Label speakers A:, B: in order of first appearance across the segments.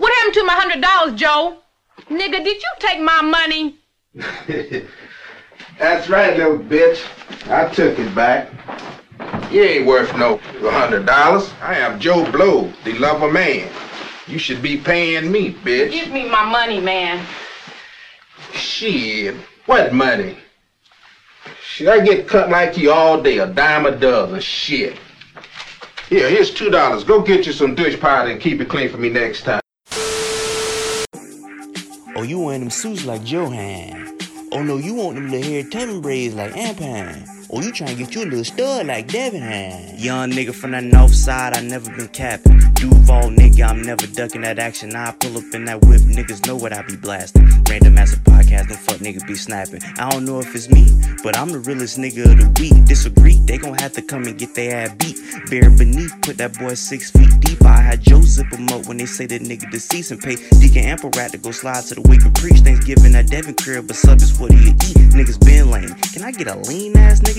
A: him to my hundred dollars, Joe. Nigga, did you take my money?
B: That's right, little bitch. I took it back. You ain't worth no hundred dollars. I am Joe Blow, the lover man. You should be paying me, bitch.
A: Give me my money, man.
B: Shit, what money? Should I get cut like you all day, a dime a dozen? Shit. Here, here's two dollars. Go get you some dish powder and keep it clean for me next time.
C: Oh, you wearing them suits like Johan. Oh no, you want them little hair tumbling braids like Ampan. Oh, you trying to get you a little stud like Devin had.
D: Young nigga from the north side, I never been capping. Duval nigga, I'm never ducking that action. I pull up in that whip, niggas know what I be blasting. Random ass a podcast, no fuck nigga be snapping. I don't know if it's me, but I'm the realest nigga of the week. Disagree, they gon' have to come and get their ass beat. Bare beneath, put that boy six feet deep. I had Joe zip him up when they say that nigga deceased and pay Deacon Ample Rat to go slide to the wake and preach. Thanksgiving at Devin crib, but sub is what he eat. Niggas been lame. Can I get a lean ass nigga?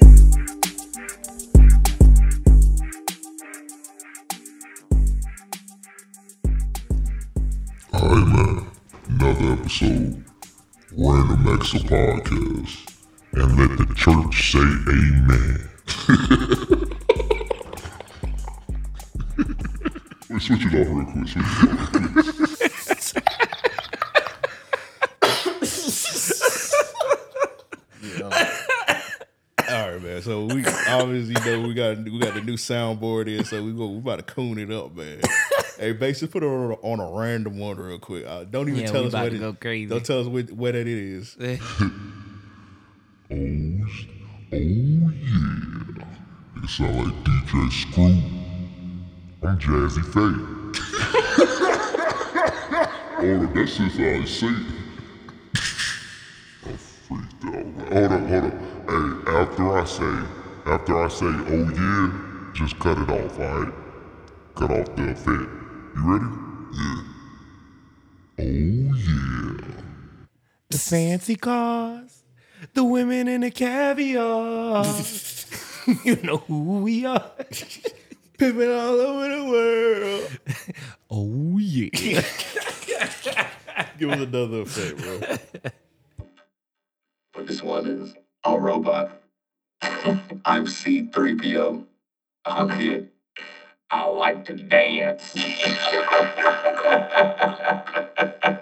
E: Alright, man. Another episode. Random Exa Podcast. And let the church say amen. Wait, switch it off real quick. Switch it off real quick.
F: All right, man. So we obviously know we got we got the new soundboard in, so we go we about to coon it up, man. hey, basically put it on a, on a random one real quick. Uh, don't even
G: Yeah,
F: tell
G: we
F: us
G: about
F: what
G: to
F: it,
G: go crazy.
F: Don't tell us what, what that it is.
E: Oh, s- oh yeah. It sound like DJ Screw. I'm Jazzy Faye. Hold up, that's just how I say it. I'm freaked out. man. Hold up, hold up. Hey, after I say, after I say, oh yeah, just cut it off, alright? Cut off the effect. You ready? Yeah. Oh yeah.
H: The fancy cars, the women in the caviar.
F: Um,
H: you know who we are. Pimping all over the world.
F: Oh yeah. Give us another effect, bro.
I: But this one is a robot. I'm C3PO. I'm here. I like to dance.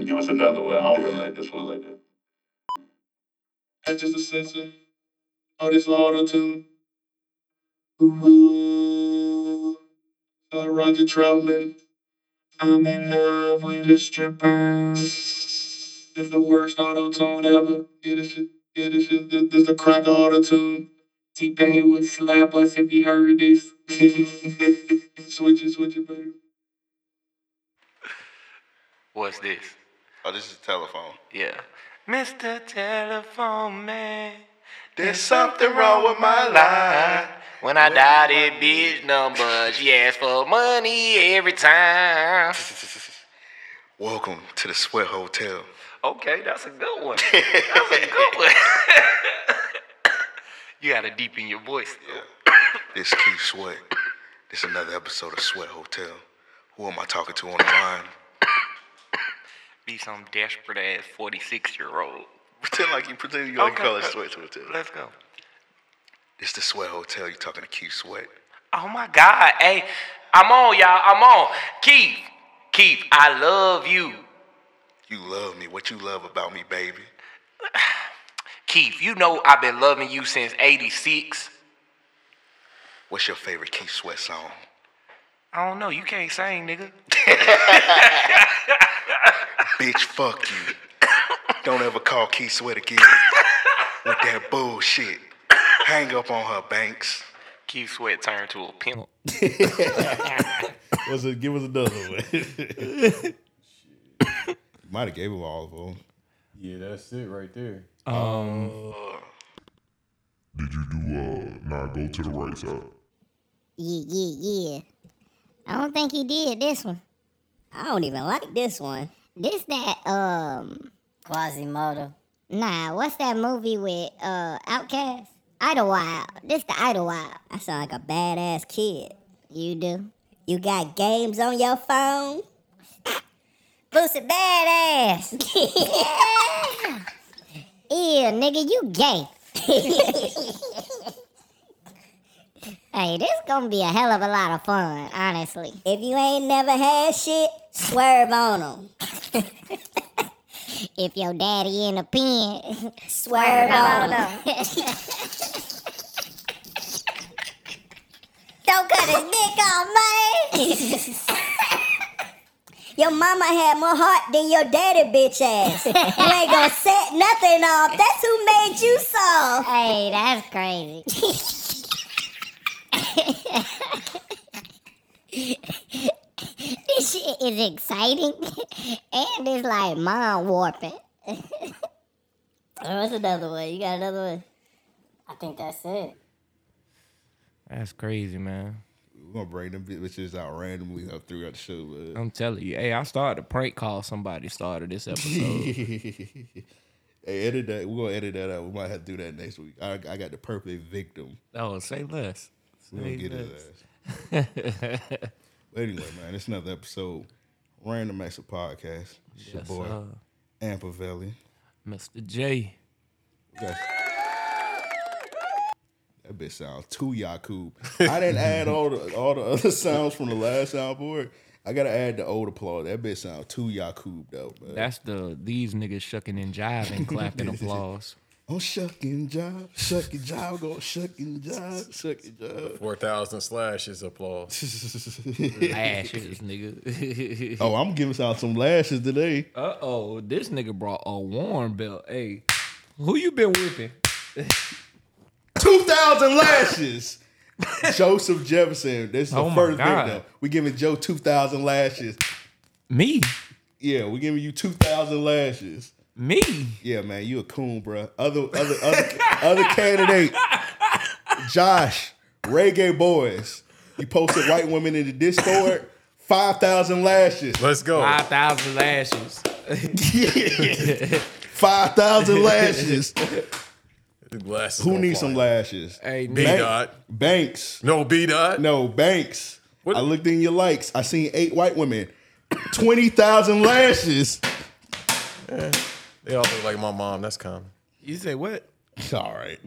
I: Give us another one. I don't really like this one like that. That's just a sensor of this auto tune. Ooh, uh, Roger Troutman. I'm in love with a stripper. It's the worst auto tune ever. It is, it is, it is the crack auto tune. T-Pain would slap us if he heard this. switch it, switch it, baby.
J: What's this?
K: Oh, this is a telephone.
J: Yeah.
H: Mr. Telephone Man.
K: There's something wrong with my line.
J: When I dial that bitch number, she asks for money every time.
K: Welcome to the Sweat Hotel.
J: Okay, that's a good one. That's a good one. you gotta deepen your voice.
K: This is Keith Sweat. This is another episode of Sweat Hotel. Who am I talking to on the line?
J: Be some desperate ass 46 year old.
K: Pretend like you pretend you
J: Okay,
K: call it
J: okay.
K: Sweat Hotel.
J: Let's go.
K: This the Sweat Hotel. You talking to Keith Sweat?
J: Oh my God. Hey, I'm on, y'all. I'm on. Keith, Keith, I love you.
K: You love me. What you love about me, baby?
J: Keith, you know I've been loving you since 86.
K: What's your favorite Keith Sweat song?
J: I don't know. You can't sing, nigga.
K: Bitch, fuck you. Don't ever call Keith Sweat again with that bullshit. Hang up on her, Banks.
J: Keith Sweat turned to a pimp.
F: What's it? Give us another one. Might have gave him all of them.
L: Yeah, that's it right there.
E: The Did you do uh nah go to the right side?
G: Yeah, yeah, yeah. I don't think he did this one. I don't even like this one. This that um Quasimodo. Nah, what's that movie with uh Outcast? Idlewild. This the Idlewild. I sound like a badass kid. You do. You got games on your phone. Boosie badass. yeah, nigga, you gay. hey, this gonna be a hell of a lot of fun, honestly. If you ain't never had shit, swerve on them. if your daddy in a pen, swerve on him. Don't cut his dick off, man. Your mama had more heart than your daddy, bitch ass. you ain't gonna set nothing off. That's who made you soft. Hey, that's crazy. this shit is exciting and it's like mind warping. What's Oh, another one? You got another one? I think that's it.
L: That's crazy, man.
F: We're gonna bring them bitches out randomly up throughout the show, man.
G: Oh.
L: I'm telling you. Hey, I started a prank call. Somebody started this episode.
F: hey, edit that. We're gonna edit that out. We might have to do that next week. I, I got the perfect victim.
L: oh, say less.
F: We don't
L: Say
F: get his
L: less.
F: ass. but anyway, man, it's another episode. Random Acts of Podcast. It's your
L: Yes,
F: boy,
L: sir.
F: Ampavelli.
L: Mr. J.
F: That bitch sounds too Yakub. I didn't add all the all the other sounds from the last soundboard. I gotta add the old applause. That bitch sounds too Yakub though, man.
L: That's the these niggas shucking and jiving, clapping applause.
F: I'm shucking job, shucking job, go shucking job, shucking job.
M: Four thousand slashes applause.
L: Lashes, nigga.
F: Oh, I'm giving out some lashes today.
L: Uh oh, this nigga brought a warm belt. Hey, who you been whipping?
F: Two thousand lashes. Joseph Jefferson. This is
L: Oh
F: the
L: my
F: first
L: God.
F: victim. We giving Joe two thousand lashes.
L: Me?
F: Yeah, we giving you two thousand lashes.
L: Me?
F: Yeah, man, you a coon, bruh. Other other other other candidate, Josh, Reggae Boys. You posted white women in the Discord. Five thousand lashes.
M: Let's go.
L: Five thousand lashes.
F: Five thousand lashes.
M: The glasses
F: Who
M: gonna
F: needs
M: fly.
F: some lashes?
L: Hey,
M: B
F: Ban-
M: dot.
F: Banks.
M: No B dot.
F: No Banks. I looked in your likes. I seen eight white women. Twenty thousand lashes.
M: They all look like my mom. That's common.
L: You say what?
F: All right.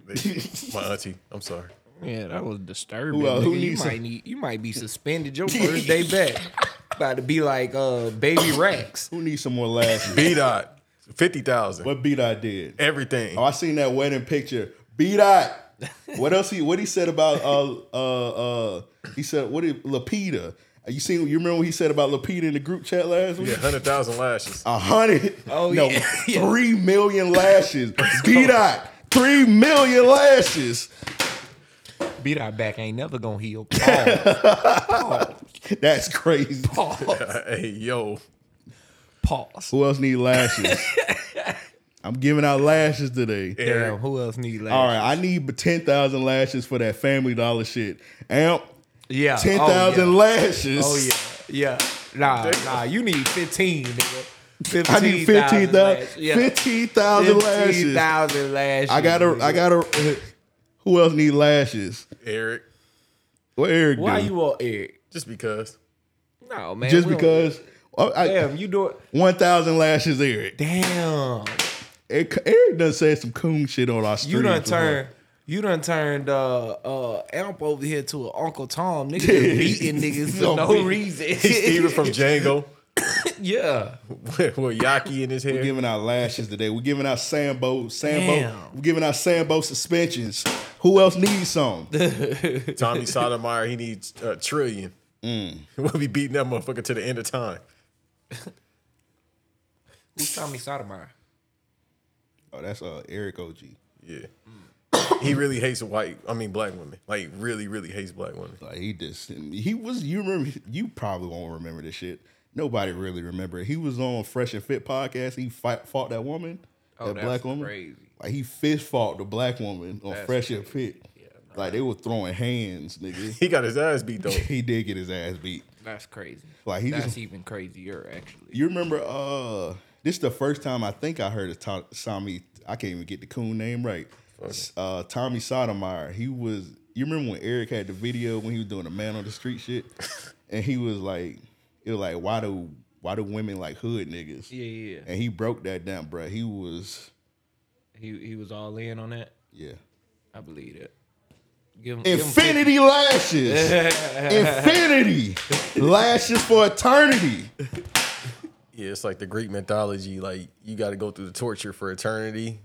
M: my auntie. I'm sorry.
L: Yeah, that was disturbing.
M: Who, uh,
L: nigga.
M: who
L: you
M: needs
L: might
M: some-
L: need, you might be suspended your first day back. About to be like uh baby Rex.
F: Who needs some more lashes?
M: B dot. Fifty thousand.
F: What B dot did?
M: Everything.
F: Oh, I seen that wedding picture. B dot. What else he what he said about uh uh uh he said what did Lapita? Uh, You seen you remember what he said about Lapita in the group chat last week?
M: Yeah, hundred thousand lashes.
F: A hundred.
M: Oh,
F: no,
M: yeah.
F: three million lashes. B dot. Three million lashes.
L: B dot back ain't never gonna heal.
F: That's crazy.
M: hey, yo.
L: Pause.
F: Who else need lashes? I'm giving out lashes today.
L: Damn, who else need lashes?
F: All right, I need ten thousand lashes for that Family Dollar shit. Amp,
L: Yeah. oh,
F: ten thousand
L: yeah.
F: lashes.
L: Oh yeah. Yeah. Nah, nah, you need fifteen, nigga.
F: I need 15,000
L: lashes. Yeah.
F: 15,000 lashes.
L: 15,000 lashes.
F: I gotta, I
L: nigga.
F: gotta. Who else need lashes?
M: Eric.
F: What Eric
L: Why
F: do?
L: you want Eric?
M: Just because.
L: No, man.
F: Just
L: we don't-
F: because. oh, I-
L: Damn, you do it.
F: One thousand lashes, Eric.
L: Damn.
F: Eric, Eric done said some coon shit on our street.
L: You done
F: before.
L: turned you done turned uh uh Amp over here to an Uncle Tom nigga just beating niggas for no
M: Steven
L: reason.
M: from Django.
L: yeah.
M: With, with Yaki in his hair.
F: We're giving out lashes today. We're giving out Sambo, Sambo.
M: Damn.
F: We're giving out Sambo suspensions. Who else needs some?
M: Tommy Sotomayor, he needs a trillion. We'll be beating that motherfucker to the end of time.
L: Who's Tommy Sotomayor?
F: Oh, that's uh, Eric OG.
M: Yeah. he really hates white, I mean, black women. Like, really, really hates black women.
F: Like he just he was you remember you probably won't remember this shit. Nobody really remember. it. He was on Fresh and Fit podcast. He fight, fought that woman,
L: Oh,
F: that
L: that's
F: black woman.
L: crazy.
F: Like he fist fought the black woman on
M: That's
F: Fresh Air Pit. Like they were throwing hands, nigga.
M: He got his ass beat though.
F: he did get his ass beat.
L: That's crazy.
F: Like, he
L: That's
F: just-
L: even crazier, actually.
F: You remember? Uh, this is the first time I think I heard of Tom, Tommy. I can't even get the coon name right. S- Uh, Tommy Sotomayor. He was. You remember when Eric had the video when he was doing the man on the street shit, and he was like, it was like, why do why do women like hood niggas?
L: Yeah, yeah.
F: And he broke that down, bruh. He was
L: He he was all in on that.
F: Yeah,
L: I believe it. Give him,
F: infinity lashes, infinity lashes for eternity.
M: Yeah, it's like the Greek mythology. Like you got to go through the torture for eternity,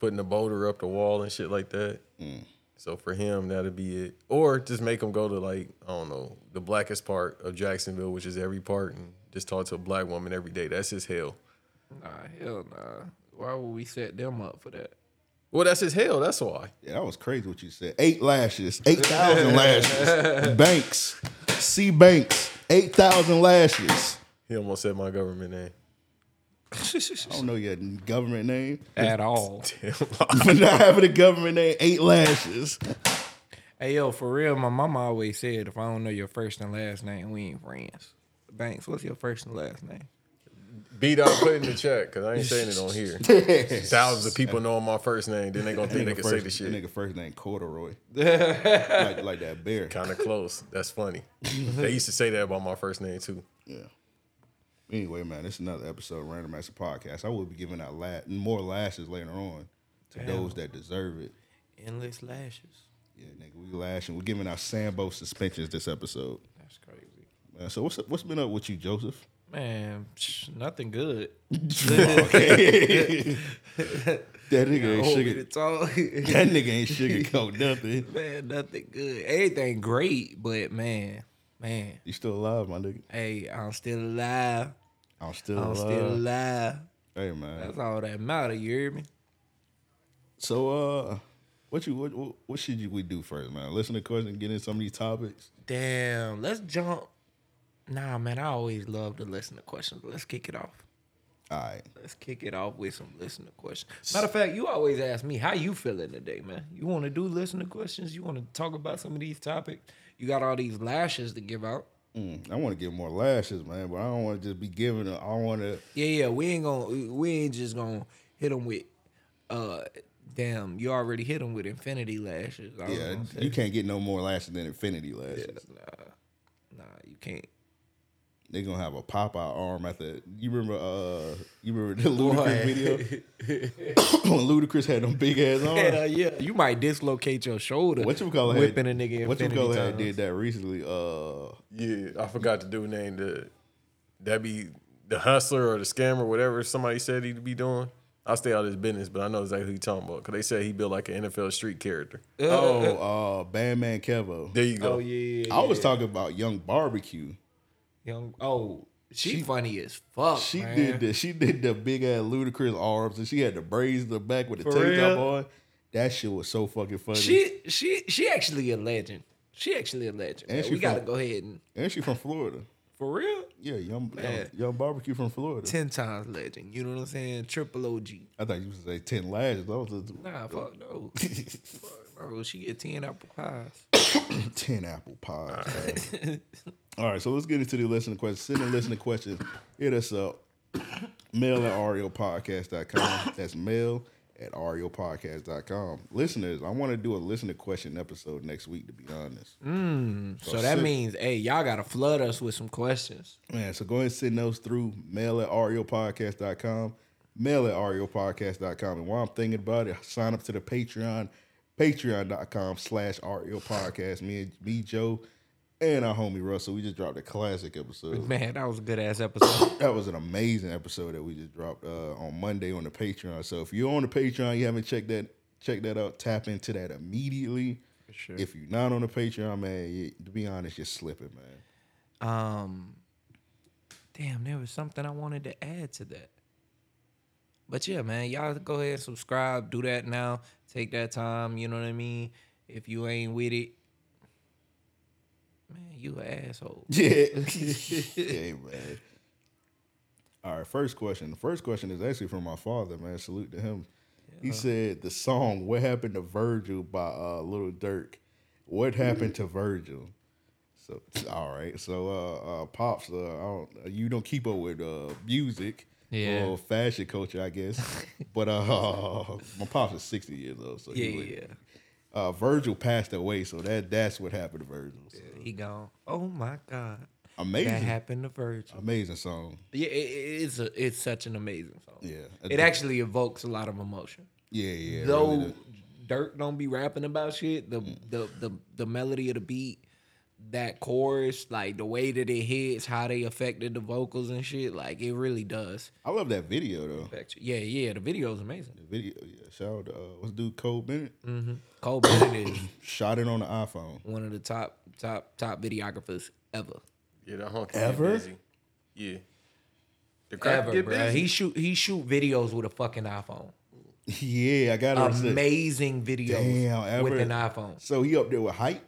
M: putting a boulder up the wall and shit like that. So for him, that'd be it. Or just make him go to like I don't know the blackest part of Jacksonville, which is every part, and just talk to a black woman every day. That's his hell.
L: Nah, hell nah. Why would we set them up for that?
M: Well, that's his hell. That's why.
F: Yeah, that was crazy what you said. Eight lashes, eight thousand lashes. Banks, C Banks, eight thousand lashes.
M: He almost said my government name.
F: I don't know your government name
L: At all.
F: For not having a government name, eight lashes.
L: Hey yo, for real, my mama always said if I don't know your first and last name, we ain't friends. Banks, what's your first and last name?
M: B dot put in the chat because I ain't saying it on here. Thousands of people know my first name. Then they gonna think they can say the shit.
F: That nigga first name Corduroy. like, like that bear.
M: Kind of close. That's funny. they used to say that about my first name too.
F: Yeah. Anyway, man, this is another episode of Random Master Podcast. I will be giving out la- more lashes later on to
L: Damn.
F: those that deserve it.
L: Endless lashes.
F: Yeah, nigga, we lashing. We're giving out Sambo suspensions this episode.
L: That's crazy.
F: Man, so what's what's been up with you, Joseph?
L: Man, psh, nothing good.
F: Okay. That nigga ain't
L: Hold me
F: sugar-
L: to talk.
F: That nigga ain't sugarcoat nothing.
L: Man, nothing good. Everything great, but man, man.
F: You still alive, my nigga?
L: Hey, I'm still alive.
F: I'm still
L: I'm
F: alive.
L: still alive.
F: Hey man.
L: That's all that matter. You hear me?
F: So uh, what you what what, what should you, we do first, man? Listen to questions, get in some of these topics.
L: Damn. Let's jump. Nah, man. I always love to listen to questions. Let's kick it off.
F: All right.
L: Let's kick it off with some listener questions. Matter of fact, you always ask me how you feeling today, man. You want to do listener questions? You want to talk about some of these topics? You got all these lashes to give out.
F: Mm, I want to get more lashes, man, but I don't want to just be giving. A, I want to.
L: Yeah, yeah. We ain't gonna. We ain't just gonna hit them with. Uh, damn. You already hit them with infinity lashes. I was
F: Yeah,
L: gonna say.
F: you can't get no more lashes than infinity lashes.
L: Nah, you can't.
F: They gonna have a Popeye arm at the. You remember? Uh, you remember the Ludacris video when Ludacris had them big ass arms.
L: Hell yeah. You might dislocate your shoulder.
F: What you call it?
L: Whipping a nigga.
F: What you
L: infinity
F: call it?
L: times.
F: Did that recently? Uh,
M: yeah, I forgot the dude name. The that be the hustler or the scammer, whatever somebody said he'd be doing. I stay out of his business, but I know exactly who you talking about because they said he built like an NFL street character.
F: Oh, uh, Bandman Kevo.
M: There you go.
L: Oh, yeah, yeah,
F: I was
L: yeah.
F: talking about Young Barbecue.
L: Young. Oh, she, funny as fuck.
F: She
L: Oh, man.
F: did the she did the big ass ludicrous arms and she had the braids in the back with the
L: For
F: tank top
L: real?
F: on. That shit was so fucking funny.
L: She she she actually a legend. She actually a legend.
F: And
L: man.
F: she
L: we gotta
F: from-
L: go ahead and
F: and she from Florida.
L: for real.
F: Yeah, young, young,
L: Man.
F: young barbecue from Florida.
L: Ten times legend. You know what I'm saying? Triple OG.
F: I thought you was gonna say ten lashes. I was just-
L: Nah, fuck no. fuck no. She get ten apple pies.
F: ten apple pies. man. All right, so let's get into the listening questions. Send in listening questions. Hit us up. Mail at ariopodcast.com. That's mail at ariopodcast.com. Listeners, I want to do a listener question episode next week, to be honest.
L: Mm,
F: So
L: so, that
F: sick.
L: means, hey, y'all gotta flood us with some questions.
F: Man, so go ahead and send those through mail at ariopodcast.com, mail at ariopodcast.com. And while I'm thinking about it, sign up to the Patreon, patreon.com slash podcast. Me and me, Joe, and our homie Russell. We just dropped a classic episode.
L: Man, that was a good ass episode.
F: That was an amazing episode that we just dropped uh, on Monday on the Patreon. So if you're on the Patreon, you haven't checked that check that out, tap into that immediately.
L: sure.
F: If you're not on the Patreon, man, you, to be honest, you're slipping, man.
L: Um, damn, there was something I wanted to add to that. But yeah, man, y'all go ahead and subscribe. Do that now. Take that time. You know what I mean. If you ain't with it, man, you an asshole.
F: Yeah. yeah, man. All right, first question. The first question is actually from my father, man. Salute to him. He said the song "What Happened to Virgil" by uh, Little Dirk. What happened to Virgil? So all right, so uh, uh, pops, uh, I don't, you don't keep up with uh, music
L: Yeah.
F: or fashion culture, I guess. but uh, my pops is sixty years old, so
L: Yeah,
F: would- Uh, Virgil passed away, so that that's what happened to Virgil. So.
L: He gone. Oh my god.
F: Amazing.
L: That happened to Virgil.
F: Amazing song.
L: Yeah, it, it- it's a, it's such an amazing song.
F: Yeah.
L: it actually evokes a lot of emotion.
F: Yeah, yeah, it
L: Though
F: really Mm.
L: Dirk don't be rapping about shit, the, the the the melody of the beat, that chorus, like the way that it hits, how they affected the vocals and shit, like it really does.
F: I love that video though.
L: affect you. Yeah, yeah, the video is amazing.
F: The video, yeah. Shout out to uh, what's dude Cole Bennett.
L: Mm-hmm. Cole Bennett is
F: Shot it on the iPhone.
L: one of the top top top videographers ever.
M: Yeah, that honky get
L: Ever?
M: busy. Yeah. The crack
L: ever,
M: get
L: bro.
M: busy.
L: He shoot he shoot videos with a fucking iPhone.
F: Yeah, I got it.
L: Amazing videos
F: Damn,
L: with
F: Everett.
L: an iPhone.
F: So he up there with hype.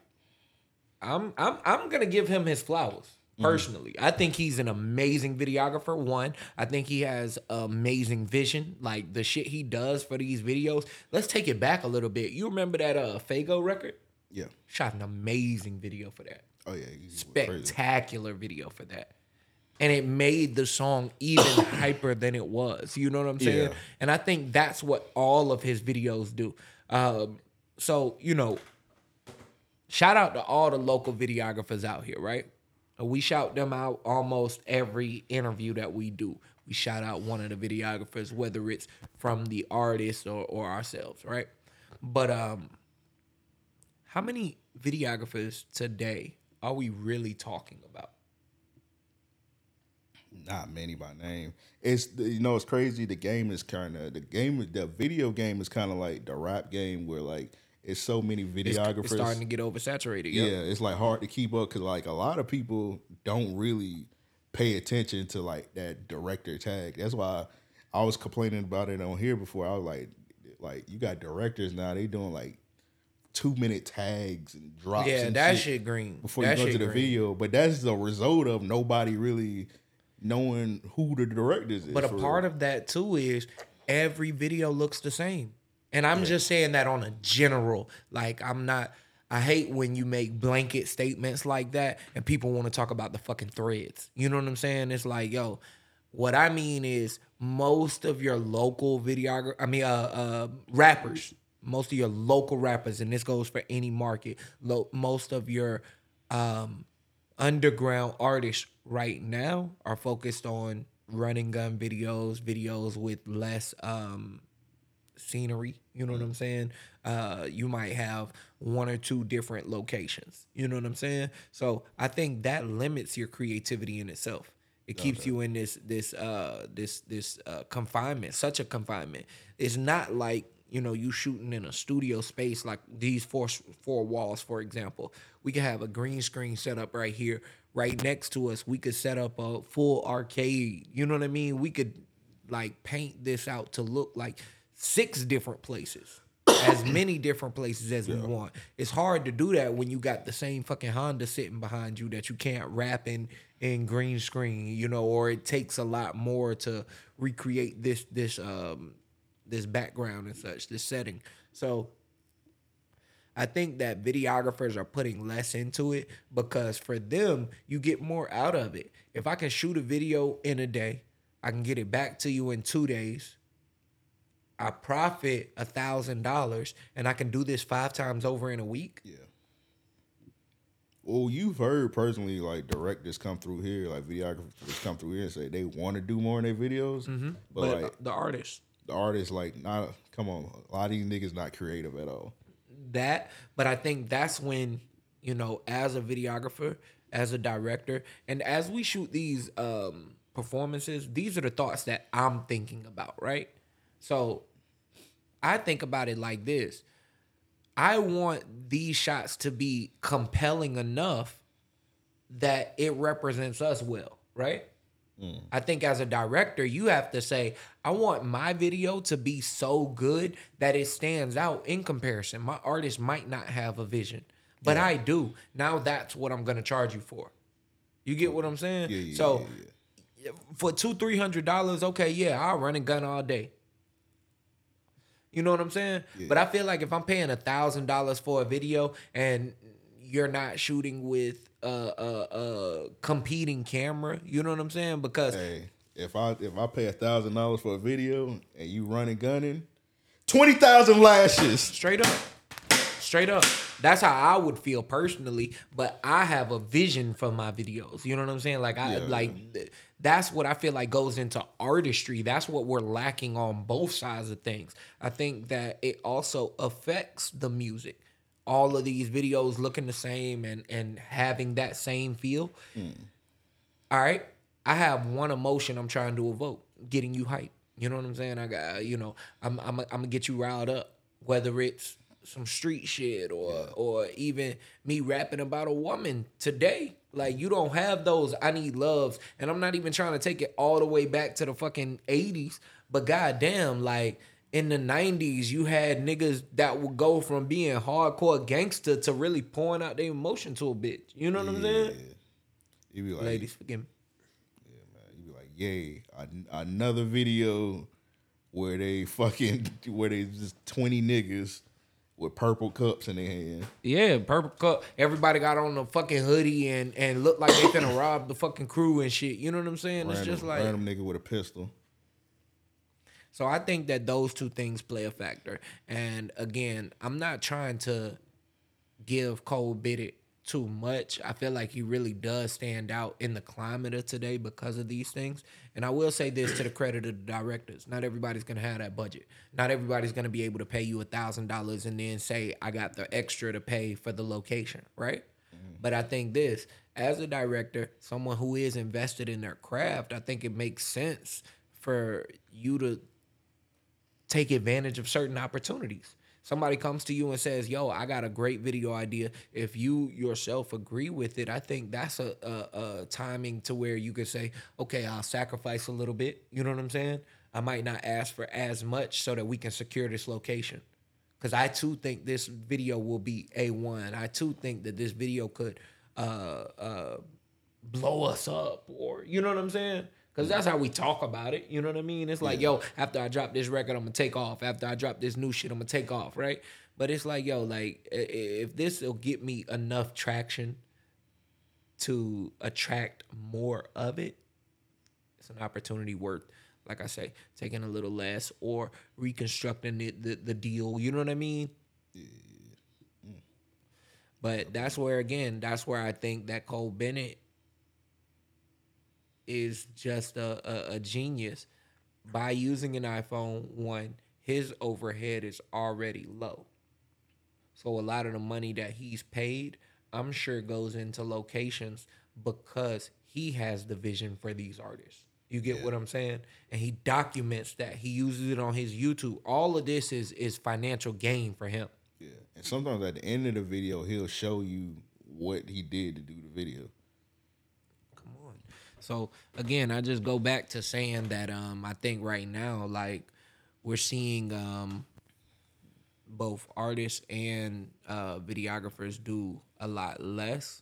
L: I'm I'm I'm gonna give him his flowers
F: Mm.
L: personally. I think he's an amazing videographer. One, I think he has amazing vision. Like the shit he does for these videos. Let's take it back a little bit. You remember that uh Fago record?
F: Yeah.
L: Shot an amazing video for that.
F: Oh yeah,
L: spectacular video for that. And it made the song even hyper than it was. You know what I'm saying?
F: Yeah.
L: And I think that's what all of his videos do. Um, so you know, shout out to all the local videographers out here, right? We shout them out almost every interview that we do. We shout out one of the videographers, whether it's from the artist or, or ourselves, right? But um, how many videographers today are we really talking about?
F: Not many by name. It's you know it's crazy. The game is kind of the game. The video game is kind of like the rap game where like it's so many
L: It's-
F: videographers.
L: it's starting to get oversaturated.
F: yeah, it's like hard to keep up because like a lot of people don't really pay attention to like that director tag. That's why I was complaining about it on here before. I was like, like you got directors now. They doing like two minute tags and drops.
L: Yeah,
F: and
L: that
F: shit
L: shit green.
F: before
L: That
F: you go
L: shit
F: to the
L: green.
F: video. But that's the result of nobody really knowing who the directors is.
L: But a
F: for
L: part
F: real.
L: of that too is every video looks the same. And I'm just saying that on a general. Like I'm not I hate when you make blanket statements like that and people want to talk about the fucking threads. You know what I'm saying? It's like, yo, what I mean is most of your local videographer, I mean uh uh rappers, most of your local rappers and this goes for any market, lo- most of your um underground artists right now are focused on running gun videos, videos with less um scenery. You know what I'm saying? Uh you might have one or two different locations. You know what I'm saying? So I think that limits your creativity in itself. It keeps you in this this uh this this uh confinement, such a confinement. It's not like you know you shooting in a studio space like these four four walls for example we could have a green screen set up right here right next to us we could set up a full arcade you know what i mean we could like paint this out to look like six different places as many different places as we want it's hard to do that when you got the same fucking honda sitting behind you that you can't wrap in in green screen you know or it takes a lot more to recreate this this um this background and such this setting so I think that videographers are putting less into it because for them, you get more out of it. If I can shoot a video in a day, I can get it back to you in two days. I profit a thousand dollars and I can do this five times over in a week.
F: Yeah. Well, you've heard personally, like directors come through here, like videographers come through here and say they want to do more in their videos,
L: Mhm.
F: but,
L: But,
F: like
L: uh, the artists.
F: the artists, like, not come on, a lot of these niggas not creative at all.
L: that but i think that's when you know as a videographer as a director and as we shoot these um performances these are the thoughts that i'm thinking about right so i think about it like this i want these shots to be compelling enough that it represents us well right I think as a director, you have to say, I want my video to be so good that it stands out in comparison. My artist might not have a vision, but I do. Now that's what I'm going to charge you for. You get what I'm saying? so for two, three hundred dollars, okay, yeah, I'll run and gun all day. You know what I'm saying? But I feel like if I'm paying a thousand dollars for a video and you're not shooting with a, a, a competing camera, you know what I'm saying? Because
F: If I if I pay a thousand dollars for a video and you running gunning, twenty thousand lashes.
L: Straight up. Straight up. That's how I would feel personally, but I have a vision for my videos. You know what I'm saying? Like I
F: Yeah.
L: like th- that's what I feel like goes into artistry. That's what we're lacking on both sides of things. I think that it also affects the music. All of these videos looking the same and and having that same feel. All right. I have one emotion I'm trying to evoke, getting you hype. You know what I'm saying? I got, uh, you know, I'm I'm I'm gonna get you riled up, whether it's some street shit or or even me rapping about a woman today. Like you don't have those I need loves, and I'm not even trying to take it all the way back to the fucking 80s, but goddamn, like in the 90s you had niggas that would go from being hardcore gangster to really pouring out their emotion to a bitch. You know what I'm saying?
F: You be like,
L: Ladies, forgive me.
F: yay, an- another video where they fucking where they just twenty niggas with purple cups in their hand.
L: Yeah, purple cup. Everybody got on a fucking hoodie and and looked like they finna rob the fucking crew and shit. You know what I'm saying?
F: Random,
L: it's just like
F: random nigga with a pistol.
L: so. I think that those two things play a factor. And again, I'm not trying to give Cole Biddit too much. I feel like he really does stand out in the climate of today because of these things. And I will say this to the credit of the directors. Not everybody's gonna have that budget. Not everybody's gonna be able to pay you a thousand dollars and then say, I got the extra to pay for the location, right? But I think this, as a director, someone who is invested in their craft, I think it makes sense for you to take advantage of certain opportunities. Somebody comes to you and says, "Yo, I got a great video idea." If you yourself agree with it, I think that's a, a, a timing to where you could say, "Okay, I'll sacrifice a little bit." You know what I'm saying? I might not ask for as much so that we can secure this location. Because I too think this video will be a one. I too think that this video could uh, uh, blow us up, or you know what I'm saying? Because that's how we talk about it. You know what I mean? It's like, yo, after I drop this record, I'm gonna take off. After I drop this new shit, I'm gonna take off, right? But it's like, yo, like i- i- if this will get me enough traction to attract more of it, it's an opportunity worth like i say taking a little less or reconstructing it, the, the deal you know what i mean but that's where again that's where i think that cole bennett is just a, a, a genius by using an iphone one his overhead is already low so a lot of the money that he's paid, I'm sure goes into locations because he has the vision for these artists. You get what I'm saying? And he documents that. He uses it on his YouTube. All of this is is financial gain for him.
F: And sometimes at the end of the video, he'll show you what he did to do the video.
L: So again, I just go back to saying that um I think right now like we're seeing um both artists and uh videographers do a lot less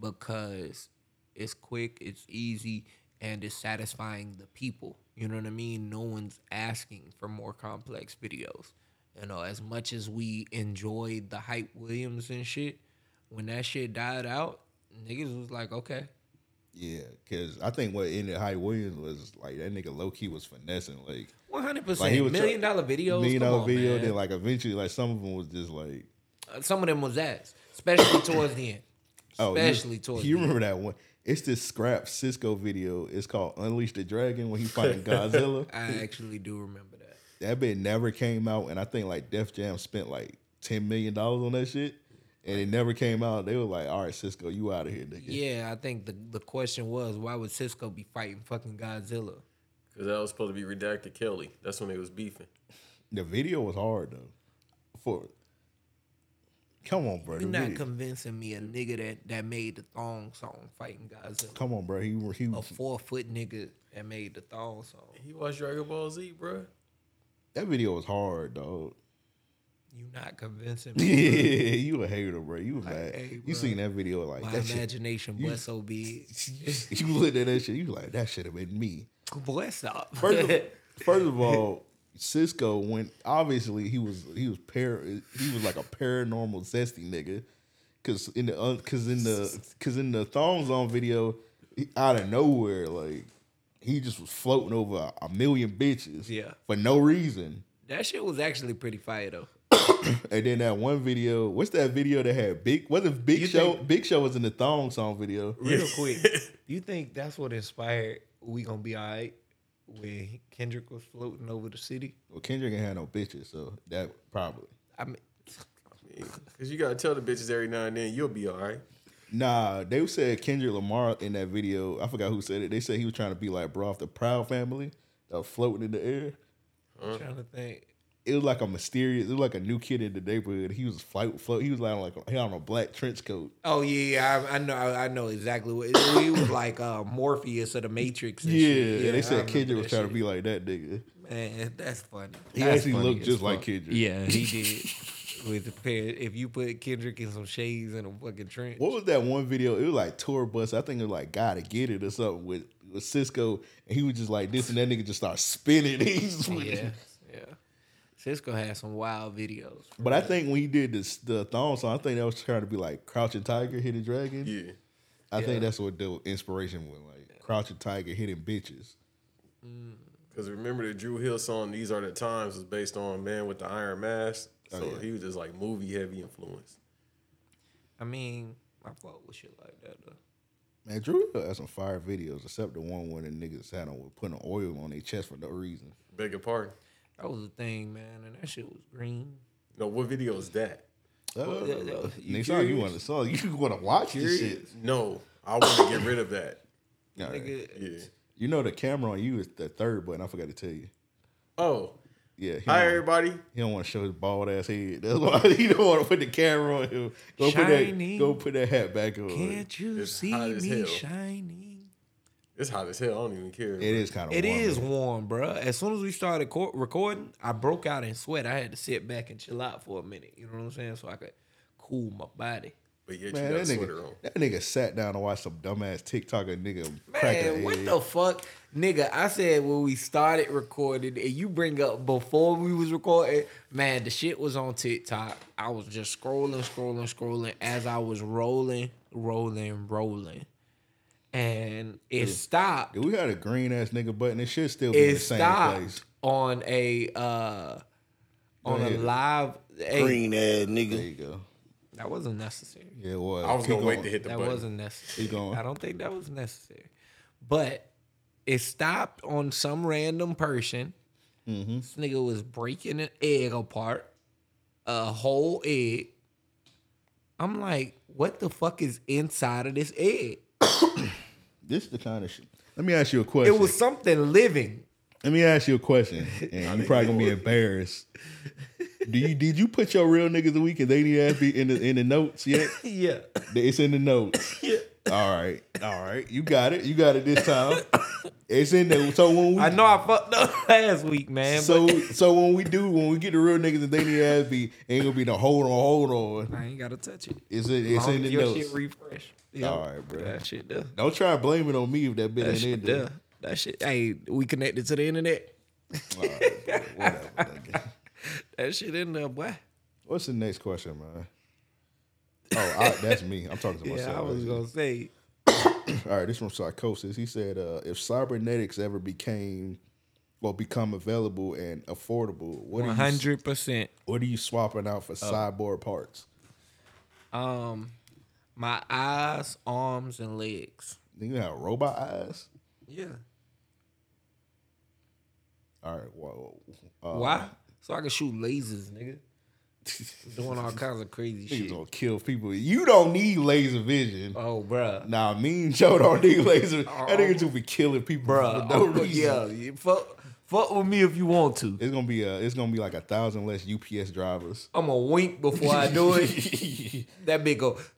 L: because it's quick, it's easy, and it's satisfying the people. You know what I mean? No one's asking for more complex videos. You know, as much as we enjoyed the hype Williams and shit, when that shit died out, niggas was like, okay,
F: Yeah, because I think what ended Hype Williams was like that nigga low key was finessing like
L: 100%.
F: like, he was
L: Million
F: try-
L: dollar videos,
F: million
L: come
F: dollar
L: on,
F: video.
L: man.
F: Then like eventually like some of them was just like
L: Uh, some of them was ass, especially towards the end.
F: oh you-
L: Especially towards
F: you
L: the
F: remember that
L: end.
F: one? It's this scrap Cisco video. It's called Unleash the Dragon when he fighting Godzilla.
L: I actually do remember that.
F: that bit never came out, and I think like Def Jam spent like ten million dollars on that shit, and it never came out. They were like, "All right, Cisco, you out of here, nigga."
L: Yeah, I think the, the question was why would Cisco be fighting fucking Godzilla?
M: Because that was supposed to be redacted Kelly. That's when they was beefing.
F: The video was hard though. For come on, bro. the
L: You're not
F: video-
L: convincing me a nigga that, that made the thong song fighting Godzilla.
F: come on, bro. He he
L: A four foot nigga that made the thong song.
M: He watched Dragon Ball Z, bro.
F: that video was hard, dog.
L: You not convincing
F: yeah,
L: me. bro.
F: you a hater, bro. You was mad. you seen that video like
L: My
F: that shit-
L: imagination
F: you-
L: was so big.
F: You looked at that shit. You like that should have been me.
L: Boy, stop.
F: First of, first of all, Cisco went obviously he was he was par he was like a paranormal zesty nigga because in the because in the because in the thong zone video he- out of nowhere like he just was floating over a, a million bitches
L: Yeah.
F: for no reason
L: That shit was actually pretty fire though.
F: and then that one video what's that video that had big what if Big Show Big Show was in the thong song video
L: Real quick, you think that's what inspired "We Gonna Be Alright" when Kendrick was floating over the city?
F: well Kendrick ain't had no bitches so that probably
L: I mean,
M: Cause you gotta tell the bitches every now and then you'll be all right.
F: Nah, they said Kendrick Lamar in that video. I forgot who said it. They said he was trying to be like bro off the Proud Family that was floating in the air.
L: I'm trying to think.
F: It was like a mysterious. It was like a new kid in the neighborhood. He was flight float. He was like on like he on a black trench coat.
L: Oh yeah, yeah, I, I know, I, I know exactly what he was like. Uh, Morpheus of the Matrix. And
F: Yeah,
L: shit.
F: and they
L: I
F: said
L: remember
F: Kendrick
L: that
F: was trying to
L: shit.
F: be like that nigga.
L: Man, that's funny.
F: He
L: That's
F: actually
L: funny
F: looked
L: as
F: just like
L: fuck.
F: Kendrick.
L: Yeah, he did. With the pair, if you put Kendrick in some shades and a fucking trench,
F: What was that one video? It was like tour bus. I think it was like gotta get it or something with, with Cisco, and he was just like this, and that nigga just started spinning. He's
L: yeah, yeah. Cisco had some wild videos.
F: But I think when he did this, the thong song, I think that was trying to be like Crouching Tiger, Hidden Dragon.
M: Yeah.
F: I
M: Yeah.
F: think that's what the inspiration was like Crouching Tiger, Hidden Bitches.
M: Cause remember the Drew Hill song "These Are the Times" was based on Man with the Iron Mask, so
F: Oh,
L: yeah.
M: he was just like movie heavy influence.
L: I mean, I fuck with shit like that though.
F: Man, Drew Hill had some fire videos, except the one where the niggas had on with putting oil on their chest for no reason.
M: Beg your pardon.
L: That was the thing, man, and that shit was green.
M: No, what video is that?
L: Well, yeah, yeah. You
F: next time Uh, you
L: curious?
F: want to saw, you want to watch this shit.
M: No, I want to get rid of that.
F: All right.
L: Nigga,
M: Yeah.
F: You know the camera on you is the third button. I forgot to tell you.
M: Oh,
F: Yeah. he
M: hi
F: don't-
M: everybody.
F: He don't want to show his bald ass head. That's why he don't want to put the camera on him. Go put that.
M: Shiny.
F: Go put that hat back on.
M: Can't
L: you
M: see me
L: shining?
M: It's hot as hell. I don't even care. It
F: is kind
L: It is warm, bruh. As soon as we started co- recording, I broke out in sweat. I had to sit back and chill out for a minute. You know what I'm saying? So I could cool my body.
M: But yet
F: Man, that nigga, that nigga sat down and watched some dumbass TikTok and nigga cracking
L: Man, what the fuck, nigga? I said when we started recording, and you bring up before we was recording. Man, the shit was on TikTok. I was just scrolling, scrolling, scrolling as I was rolling, rolling, rolling, and it stopped.
F: Dude, we had a green ass nigga button. It should still be in
L: it
F: the same
L: stopped
F: place.
L: on a uh
F: Go
L: on a
F: ahead.
L: live
F: Green
L: ass nigga.
F: There you go.
L: That wasn't necessary.
F: Yeah, it was.
M: I was
F: Keep
M: gonna wait
F: going.
M: to hit the
L: that
M: button.
L: wasn't necessary.
F: Keep going.
L: I don't think that was necessary. But it stopped on some random person.
F: Mm-hmm.
L: This nigga was breaking an egg apart, a whole egg. I'm like, what the fuck is inside of this egg?
F: This is the kind of shit. Let me ask you a question.
L: It was something living.
F: Let me ask you a question. And you probably gonna be embarrassed. Do you did you put your real niggas a week and they need to be in the in the notes yet?
L: Yeah.
F: It's in the notes. yeah. All right. All right. You got it. You got it this time. It's in there. So when we I
L: know I fucked up last week, man.
F: So so when we do when we get the real niggas and they need to be ain't gonna be no hold on hold on.
L: I ain't gotta touch it.
F: It's in it's
L: Long
F: in
L: as
F: the
L: your
F: notes.
L: shit refresh. Yeah.
F: All right, bro.
L: That shit there.
F: Don't try to blame it on me if that bit
L: That
F: ain't in
L: shit
F: there.
L: there. That shit. Hey, we connected to the internet. that shit in there, boy.
F: What's the next question, man? Oh, I, that's me. I'm talking to
L: Yeah,
F: myself.
L: I was gonna say.
F: All right, this from Psychosis. He said, uh, "If cybernetics ever became, well, become available and affordable, what are
L: One
F: you,
L: hundred percent.
F: what are you swapping out
L: Oh.
F: for cyborg parts?"
L: Um, my eyes, arms, and legs.
F: Then you have robot eyes.
L: Yeah.
F: All right, well, uh,
L: Why? So I can shoot lasers, nigga. Doing all kinds of crazy
F: Niggas
L: shit.
F: gonna kill people. You don't need laser vision.
L: Oh, bruh.
F: Nah, me and Joe don't need laser.
L: Uh-uh.
F: That nigga just be killing people
L: Bruh,
F: for no
L: oh, yeah,
F: reason.
L: Yeah, fuck, fuck with me if you want to.
F: It's gonna be a, it's gonna be like a thousand less UPS drivers.
L: I'm gonna wink before I do it. that big go.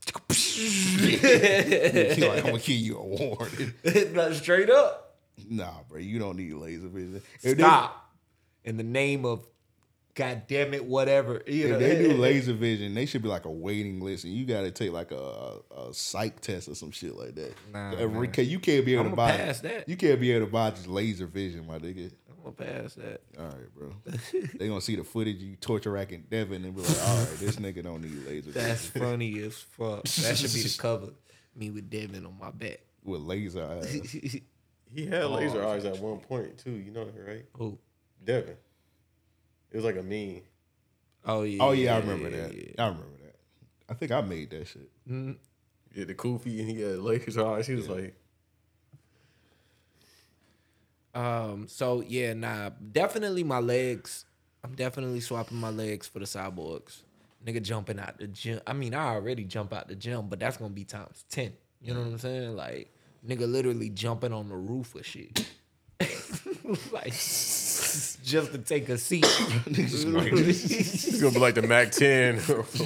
F: He like, I'm gonna give you a warning.
L: Not straight up.
F: Nah, bro, you don't need laser vision. If they-
L: Stop. In the name of God damn it, whatever. You know.
F: If they do laser vision, they should be like a waiting list, and you got to take like a, a psych test or some shit like that.
L: Nah,
F: Every-
L: man.
F: Cause you can't be able
L: I'ma
F: to buy
L: pass that.
F: You can't be able to buy just laser vision, my nigga.
L: We'll pass that.
F: All right, bro. they gonna see the footage of you torture racking Devin and be like, all right, this nigga don't need laser.
L: That's
F: vision."
L: funny as fuck. That should be the cover. Me with Devin on my back.
F: With laser eyes.
M: He had
L: Oh.
M: laser eyes at one point too. You know that, right?
L: Who?
M: Devin. It was like a meme.
L: Oh yeah.
F: oh yeah, I remember that. I remember that. I think I made that shit.
M: Mhm. Yeah, the Kofi and he had Lakers eyes. He was like,
L: Um. So yeah, nah. Definitely my legs. I'm definitely swapping my legs for the cyborgs. Nigga jumping out the gym. I mean, I already jump out the gym, but that's gonna be times ten. You know what I'm saying? Like, nigga, literally jumping on the roof or shit. like, just to take a seat.
M: it's gonna be like the Mac 10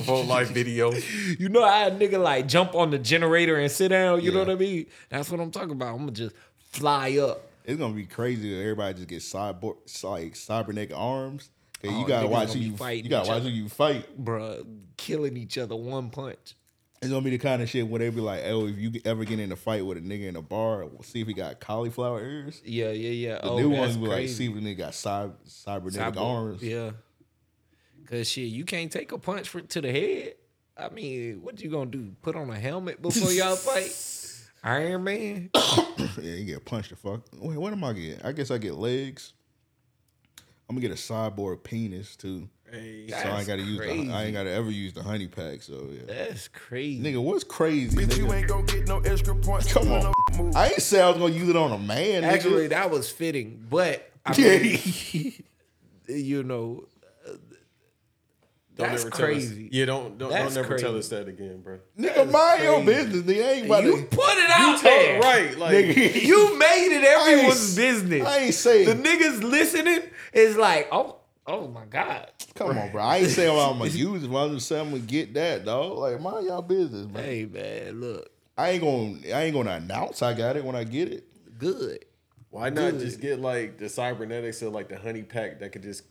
M: whole life video.
L: You know how a nigga like jump on the generator and sit down. You know what I mean? That's what I'm talking about. I'm gonna just fly up.
F: It's gonna be crazy if everybody just get cyborg like cyber naked arms. Okay, you
L: Oh,
F: gotta
L: niggas
F: watch
L: gonna
F: who
L: be
F: you
L: fighting
F: you gotta
L: each
F: watch who
L: other.
F: you fight.
L: Bruh, killing each other one punch.
F: It's gonna be the kind of shit where they be like, oh, if you ever get in a fight with a nigga in a bar, see if he got cauliflower ears.
L: Yeah, yeah, yeah.
F: The
L: Oh,
F: new
L: that's
F: ones be like,
L: crazy.
F: see if the nigga got cyber cybernetic
L: Cyborg,
F: arms.
L: Yeah. Cause shit, you can't take a punch for, to the head. I mean, what you gonna do? Put on a helmet before y'all fight? Iron Man.
F: yeah, you get punched the fuck. Wait, what am I getting? I guess I get legs. I'm gonna get a cyborg penis too.
L: Hey,
F: so I ain't
L: that's
F: gotta use. The, I
L: crazy.
F: ain't gotta ever use the honey pack. So yeah,
L: that's crazy.
F: Nigga, what's crazy?
N: Bitch, you
F: nigga?
N: ain't gonna get no extra points.
F: Come on. I ain't say I was gonna use it on a man. nigga.
L: Actually, that was fitting, but I mean, you know,
M: Don't
L: That's
M: ever tell us-
L: crazy.
M: yeah, don't don't,
L: That's
M: don't ever tell
L: crazy.
M: us that again, bro.
F: Nigga, mind your business. Nigga, I ain't about
L: you
F: to.
L: put it out there,
M: right? Like
F: Nigga.
L: you made it
F: I ain't-
L: everyone's business.
F: I ain't saying.
L: the niggas listening is like, oh, oh my god.
F: Come on, bro. I ain't saying I'm gonna use it. but I'm just saying I'm gonna get that, dog. Like mind y'all business, man.
L: Hey man, look,
F: I ain't gonna. I ain't gonna announce I got it when I get it.
L: good.
M: Why not
F: Good.
M: just get like the cybernetics of like the honey pack that could just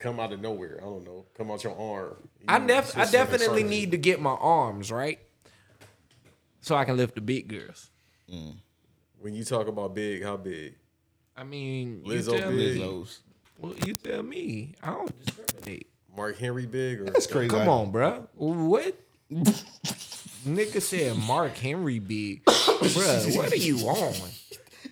M: come out of nowhere? I don't know, come out your arm. You
L: I
M: know,
L: def-
M: it's just
L: I
M: like a
L: definitely
M: surgery.
L: need to get my arms right, so I can lift the big girls.
M: When you talk about big, how big?
L: I mean,
M: Lizzo
L: you tell
M: big.
L: me. Well, you tell me. I don't discriminate.
M: Mark Henry big or
F: That's crazy.
L: Come
F: I-
L: on, bruh. What? Nigga said Mark Henry big. bruh, what are you on?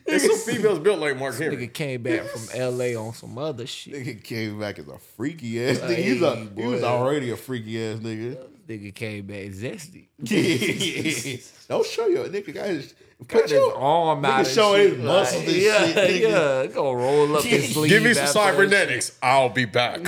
M: There's some females built like Mark Henry.
L: Nigga came back from LA on some other shit.
F: Nigga came back as a freaky ass nigga.
L: Hey,
F: He's a, he was
L: boy.
F: already a freaky ass nigga.
L: Nigga came back zesty.
F: Don't show your nigga guys.
L: Got his arm
F: nigga
L: out and
F: showing
L: shit,
F: his
L: like,
F: muscles and
L: yeah,
F: shit, nigga.
L: Yeah, gonna roll up his sleeve.
M: Give me some
L: after that
M: cybernetics. I'll be back.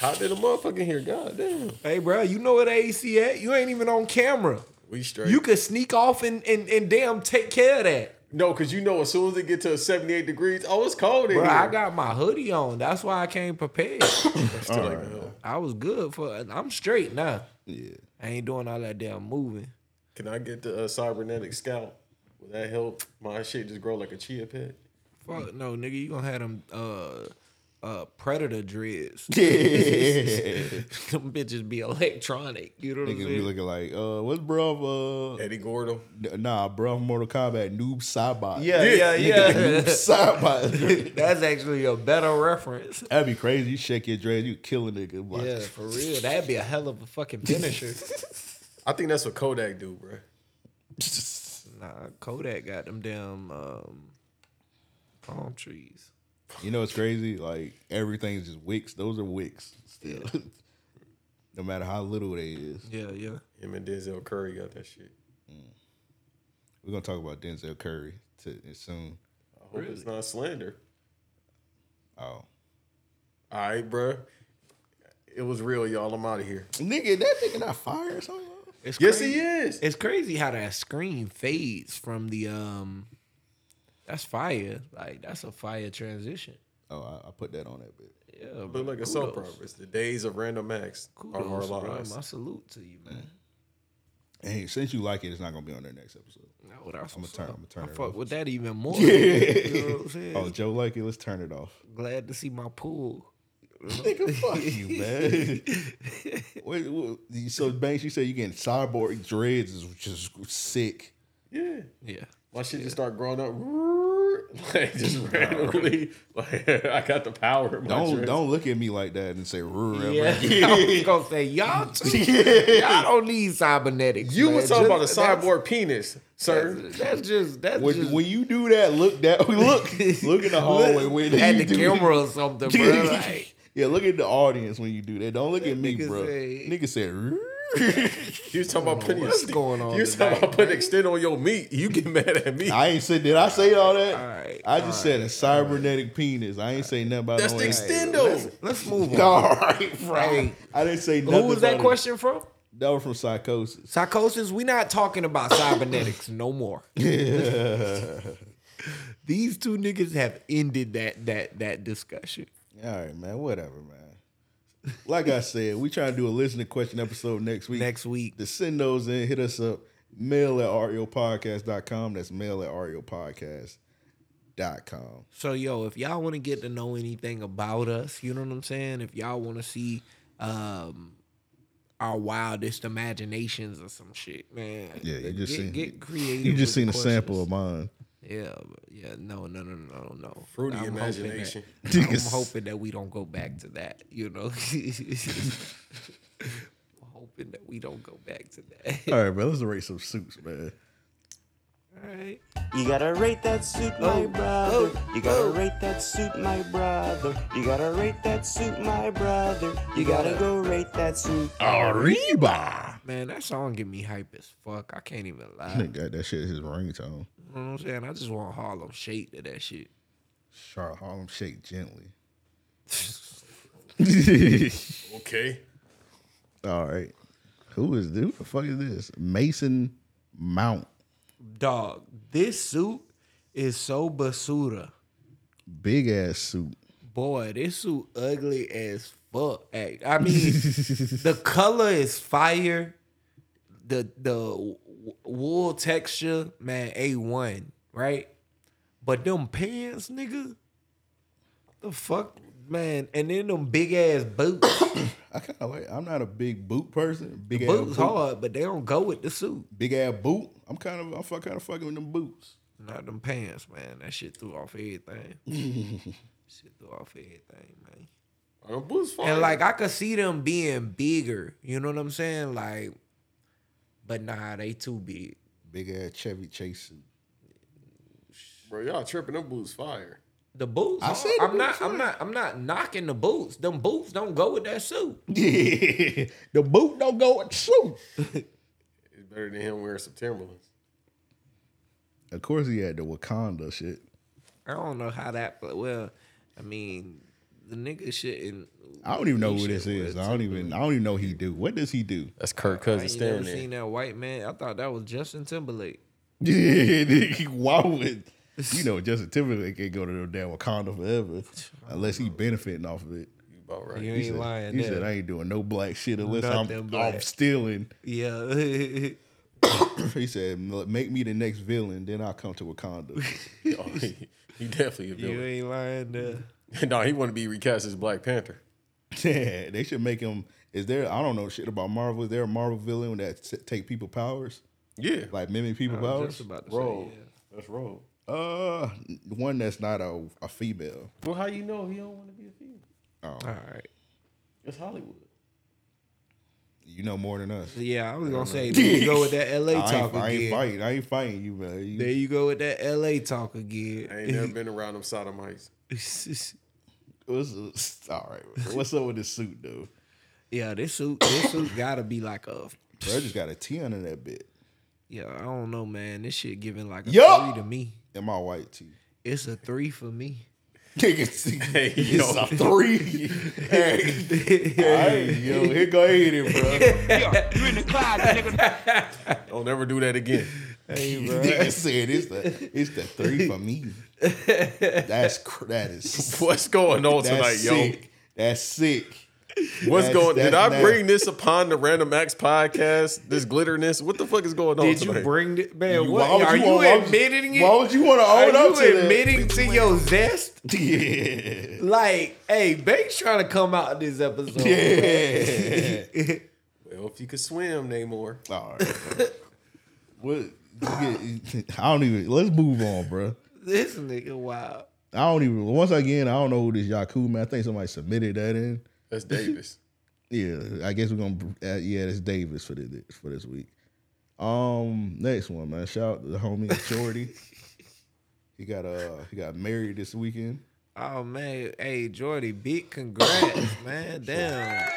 M: How did a motherfucker here? God damn.
L: shit. Hey, bruh, you know what AC at? You ain't even on camera.
M: We straight.
L: You could sneak off and, and, and damn take care of that.
M: no, because you know as soon as it get to 78 degrees, oh, it's cold in
L: Bro,
M: here.
L: I got my hoodie on. That's why I came prepared.
M: Still like,
F: Alright.
M: "Oh,
L: I was good for. I'm straight now.
F: Yeah.
L: I ain't doing all that damn moving.
M: Can I get the uh, cybernetic scalp? Will that help my shit just grow like a chia pet?
L: Fuck no, nigga. You gonna have them uh uh predator dreads.
F: Yeah.
L: them bitches be electronic. You know what I'm
F: Nigga be
L: saying?
F: looking like, uh, what's bruv? Uh,
M: Eddie Gordo.
F: N- Nah, bruv, Mortal Kombat noob sidebot.
L: Yeah, yeah, yeah.
F: noob sidebot.
L: That's actually a better reference.
F: That'd be crazy. You shake your dread, you kill a nigga. Like,
L: Yeah, for real. That'd be a hell of a fucking finisher.
M: I think that's what Kodak do, bro.
L: nah, Kodak got them damn um, palm trees.
F: You know what's crazy? Like everything's just wicks. Those are wicks still. no matter how little they is.
L: Yeah, yeah.
M: Him and Denzel Curry got that shit.
F: We're gonna talk about Denzel Curry to, soon.
M: I hope it's not slander.
F: Oh.
M: All right, bro. It was real, y'all. I'm out of here.
F: Nigga, that nigga not fire or something?
L: It's
M: Yes,
L: crazy.
M: he is.
L: It's crazy how that screen fades from the um. That's fire. Like that's a fire transition.
F: Oh, I, I put that on that bit.
L: Yeah,
M: Look like a soap opera. It's the days of random acts are our
L: Kudos, bro.
M: lives.
L: My salute to you, man.
F: Hey, since you like it, it's not gonna be on the next episode.
L: No, that's
F: I'm gonna
L: what's
F: turn.
L: up.
F: I'm gonna turn
L: I
F: it
L: fuck
F: off.
L: with that even more.
F: Yeah.
L: You know what I'm saying?
F: oh, Joe like it. Let's turn it off.
L: Glad to see my pool.
F: Nigga, fuck you, man. Wait, what- so Banks, you said you getting cyborg dreads is just sick.
M: Yeah.
L: Yeah.
M: My shit just start growing up Like, just randomly, like I got the power. in my
F: Don't
M: dress.
F: don't look at me like that and say rural.
M: Yeah.
L: I was gonna say y'all, too, y'all don't need cybernetics.
M: You
L: man.
M: was talking about a
L: Just-
M: cyborg penis, sir.
L: That's, that's just that's
F: When,
L: just
F: when you do that, look that look look in the hallway when
L: At
F: you
L: the
F: do
L: camera
F: that.
L: or something, bro, like-
F: yeah, look at the audience when you do that. Don't look at me,
M: nigga
F: bro.
M: say-
F: nigga said, "Ruh."
M: You was talking about putting
F: Oh, what's
M: your
F: going on
M: You was talking
F: tonight,
M: about putting extend on your meat. You get mad at me.
F: I ain't said. Did I say all that? I just
M: all
F: said a cybernetic penis. I ain't say nothing about
M: That's
F: no
M: the
F: ass.
M: extendo.
L: Let's move on.
F: All right, Frank. I didn't say
L: Who
F: nothing.
L: was that
F: about it.
L: question from?
F: That was from Psychosis.
L: Psychosis. We not talking about cybernetics no more. These two niggas have ended that that that discussion.
F: All right, man. Whatever, man. Like I said, we trying to do a listening question episode next week. Next
L: week.
F: To send those in, hit us up. Mail at E ariopodcast.com. That's mail at E ariopodcast.com.
L: So yo, if y'all want to get to know anything about us, you know what I'm saying? If y'all want to see um our wildest imaginations or some shit, man.
F: Yeah, you just
L: get,
F: seen
L: get creative.
F: You
L: with
F: just seen a
L: questions.
F: sample of mine.
L: Yeah, but yeah, no, no, no, no, no.
M: Fruity
L: hoping that-
M: imagination.
L: I'm
F: Niggas.
L: hoping that we don't go back to that. You know, I'm hoping that we don't go back to that.
F: All right, bro. Let's rate some suits, man.
L: All right.
D: You gotta rate that suit,
O: Oh,
D: my brother. You gotta rate that suit, my brother. You gotta rate that suit, my brother. You gotta go rate that suit.
F: Arriba.
L: Man, that song get me hype as fuck. I can't even lie.
F: Nigga, that, that shit is his ringtone.
L: You know what I'm saying? I just want Harlem Shake to that shit.
F: Charlotte Harlem Shake gently.
M: Okay.
F: All right. Who is who the fuck is this? Mason Mount.
L: Dog, this suit is so basura.
F: Big ass suit.
L: Boy, this suit ugly as fuck. Hey, I mean, the color is fire. The the w- wool texture, man, a one, right? But them pants, nigga, the fuck, man, and then them big ass boots.
F: I kind of like. I'm not a big boot person. Big ass
L: boots
F: boot.
L: hard, but they don't go with the suit.
F: Big ass boot. I'm kind of. I'm fuck, kind of fucking with them boots.
L: Not them pants, man. That shit threw off everything. shit threw off everything, man. And like I could see them being bigger. You know what I'm saying? Like, but nah, they too big.
F: Big ass Chevy Chase suit.
M: bro, y'all tripping. Them boots fire.
L: The boots.
M: I
L: I
M: said
L: said
M: the
L: I'm
M: boots
L: not. I'm not. I'm not knocking the boots. Them boots don't go with that suit.
F: the boot don't go with the suit.
M: It's better than him wearing some Timberlands.
F: Of course, he had the Wakanda shit.
L: I don't know how that. But well, I mean, the nigga shouldn't.
F: I don't even know who
L: he
F: this
L: shouldn't
F: is.
L: wear
F: I don't even. I don't even know he do. What does he do?
M: That's Kirk
L: I ain't never seen that white man. I thought that was Justin Timberlake.
F: Yeah, why would you know Justin Timberlake can't go to no damn Wakanda forever unless he benefiting off of it. You
M: about
L: right. You ain't
F: said,
L: lying
F: He
L: there.
F: said I ain't doing no black shit unless
L: Nothing
F: I'm,
L: black.
F: I'm stealing.
L: Yeah.
F: he said, "M- "Make me the next villain, then I'll come to Wakanda."
M: he, he definitely a
L: You
M: villain.
L: ain't lying there.
M: no, he want to be recast as Black Panther.
F: yeah, they should make him. Is there? I don't know shit about Marvel. Is there a Marvel villain that s- take people powers?
M: Yeah.
F: like mimic people
L: I was
F: powers.
L: just about to say,
M: Roll. That's roll.
F: Uh, one that's not a, a female.
M: Well, how you know he don't want to be a female?
F: Oh,
L: All right.
M: It's Hollywood.
F: you know more than us.
L: Yeah, I was gonna say there you go with that LA
F: I
L: talk
F: ain't, I ain't
L: again.
F: fighting. I ain't fighting you, man. You-
L: There you go with that LA talk again.
M: I ain't never been around them sodomites.
F: What's all right? What's up with this suit, though?
L: yeah, this suit, this suit gotta be like a.
F: Bro, I just got a T under that bit.
L: Yeah, I don't know, man. This shit giving like a
F: Yup.
L: three to me.
F: And my white tee.
L: It's a three for me.
F: Nigga,
M: hey,
F: it's a three. hey, hey, yo, here go hit it, bro.
M: Don't ever do that again.
L: Hey, bro.
F: Nigga said it's the it's the three for me. That's cr- that is
M: What's going on
F: that's
M: tonight, yo?
F: sick. That's sick.
M: What's
F: That's-
M: going? Did
F: that's
M: I
F: nasty.
M: bring this upon the Random Acts podcast? This glitterness. What the fuck is going on
L: Did you
M: tonight?
L: bring it, man?
F: You- why
L: what
F: would
L: are
F: you
L: you,
F: want- why would you-
L: admitting it?
F: why would you wanna
L: Are
F: own up
L: you
F: to that?
L: admitting to your zest?
F: Yeah.
L: Like, hey, Bank's trying to come out this episode.
F: Yeah.
M: well, if you could swim, Namor.
F: All right. bro. What? you get- I don't even. Let's move on, bro.
L: This nigga wild.
F: I don't even. Once again, I don't know who this Yaku man. I think somebody submitted that in.
M: That's Davis.
F: yeah, I guess we're gonna. Uh, yeah, that's Davis for this for this week. Um, next one, man. Shout out to the homie Jordy. he got uh he got married this weekend.
L: Oh man, hey Jordy, big congrats, man. Damn,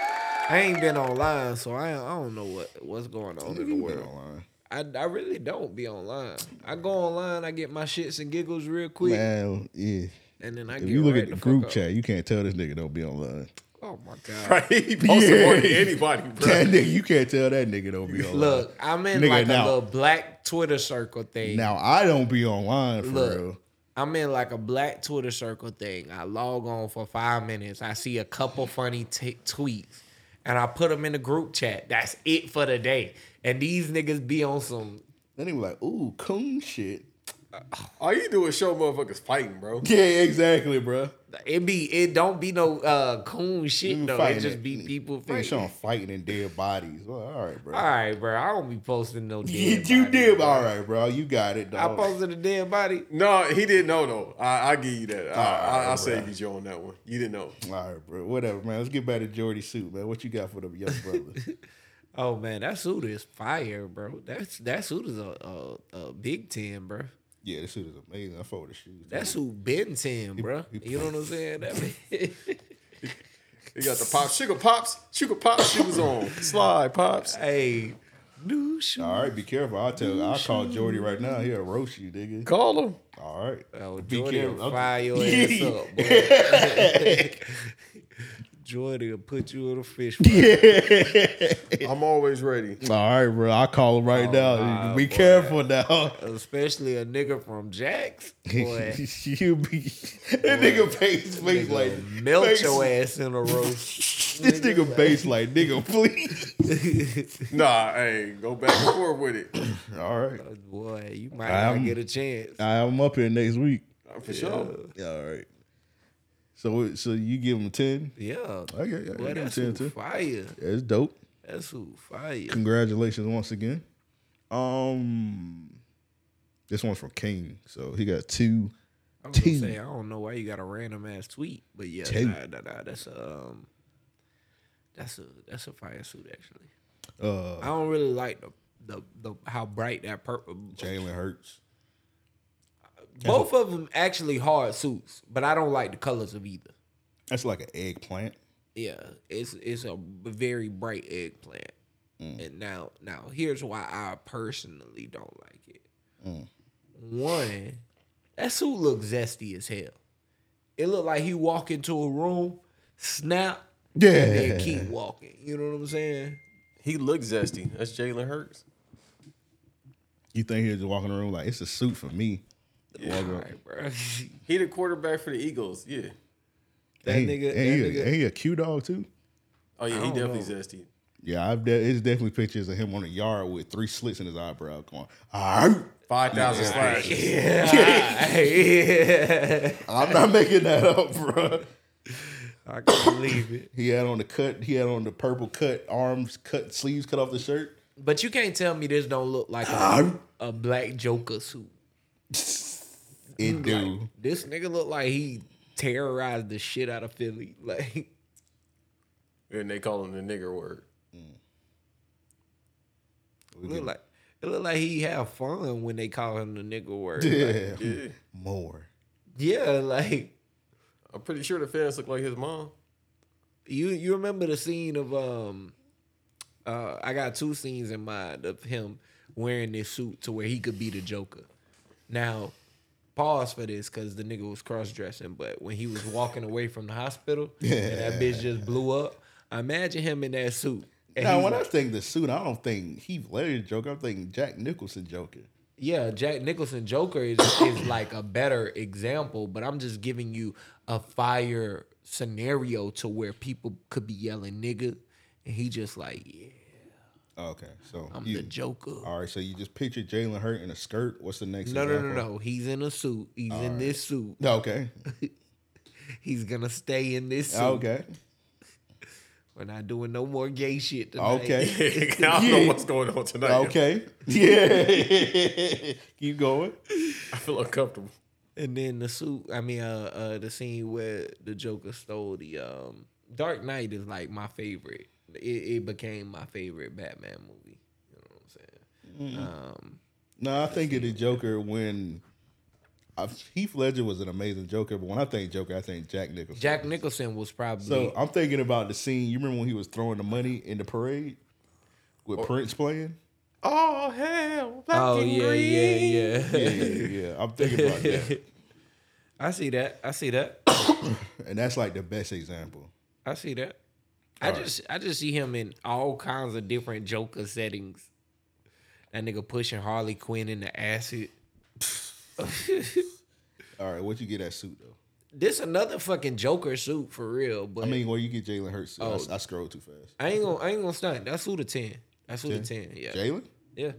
L: I ain't been online, so I I don't know what what's going on in the world. I I really don't be online. I go online, I get my shits and giggles real quick,
F: Man, yeah.
L: and then I
F: If
L: get
F: you look
L: right
F: at the
L: fuck
F: group
L: up.
F: chat, you can't tell this nigga don't be online.
L: Oh my god,
M: Right, he posted more than anybody, bro.
F: That nigga, you can't tell that nigga don't be online.
L: Look, I'm in
F: Nigga,
L: like
F: now,
L: a little black Twitter circle thing.
F: Now I don't be online for
L: Look,
F: real.
L: I'm in like a black Twitter circle thing. I log on for five minutes. I see a couple funny t- tweets, and I put them in the group chat. That's it for the day. And these niggas be on some.
F: Then he was like, "Ooh, coon shit."
M: All you do is show motherfuckers fighting, bro.
F: Yeah, exactly, bro.
L: It be it don't be no uh coon shit though. It just be people
F: Nigga showing
L: fighting.
F: fighting in dead bodies. Well, all right, bro.
L: All right, bro. I don't be posting no
F: you
L: dead.
F: you did all right, bro. You got it,
L: I
F: dog.
L: posted a dead body.
M: No, he didn't know though. I, I give you that. I, I,
F: Alright,
M: I'll save
F: bro.
M: you Joe on that one. You didn't know.
F: all right, bro. Whatever, man. Let's get back to Jordy suit, man. What you got for the young brother?
L: Oh man, that suit is fire, bro. That's that suit is a a, a uh, big ten, bro.
F: yeah, this suit is amazing. I fold the shoes.
L: That's who Ben Ten, bro. You know what I'm saying? That man-
M: He got the pop sugar pops, sugar pops shoes on. Slide pops.
L: Hey, new shoes.
F: All right, be careful. I'll tell. I'll call Jordy right now. He'll roast you, nigga.
M: Call him.
F: All right.
L: Oh,
F: Be
L: Jordy
F: careful.
L: will
F: I'm-
L: fire your ass up, boy. Jordy will put you in a fish fry.
M: I'm always ready.
F: All right, bro. I call him right now.
L: Oh, nah,
F: be
L: boy.
F: careful now.
L: Especially a nigga from Jax. Boy,
F: you be that nigga face face like
L: melt
F: face-
L: your ass in a roast.
F: This nigga face like nigga, please.
M: Nah, hey, go back and forth with it.
F: All right,
L: Boy, you might
F: I'm-
L: not get a chance.
F: I'm up here next week.
M: For sure.
F: Yeah, All right. So so you give him ten?
L: Yeah.
F: I get yeah, I
L: Boy,
F: give him
L: that's
F: ten
L: who
F: too.
L: fire.
F: That's dope.
L: That's who fire.
F: Congratulations once again. Um, this one's from King, so he got two.
L: I was
F: two.
L: gonna say I don't know why you got a random ass tweet, but yeah,
F: Two.
L: nah, nah, nah, that's a, um, that's a that's a fire suit actually.
F: Uh,
L: I don't really like the the, the how bright that purple.
F: Jalen Hurts.
L: Both of them actually hard suits, but I don't like the colors of either.
F: That's like an eggplant.
L: Yeah, it's it's a very bright eggplant, and now now here's why I personally don't like it. One, that suit looked zesty as hell. It looked like he walk into a room, snap, and
F: Yeah.
L: then keep walking. You know what I'm saying?
M: He looks zesty. That's Jalen Hurts.
F: You think he was just walking around like it's a suit for me? Walking around-
L: Right, bro.
M: He the quarterback for the Eagles. Yeah.
L: That
F: and he,
L: nigga,
F: and he,
L: that
F: a-
L: nigga.
F: and he a Q dog too.
M: Oh yeah,
L: I
M: he
L: don't
M: definitely
L: know.
M: zesty.
F: Yeah, I've de- it's definitely pictures of him on the yard with three slits in his eyebrow going, "Arr!"
M: Five thousand slashes.
L: Yeah.
F: I'm not making that up, bro.
L: I can't believe it.
F: He had on the cut, he had on the purple cut arms, cut sleeves, cut off the shirt.
L: But you can't tell me this don't look like a, a black Joker suit.
F: It do.
L: This nigga look like he terrorized the shit out of Philly. Like
M: And they call him the nigger word.
L: look like it look like he have fun when they call him the nigga word. Like,
F: Yeah.
M: Yeah.
F: More.
L: yeah, like
M: I'm pretty sure the fans look like his mom.
L: you you remember the scene of um uh I got two scenes in mind of him wearing this suit to where he could be the Joker. Now, pause for this because the nigga was cross dressing, but when he was walking away from the hospital and that bitch just blew up, imagine him in that suit. And
F: Now,
L: he's
F: when
L: like-
F: I think the suit, I don't think Heath Ledger Joker. I'm thinking Jack Nicholson Joker.
L: Yeah, Jack Nicholson Joker is is like a better example, but I'm just giving you a fire scenario to where people could be yelling nigga, and he just like, yeah,
F: Oh, Okay, so
L: I'm
F: you,
L: the Joker.
F: all right. So you just picture Jalen Hurt in a skirt. What's the next?
L: No, no, no,
F: example?
L: no. He's in a suit. He's in this suit.
F: No, Okay,
L: He's gonna stay in this suit.
F: okay,
L: We're not doing no more gay shit tonight.
F: okay,
M: I don't know what's going on tonight.
F: okay. Yeah, keep going.
M: I feel uncomfortable.
L: And then the suit, I mean, uh, uh, the scene where the Joker stole the um, Dark Knight is like my favorite. It, it became my favorite Batman movie. You know what I'm saying?
F: Mm.
L: Um,
F: No, I think of the Joker when i Heath Ledger was an amazing Joker, but when I think Joker, I think Jack Nicholson.
L: Jack Nicholson was probably
F: So I'm thinking about the scene. You remember when he was throwing the money in the parade with Prince playing?
H: Oh hell! Black
L: Oh
H: and
L: yeah, yeah,
H: green.
F: Yeah,
L: yeah,
F: yeah, yeah. I'm thinking about that.
L: I see that. I see that.
F: And that's like the best example.
L: I see that. I
F: Alright.
L: just I just see him in all kinds of different Joker settings. That nigga pushing Harley Quinn in the acid.
F: All right, what'd you get that suit though?
L: This another fucking Joker suit for real. But
F: I mean, where you get Jalen Hurts? suit? I-
L: Oh.
F: I, scrolled too fast.
L: I ain't gonna I ain't gonna stunt. That's who the ten. That's who the ten. Yeah.
F: Jalen?
L: Yeah.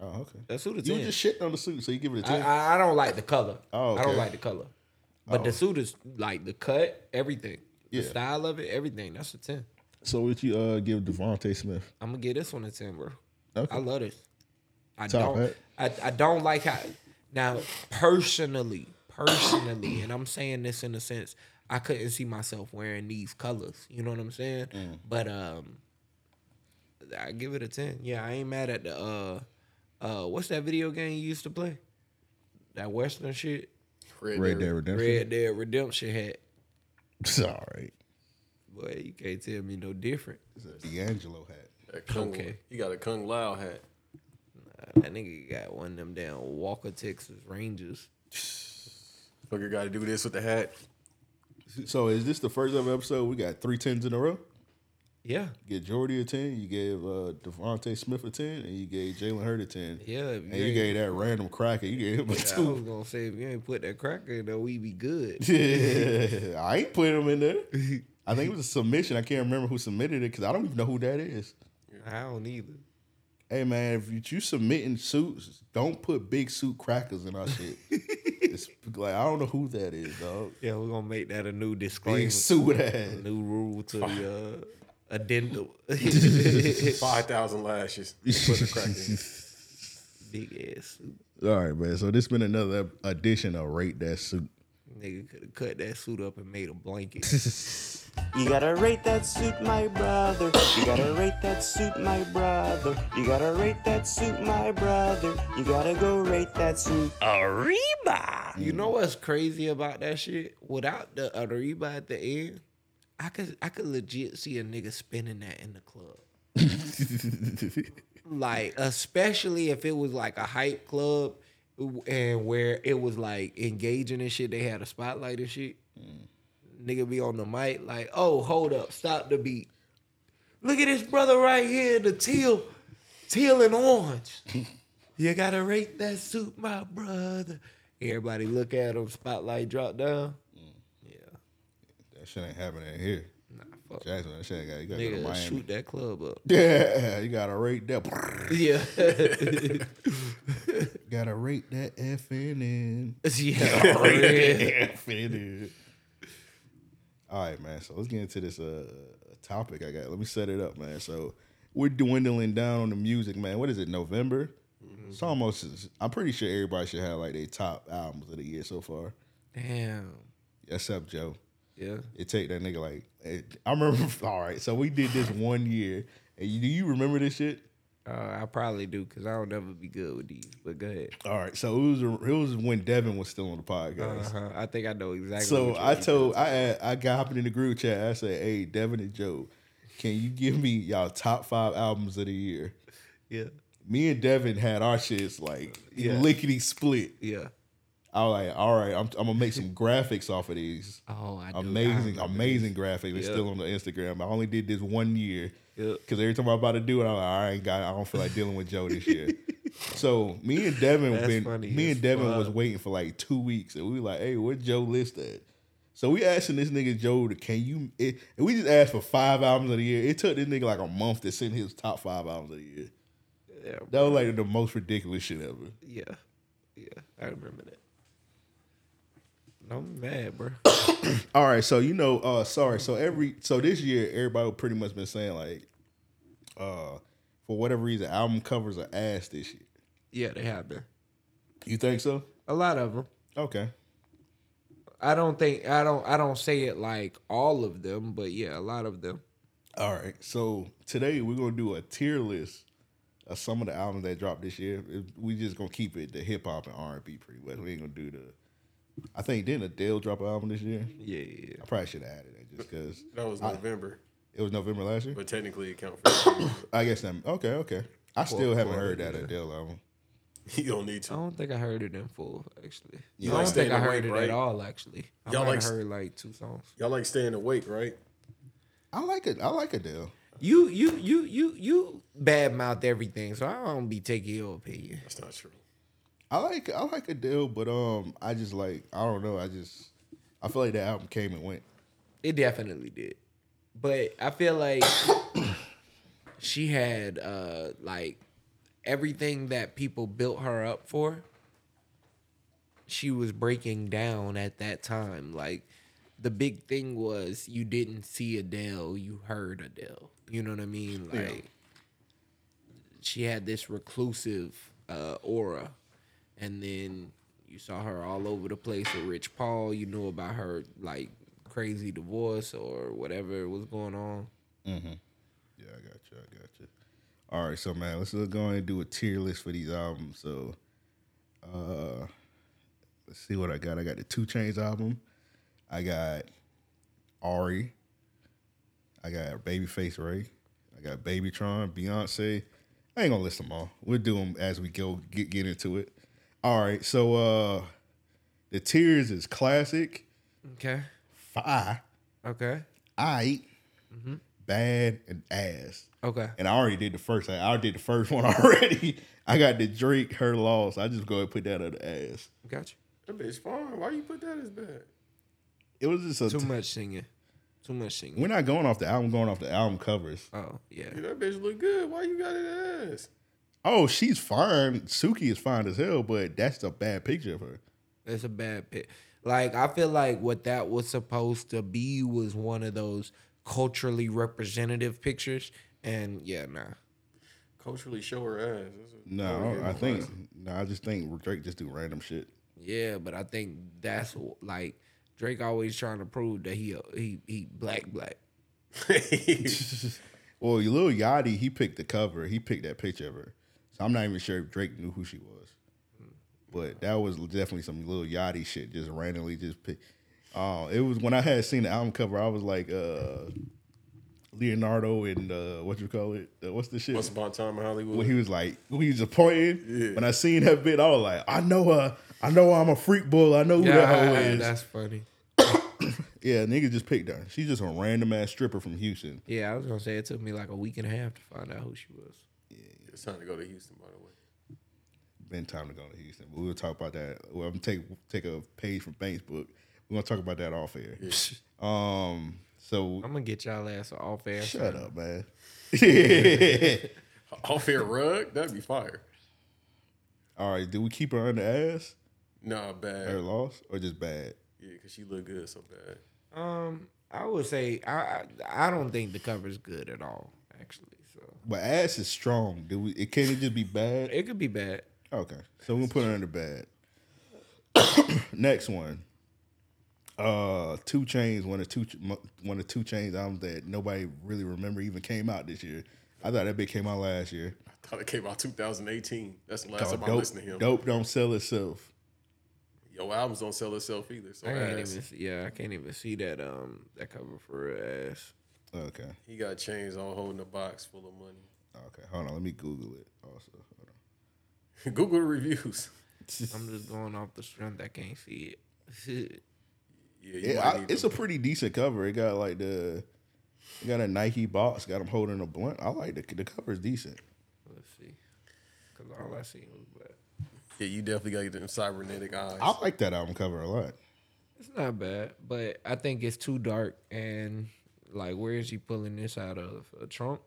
F: Oh, okay.
L: That's who the
F: You
L: ten.
F: were just shitting on the suit, so you give it a
L: I,
F: ten.
L: I, I don't like the color.
F: Oh,
L: I don't
F: okay.
L: like the color. But
F: Oh.
L: the suit is like the cut, everything. The
F: Yeah.
L: style of it, everything. That's a ten.
F: so what you uh, give Devonte Smith?
L: I'm gonna give this one a ten, bro.
F: Okay.
L: I love this. I
F: Top
L: don't. I, I don't like how. Now, personally, personally, and I'm saying this in a sense, I couldn't see myself wearing these colors. You know what I'm saying?
F: Mm.
L: But um, I give it a ten. Yeah, I ain't mad at the uh, uh, what's that video game you used to play? That Western shit.
F: Red Dead Redemption?
L: Red Dead Redemption hat.
F: Sorry,
L: Boy, you can't tell me no different.
F: D'Angelo hat.
M: That Kung,
L: Okay.
M: You got a Kung Lao hat.
L: That nigga got one of them down Walker, Texas Rangers.
M: Fucker got to do this with the hat.
F: So is this the first ever episode? We got three tens in a row.
L: Yeah.
F: Get Jordy a ten. You gave uh, Devonte Smith a ten, and you gave Jalen Hurt a ten.
L: Yeah, if
F: and
L: you
F: you
L: ain't-
F: gave that random cracker. You gave him a
L: I was
F: two.
L: gonna say if you ain't put that cracker in there, we be good.
F: Yeah, I ain't putting him in there. I think it was a submission. I can't remember who submitted it because I don't even know who that is.
L: I don't either.
F: Hey man, if you, you submitting suits, don't put big suit crackers in our shit. it's like I don't know who that is, dog.
L: Yeah, we're gonna make that a new disclaimer.
F: suit
L: a
F: ass.
L: new rule to the uh, addendum.
M: Five thousand lashes. Put the crack in.
L: Big ass suit.
F: All right, man. So this been another edition of Rate That Suit.
L: Nigga could have cut that suit up and made a blanket.
D: You gotta rate that suit, my brother. You gotta rate that suit, my brother. You gotta rate that suit, my brother. You gotta go rate that suit. Arriba!
L: You know what's crazy about that shit? Without the Arriba at the end, I could I could legit see a nigga spinning that in the club. like especially if it was like a hype club and where it was like engaging and shit, they had a spotlight and shit.
F: Mm.
L: Nigga be on the mic like, oh, hold up, stop the beat. Look at this brother right here, the teal, teal and orange. you gotta rate that suit, my brother. Everybody look at him, spotlight drop down.
F: Mm. That shit ain't happening here. Nah,
L: fuck.
F: Jackson, that shit got you gotta go to
L: Nigga,
F: Miami.
L: shoot that club up.
F: Yeah, you gotta rate that.
L: Yeah.
F: gotta rate that FNN.
L: Yeah.
F: Gotta rate that FNN. All right, man. So let's get into this uh topic I got. Let me set it up, man. So we're dwindling down on the music, man. What is it, November? It's almost. I'm pretty sure everybody should have like their top albums of the year so far.
L: Damn.
F: That's up, Joe.
L: Yeah.
F: It take that nigga like it- I remember. All right, so we did this one year, and you, do you remember this shit?
L: Uh, I probably do because I don't ever be good with these. But go ahead.
F: All right, so it was it was when Devin was still on the podcast.
L: Uh-huh. I think I know exactly.
F: So
L: what you're
F: I told I had- I got hopping in the group chat. I said, "Hey, Devin and Joe, can you give me y'all top five albums of the year?"
L: Yeah.
F: Me and Devin had our shits like
L: Yeah.
F: lickety split.
L: Yeah.
F: I was like, all right, I'm, I'm gonna make some graphics off of these.
L: Oh, I do. I
F: amazing,
L: remember
F: amazing graphics. They're
L: Yeah.
F: still on the Instagram. I only did this one year
L: Yeah.
F: because every time I'm about to do it, I'm like, I ain't got. I don't feel like dealing with Joe this year. so me and Devin
L: That's
F: been,
L: funny
F: me
L: as
F: and Devin was
L: fuck.
F: waiting for like two weeks, and we were like, hey, where Joe list at? So we asking this nigga Joe, to, can you? It, and we just asked for five albums of the year. It took this nigga like a month to send his top five albums of the year.
L: Yeah,
F: That was like the most ridiculous shit ever.
L: Yeah. Yeah. I remember that. I'm mad, bro.
F: All right, so you know, uh, sorry. So every so this year, everybody pretty much been saying like, uh, for whatever reason, album covers are ass this year.
L: Yeah, they have been.
F: You think so?
L: A lot of them.
F: Okay.
L: I don't think I don't I don't say it like all of them, but yeah, a lot of them.
F: All right. So today we're gonna do a tier list of some of the albums that dropped this year. It- We just gonna keep it the hip hop and R and B pretty much. We ain't gonna do the. I think didn't Adele drop an album this year?
L: Yeah, yeah.
F: I probably should have added it just because
M: That was November.
F: It was November last year.
M: But technically it count for
F: I guess that. Okay, okay. I
M: Well,
F: still haven't
M: well,
F: heard
M: yeah.
F: that Adele album.
M: You don't need to.
L: I don't think I heard it in full actually.
M: You
L: Oh, I
M: like
L: don't think
M: staying
L: I
M: awake,
L: heard it
M: right?
L: at all actually. I
M: Y'all
L: might
M: like
L: have
M: s-
L: heard like two songs.
M: Y'all like staying awake, right?
F: I like it. I like Adele.
L: You you you you you badmouth everything, so I don't be taking your opinion.
M: That's not true.
F: I like I like Adele, but um, I just like I don't know. I just I feel like that album came and went.
L: It definitely did. But I feel like she had uh like everything that people built her up for. She was breaking down at that time. Like the big thing was you didn't see Adele, you heard Adele. You know what I mean?
F: Yeah.
L: Like she had this reclusive uh, aura, and then you saw her all over the place with Rich Paul. You knew about her like crazy divorce or whatever was going on.
F: Mm-hmm. Yeah, I got you. I got you. All right, so man, let's go ahead and do a tier list for these albums. So, uh, let's see what I got. I got the Two Chains album. I got Ari. I got Babyface Ray. I got Babytron, Beyonce. I ain't gonna list them all. We'll do them as we go get get into it. All right, so uh, the tiers is classic,
L: Okay.
F: fi,
L: Okay.
F: I,
L: Mhm.
F: bad, and ass.
L: Okay.
F: And I already did the first. I already did the first one already. I got the Drake her loss. I just go and put that on the ass.
L: Gotcha.
M: That bitch fine. Why you put that as bad?
F: It was just a
L: Too much singing. Too much singing.
F: We're not going off the album. Going off the album covers.
L: Oh yeah.
M: Yeah, that bitch look good. Why you got it ass?
F: Oh, she's fine. Suki is fine as hell, but that's a bad picture of her.
L: That's a bad pick. Like I feel like what that was supposed to be was one of those culturally representative pictures, and yeah, nah.
M: Culturally show her ass. That's what-
F: No, I
L: Oh,
F: don't- I think no. I just think Drake just do random shit.
L: Yeah, but I think that's wh- like Drake always trying to prove that he he he black black.
F: well, Lil Yachty, he picked the cover. He picked that picture of her. So I'm not even sure if Drake knew who she was. But that was definitely some Lil Yachty shit, just randomly just pick. Uh, it was when I had seen the album cover, I was like, uh, Leonardo and uh, what you call it? Uh, what's the shit?
M: Once upon a time in Hollywood.
F: when he was like, when he was just pointing. When I seen that bit, I was like, I know her. I know I'm a freak bull. I know who that hoe is.
L: that's funny.
F: yeah, nigga just picked her. She's just a random ass stripper from Houston.
L: Yeah, I was gonna say it took me like a week and a half to find out who she was.
M: It's time to go to Houston, by the way.
F: been time to go to Houston. But we'll talk about that. Well, I'm take take a page from Banks' book. We're gonna talk about that off air. Um, so
L: I'm gonna get y'all ass an off air.
F: shut up, man.
M: Off air rug? That'd be fire.
F: All right, do we keep her on the ass?
M: Nah, bad.
F: Her loss or just bad?
M: Yeah, because she look good so bad.
L: Um, I would say I I, I don't think the cover's good at all. Actually, so
F: But ass is strong. Do we? It can't it just be bad.
L: It could be bad.
F: Okay, so we'll put her under bad. Next one. Uh, Two Chains, one of two, one of Two Chains albums that nobody really remember even came out this year. I thought that bit came out last year.
M: I thought it came out 2018. That's the
F: Dog,
M: last time I
F: Oh, dope,
M: listened to him.
F: Dope don't sell itself.
M: Yo, albums don't sell itself either. So
L: I can't
M: ass.
L: even. see- Yeah, I can't even see that um that cover for her ass.
F: Okay.
M: He got chains on holding a box full of money.
F: Okay. Hold on. Let me Google it also. Hold
M: Google reviews.
L: I'm just going off the strength. I can't see it.
M: yeah,
F: on. Yeah, I- it's a pretty decent cover. It got like the, it got a Nike box. Got him holding a blunt. I like the the cover is decent.
L: Let's see, cause all I seen was black.
M: Yeah, you definitely got to get them cybernetic eyes.
F: I like that album cover a lot.
L: It's not bad, but I think it's too dark and like, where is he pulling this out of a trunk?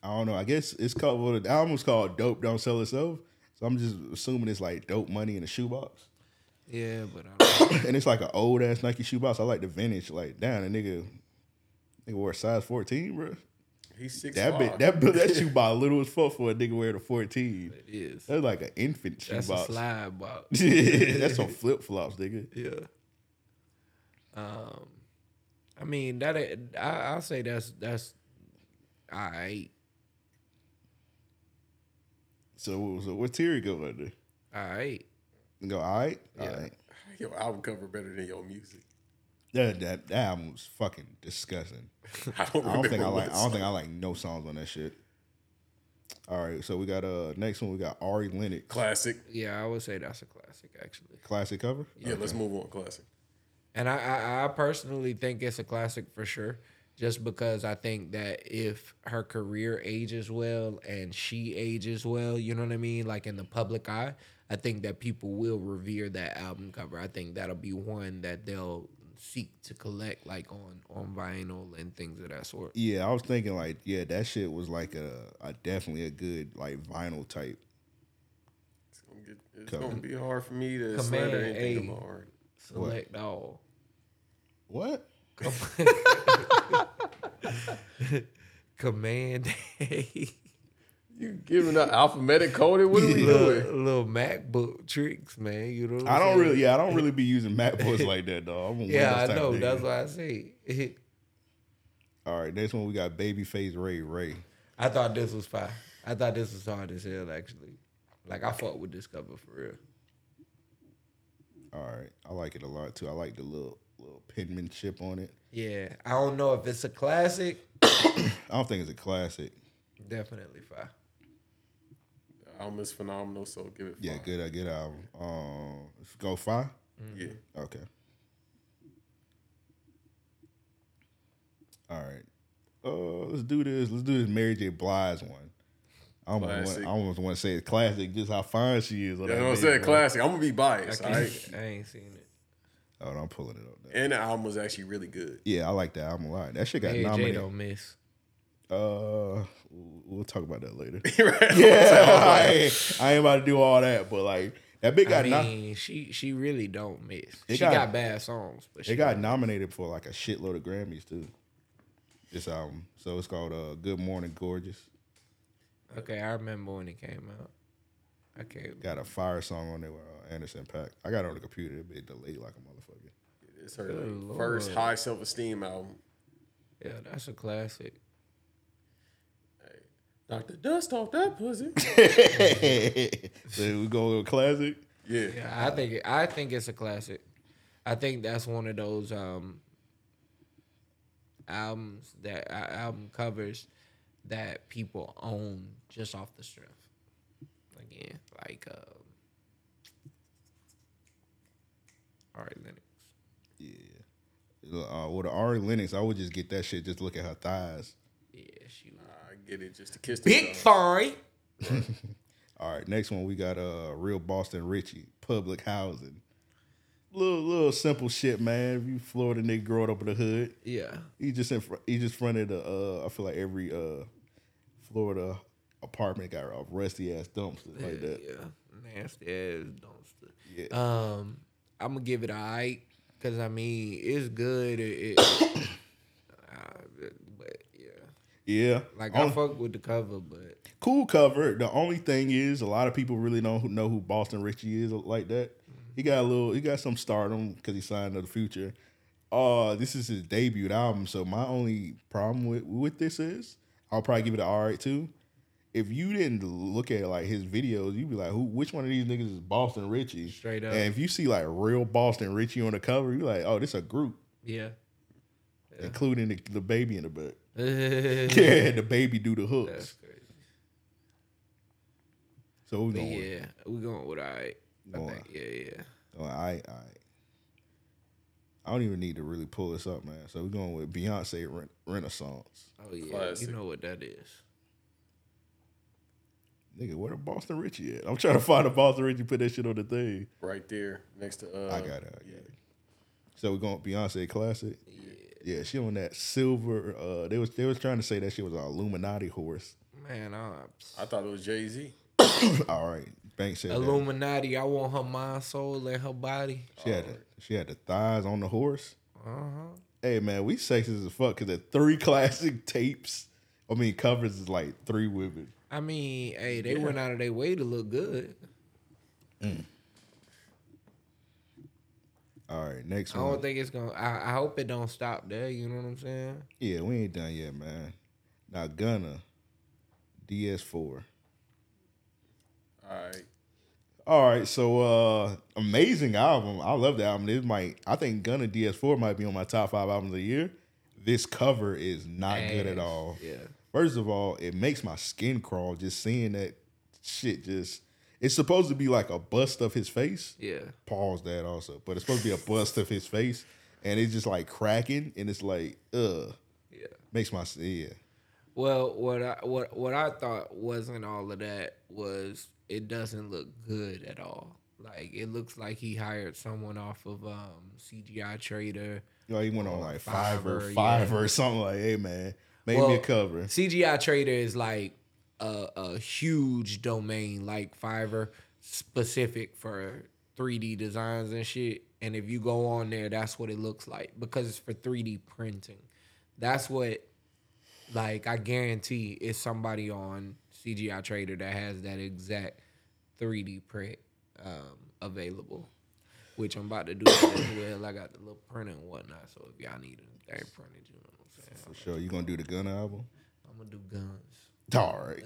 F: I don't know. I guess it's called. Well, the album's called "Dope Don't Sell Itself," so I'm just assuming it's like dope money in a shoebox.
L: Yeah, but I don't.
F: and it's like an old ass Nike shoebox. I like the vintage. Like, damn, the nigga, nigga wore a size 14, bro.
M: He's six.
F: That bit, that bit, that shoe box little as fuck for a nigga wearing a 14.
L: It is.
F: That's like an infant shoe
L: That's a
F: box.
L: slide box.
F: That's some flip flops, nigga.
L: Yeah. Um, I mean that I, I'll say that's that's all right.
F: So, so where Terry go right there?
L: All right.
F: Go all right.
M: Yeah.
F: All right.
M: Your album cover better than your music.
F: That, that that album was fucking disgusting.
M: I don't
F: think
M: remember
F: I like.
M: what
F: I don't think I like no songs on that shit. All right, so we got uh next one. We got Ari Lennox.
M: Classic.
L: Yeah, I would say that's a classic actually.
F: Classic cover.
M: Yeah, let's move on. Classic.
L: And I, I, I personally think it's a classic for sure, just because I think that if her career ages well and she ages well, you know what I mean, like in the public eye, I think that people will revere that album cover. I think that'll be one that they'll seek to collect, like on on vinyl and things of that sort.
F: Yeah, I was thinking like, yeah, that shit was like a, a definitely a good like vinyl type.
M: It's
F: Cover.
M: gonna be hard for me to
L: Command
M: slander
L: A.
M: anything tomorrow. Ari.
L: Select all.
F: What?
L: Command A.
M: You giving out alphabetic coding? What are we doing?
L: little, little MacBook tricks, man. You know. what I'm
F: I don't
L: saying?
F: really, yeah, I don't really be using MacBooks like that, dog. I'm a Windows
L: Yeah, I
F: type
L: know.
F: nigga.
L: That's why I say.
F: All right, next one we got Babyface Ray Ray.
L: I thought this was fire. I thought this was hard as hell, actually. Like I fuck with this cover for real.
F: All right, I like it a lot too. I like the little little penmanship on it.
L: Yeah, I don't know if it's a classic.
F: I don't think it's a classic.
L: Definitely fire.
M: The album is phenomenal, so give it.
F: Yeah, good, uh, good album. Um, go five.
M: Yeah.
F: Okay. All right. Uh, let's do this. Let's do this Mary J. Blige one. I almost, want,
M: Classic.
F: I almost want to say it's classic, just how fine she is. on
M: That's
F: that
M: what I'm
F: bitch,
M: saying.
F: bro.
M: Classic. I'm gonna be biased.
L: I,
M: All right.
L: can't- I ain't seen it.
F: Oh, no, I'm pulling it up.
M: And the album was actually really good.
F: Yeah, I like that album a lot. That shit got
L: Mary J
F: nominated.
L: don't miss.
F: Uh, we'll we'll talk about that later.
M: Right.
F: Yeah, I, ain't, I ain't about to do all that, but like that bitch
L: I
F: got nom-
L: mean, she she really don't miss.
F: It
L: She
F: got-
L: got, bad songs, but she
F: it got nominated for like a shitload of Grammys too. This album, so it's called uh, "Good Morning Gorgeous."
L: okay. I remember when it came out. I can't.
F: Got a fire song on there with uh, Anderson Pack. I got it on the computer. It delayed like a motherfucker.
M: It's her
L: Good
M: like, first
L: Lord.
M: high self esteem album.
L: Yeah, that's a classic.
M: Knock the dust off that pussy.
F: so we go with classic.
M: yeah.
L: Yeah, I think I think it's a classic. I think that's one of those um albums that uh, album covers that people own just off the strength. Again, like um, all right, Lennox.
F: Uh, with the Ari Lennox, I would just get that shit. Just look at her thighs.
L: Yeah, she was
M: I get it just to kiss the
L: big
M: dust.
L: fine.
F: All right, next one we got uh real Boston Richie, public housing. Little little simple shit, man. If you Florida nigga growing up in the hood,
L: Yeah,
F: he just in fr- he just fronted a, uh, I feel like every uh Florida apartment got a rusty ass dumpster like that.
L: yeah, nasty ass dumpster.
F: Yeah.
L: Um, I'm gonna give it a right because I mean it's good. It, it uh, but yeah.
F: Yeah,
L: Like I
F: Only-
L: fuck with the cover, but
F: cool cover. The only thing is, a lot of people really don't who- know who Boston Richie is like that. He got a little, he got some stardom because he signed to the future. Uh, this is his debut album, so my only problem with with this is I'll probably give it an all right too. If you didn't look at like his videos, you'd be like, who? Which one of these niggas is Boston Richie?
L: straight up,
F: And if you see like real Boston Richie on the cover, you're like, oh, this a group,
L: yeah.
F: including the, the baby in the back. yeah,
L: yeah,
F: the baby do the hooks.
L: that's crazy.
F: so we
L: But
F: going.
L: yeah, we going with all right. I
F: Going.
L: think, yeah, yeah.
F: Oh, I, I, I don't even need to really pull this up, man. So we're going with Beyonce Ren- Renaissance.
L: Oh yeah,
M: Classic.
L: you know what that is.
F: Nigga, where the Boston Richie at? I'm trying to find a Boston Richie. Put that shit on the thing.
M: Right there next to. Uh,
F: I got it. I got it. So we're going Beyonce classic. Yeah. she on that silver. Uh, they was they was trying to say that she was an Illuminati horse.
L: Man, I,
M: I thought it was Jay Z.
F: All right, Banks said that.
L: Illuminati. I want her mind, soul, and her body.
F: she had the, she had the thighs on the horse.
L: Uh huh.
F: Hey man, we sexist as fuck because the three classic tapes. I mean covers is like three women.
L: I mean, hey, they went out of their way to look good.
F: All right, next
L: I don't
F: one.
L: think it's gonna. I, I hope it don't stop there. You know what I'm saying?
F: yeah, we ain't done yet, man. Now Gunna, DS4.
M: All right.
F: All right, so uh amazing album. I love the album. This might I think Gunna DS4 might be on my top five albums of the year. This cover is not good at
L: Ass,
F: all.
L: yeah.
F: First of all, it makes my skin crawl just seeing that shit just it's supposed to be like a bust of his face.
L: Yeah.
F: Pause that also. But it's supposed to be a bust of his face. And it's just like cracking and it's like, uh
L: Yeah.
F: Makes my yeah.
L: Well, what I what what I thought wasn't all of that was it doesn't look good at all. Like it looks like he hired someone off of um, CGI Trader.
F: You know, he went on
L: or
F: like five or
L: Fiverr,
F: five
L: yeah.
F: or something like, hey man, make me
L: Well,
F: a cover.
L: CGI Trader is like a, a huge domain, like Fiverr, specific for 3D designs and shit. And if you go on there, that's what it looks like because it's for 3D printing. That's what, like, I guarantee it's somebody on CGI Trader that has that exact 3D print um, available. Which I'm about to do as well. I got the little printer and whatnot. So if y'all need anything printed, you know what I'm saying.
F: For sure. You gonna do the gun album?
L: I'm gonna do guns.
F: All right.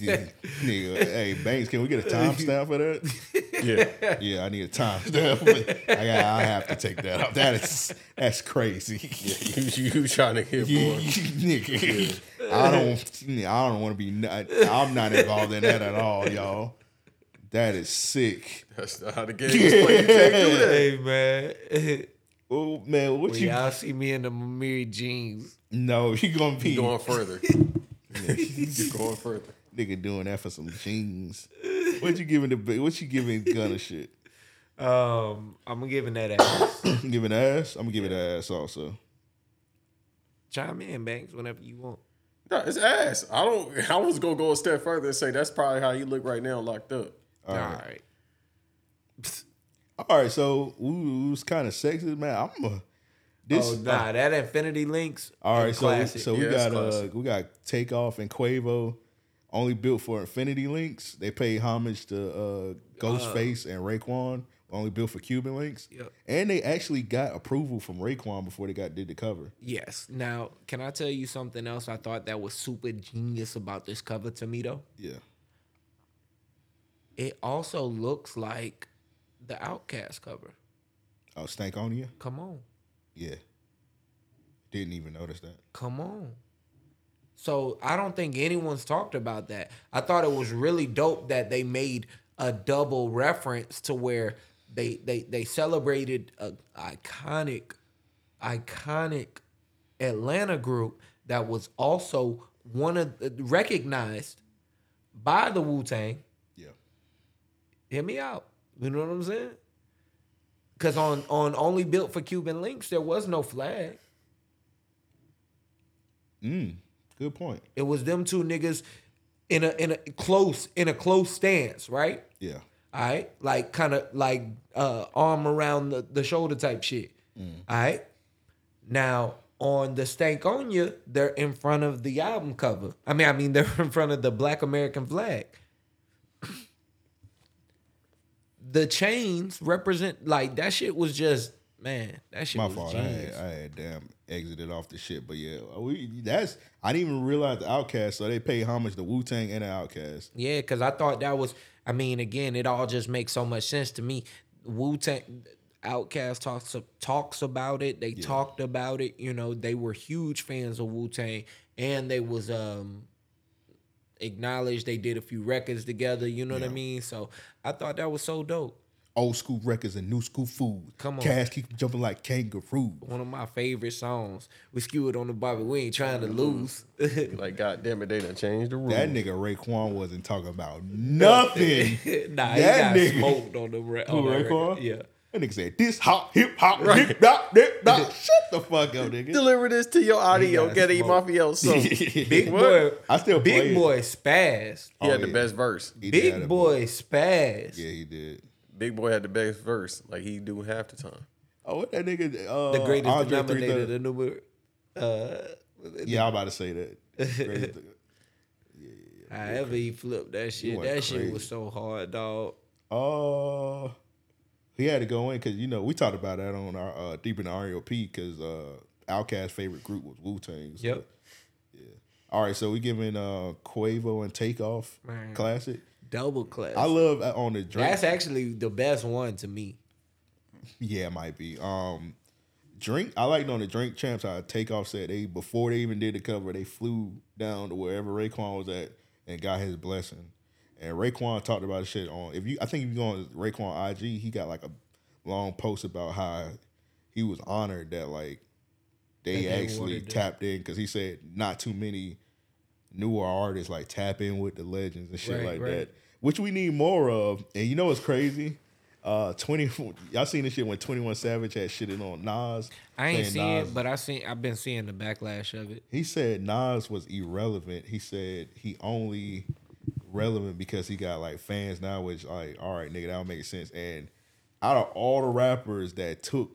F: Yeah, nigga, hey Banks, can we get a timestamp for that? Yeah. Yeah, I need a timestamp. for- I got I have to take that off. That is that's crazy.
M: you- you trying to hit
F: You-
M: more.
F: you- nigga. I don't I don't want to be not, I'm not involved in that at all, y'all. That is sick.
M: That's not how the game is played. You can't do that.
L: Hey man.
F: Oh man, what
L: When
F: you
L: y'all see me in the Mamiri jeans?
F: No, you gonna be
M: You going further. You're going further.
F: Nigga doing that for some jeans. What you giving the what you giving Gunna shit?
L: Um, I'm giving that ass.
F: giving ass? I'm gonna give it ass also.
L: Chime in, Banks, whenever you want.
M: No, it's ass. I don't. I was gonna go a step further and say that's probably how you look right now, locked up.
F: All right.
L: All right.
F: All right, so ooh, it was kind of sexist, man. I'm a, this.
L: oh nah, that Infinity Links.
F: all right,
L: is
F: so
L: classic.
F: so we got uh we got Takeoff and Quavo, only built for Infinity Links. They paid homage to uh, Ghostface and Raekwon, only built for Cuban Links.
L: Yep.
F: And they actually got approval from Raekwon before they got did the cover.
L: Yes. Now, can I tell you something else? I thought that was super genius about this cover to me though.
F: Yeah.
L: It also looks like the Outcast cover.
F: Oh, Stankonia.
L: Come on.
F: Yeah. Didn't even notice that.
L: Come on. So I don't think anyone's talked about that. I thought it was really dope that they made a double reference to where they they they celebrated a iconic iconic Atlanta group that was also one of the, recognized by the Wu Tang.
F: Yeah.
L: Hear me out. You know what I'm saying? Cause on on only built for Cuban links, there was no flag.
F: Mm, good point.
L: It was them two niggas in a in a close in a close stance, right?
F: Yeah.
L: All right, like kind of like uh, arm around the, the shoulder type shit.
F: Mm.
L: All right. Now on the Stankonia, they're in front of the album cover. I mean, I mean they're in front of the Black American flag. The chains represent like that shit was just man. That shit
F: My
L: was
F: fault. I had,
L: genius.
F: I had damn exited off the shit, but yeah, we, that's I didn't even realize the Outcast. So they pay homage to Wu Tang and the Outcast.
L: Yeah, because I thought that was. I mean, again, it all just makes so much sense to me. Wu Tang, Outcast talks talks about it. They talked about it. You know, they were huge fans of Wu Tang, and they was um acknowledged. They did a few records together. You know what I mean? So I thought that was so dope.
F: Old school records and new school food.
L: Come on.
F: Cash keep jumping like kangaroo.
L: One of my favorite songs. We skewered on the Bobby. We ain't trying to lose.
M: like, God damn it, they done changed the rules.
F: That nigga Raekwon wasn't talking about nothing.
L: nah, he
F: That
L: got
F: nigga-
L: smoked on the re- on
F: Who,
L: that record.
F: Raekwon?
L: Yeah.
F: That nigga said this hop, hip hop, hip hop, hip hop. Shut the fuck up, nigga. Oh.
M: Deliver this to your audio,
L: got
M: get it,
L: smoked.
M: mafioso.
L: Big
M: What?
L: boy,
F: I still play
L: big
F: it.
L: boy spazzed.
M: He had
F: Oh,
M: the
F: yeah.
M: best verse.
F: He did have
L: Big
F: a-
L: boy spaz.
F: Yeah, he did.
M: Big boy had the best verse. Like he do half the time.
F: Oh, what that nigga? Uh,
L: The greatest
F: Andre
L: denominator,
F: 330.
L: the number. Uh,
F: Yeah, I'm about to say that. Greatest-
L: however he flipped that shit,
F: went
L: that shit
F: crazy.
L: was so hard, dog.
F: Uh, He had to go in because you know we talked about that on our uh, deep in the REOP because uh, Outcast's favorite group was Wu Tang.
L: Yep.
F: Yeah. All right, so we giving uh, Quavo and Takeoff
L: Man.
F: classic.
L: Double class.
F: I love uh, on the drink.
L: That's actually the best one to me.
F: Yeah, it might be. Um, drink. I liked on the drink champs how Takeoff said they before they even did the cover, they flew down to wherever Raekwon was at and got his blessing. And Raekwon talked about this shit on. If you, I think if you go on Raekwon IG, he got like a long post about how he was honored that like they,
L: That they
F: actually
L: wanted to-
F: tapped in because he said not too many newer artists like tap in with the legends and shit
L: Right,
F: like
L: right.
F: that, which we need more of. And you know what's crazy? Uh, twenty. Y'all seen this shit when Twenty One Savage had shitted on Nas.
L: I ain't
F: saying
L: seen
F: Nas-
L: it, but I seen I've been seeing the backlash of it.
F: He said Nas was irrelevant. He said he only relevant because he got like fans now, which like, all right, nigga, that don't make sense. And out of all the rappers that took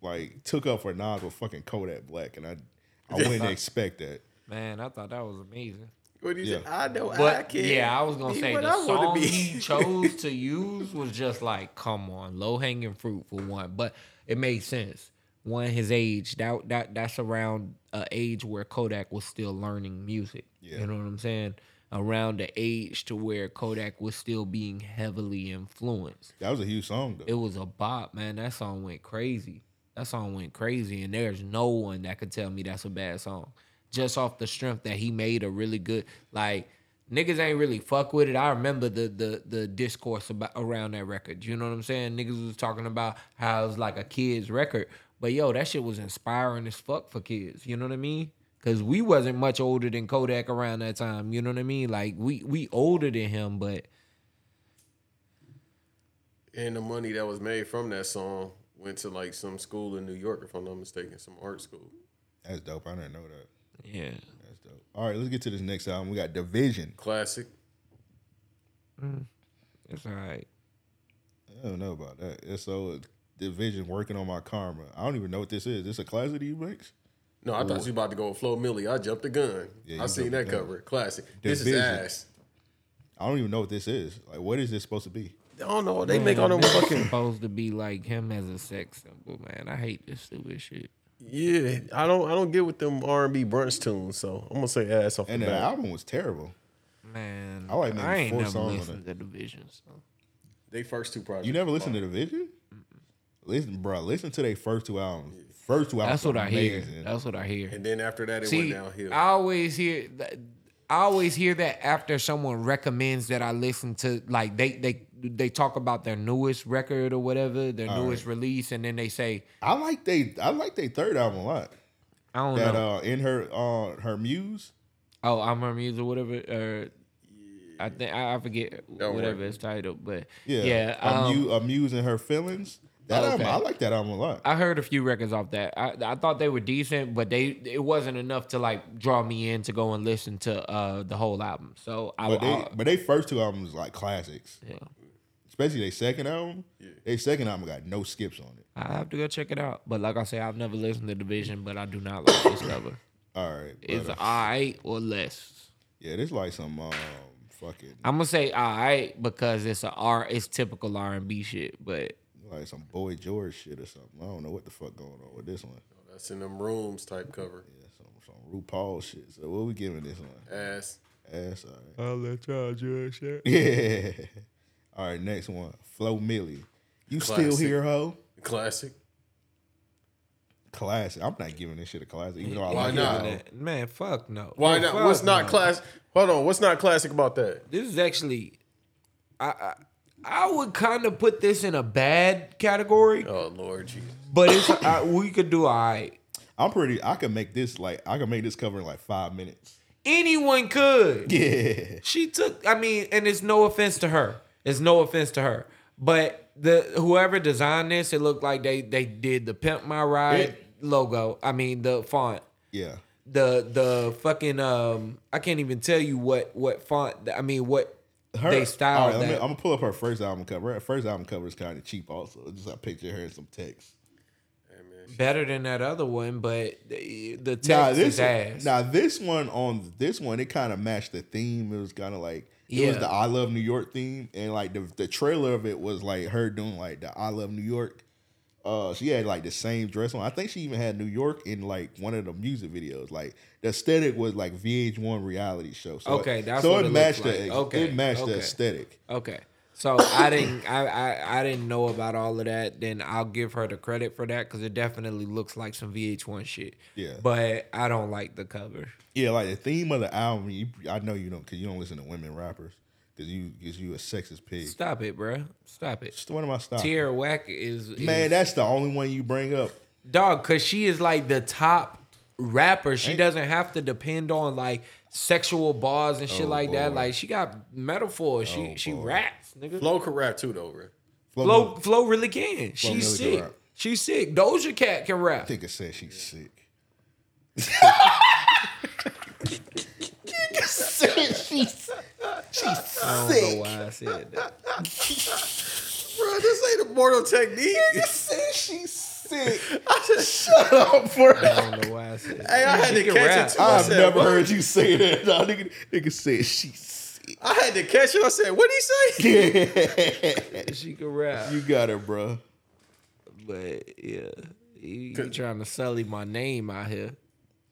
F: like took up for Nas was fucking Kodak Black, and I I wouldn't expect that.
L: Man, I thought that was amazing.
M: What
F: you say? Yeah.
M: I know
L: but,
M: I can
L: Yeah, I was gonna
M: be
L: say
M: what
L: the
M: I wanna
L: song
M: be.
L: he chose to use was just like, come on, low hanging fruit for one, but it made sense. One, his age that that that's around a age where Kodak was still learning music. You know what I'm saying? Around the age to where Kodak was still being heavily influenced.
F: That was a huge song though.
L: It was a bop, man. That song went crazy. That song went crazy, and there's no one that could tell me that's a bad song. Just off the strength that he made a really good like niggas ain't really fuck with it. I remember the the the discourse about around that record. You know what I'm saying? Niggas was talking about how it was like a kid's record, but yo, that shit was inspiring as fuck for kids. You know what I mean? Cause we wasn't much older than Kodak around that time. You know what I mean? Like we we older than him, but
M: And the money that was made from that song went to like some school in New York, if I'm not mistaken, some art school.
F: That's dope. I didn't know that.
L: Yeah.
F: That's dope. All right, let's get to this next album. We got Division.
M: Classic.
L: it's all right.
F: I don't know about that. It's so Division working on my karma. I don't even know what this is. This a classic that he makes?
M: No, I
F: Or-
M: thought you about to go with Flo Millie. I jumped the gun.
F: Yeah, you
M: I
F: jumped the
M: seen that
F: gun.
M: cover. Classic. This is
F: Division.
M: ass.
F: I don't even know what this is. Like, what is this supposed to be?
M: I don't know. They
L: Man,
M: make all them
L: this is
M: fucking
L: supposed to be like him as a sex symbol, man. I hate this stupid shit.
M: Yeah, I don't I don't get with them R and B brunch tunes, so I'm gonna say ass off
F: And
M: the
F: the
M: bat.
F: album was terrible.
L: Man,
F: I like maybe
L: I ain't
F: four
L: never
F: songs on
L: listened to Division. So.
M: They first two projects.
F: You never listened to Division? Listen, bro, listen to their first two albums. First two albums.
L: That's what I hear.
F: amazing.
L: That's what I hear.
M: And then after that, it went
L: See,
M: downhill.
L: I always hear that. I always hear that after someone recommends that I listen to, like they they they talk about their newest record or whatever, their
F: All
L: newest release, and then they say,
F: I like they I like their third album a lot.
L: I don't
F: that
L: know.
F: uh in her uh her muse.
L: "Oh, I'm her muse" or whatever. Or I think I I forget
M: Don't
L: whatever
M: worry.
L: it's titled, but
F: Yeah.
L: yeah
F: a,
L: um,
F: mu- a muse and her feelings. That album,
L: Okay.
F: I like that album a lot.
L: I heard a few records off that. I, I thought they were decent, but they it wasn't enough to like draw me in to go and listen to uh the whole album. So I, uh,
F: but they
M: uh,
L: I
F: but they first two albums like classics.
L: Yeah.
F: Especially their second album. Their second album got no skips on it.
L: I have to go check it out. But like I say, I've never listened to Division, but I do not like this cover.
F: All right.
L: It's
F: but, uh,
L: alright or less.
F: yeah, this like some um fucking
L: I'm gonna say alright because it's a R. It's typical R and B shit. But
F: like some boy George shit or something. I don't know what the fuck going on with this one.
M: That's in them rooms type cover.
F: Some RuPaul shit. So what we giving this one?
M: Ass.
F: Ass, all right.
H: I'll let y'all judge that.
F: Yeah. All right, next one. Flo Millie. You still
M: Classic.
F: here, ho?
M: Classic.
F: Classic. I'm not giving this shit a classic, even though I
M: Why
F: like
M: not?
F: it.
L: man, fuck no.
M: Why
L: Man,
M: not?
L: fuck
M: What's not
L: no.
M: classic? Hold on. What's not classic about that?
L: This is actually, I I, I would kind of put this in a bad category.
M: Oh Lord Jesus.
L: But it's I, we could do all right.
F: I'm pretty. I can make this like I can make this cover in like five minutes.
L: Anyone could.
F: Yeah.
L: She took. I mean, and it's no offense to her. It's no offense to her. But the whoever designed this, it looked like they they did the pimp my ride logo. I mean the font.
F: Yeah.
L: The the fucking um. I can't even tell you what what font. I mean what
F: Her,
L: they styled
F: all right,
L: that.
F: let me- I'm gonna pull up her first album cover. Her first album cover is kind of cheap, also. It's Just a picture of her and some text.
L: Better than that other one, but the, the text
F: Now this,
L: is ass.
F: now this one on this one, it kind of matched the theme. It was kind of like It was
L: Yeah.
F: the I Love New York theme, and like the the trailer of it was like her doing like the I Love New York. Uh, she had like the same dress on. I think she even had New York in like one of the music videos. Like the aesthetic was like VH1 reality show. So
L: okay,
F: it,
L: that's
F: so
L: what
F: it
L: looked
F: matched
L: like.
F: the
L: okay,
F: it matched
L: okay.
F: the aesthetic.
L: Okay, so I didn't I, I I didn't know about all of that. Then I'll give her the credit for that because it definitely looks like some VH1 shit.
F: Yeah.
L: but I don't like the cover.
F: Yeah, like the theme of the album. You, I know you don't because you don't listen to women rappers because you because you a sexist pig.
L: Stop it, bruh. Stop it.
F: What am I stopping?
L: Tierra Whack is, is
F: Man, that's the only one you bring up.
L: dog because she is like the top rapper she doesn't have to depend on like sexual bars and shit
M: Oh,
L: like that
M: boy.
L: like she got metaphors she she raps nigga
M: Flo can rap too, though, bro.
L: Flo, Flo, really can
M: Flo
L: she's
M: Milli can
L: sick
M: rap.
L: she's sick Doja Cat can rap
F: Nigga said she's sick. she's she's
L: I don't know
F: sick.
L: why I said that
M: Bro, this ain't a mortal technique.
F: Nigga said she's sick. I just shut up, bro.
L: I don't know why I said that
M: Hey, I had
L: She
M: to
L: can
M: catch
L: rap.
M: it too. I
F: I've
M: said,
F: never
M: what?
F: heard you say that. Nah, nigga, nigga said she's
M: I had to catch it. I said, "What would he say?"
F: sick.
L: she can rap
F: you got it, bro.
L: but yeah you, you trying to sully my name out here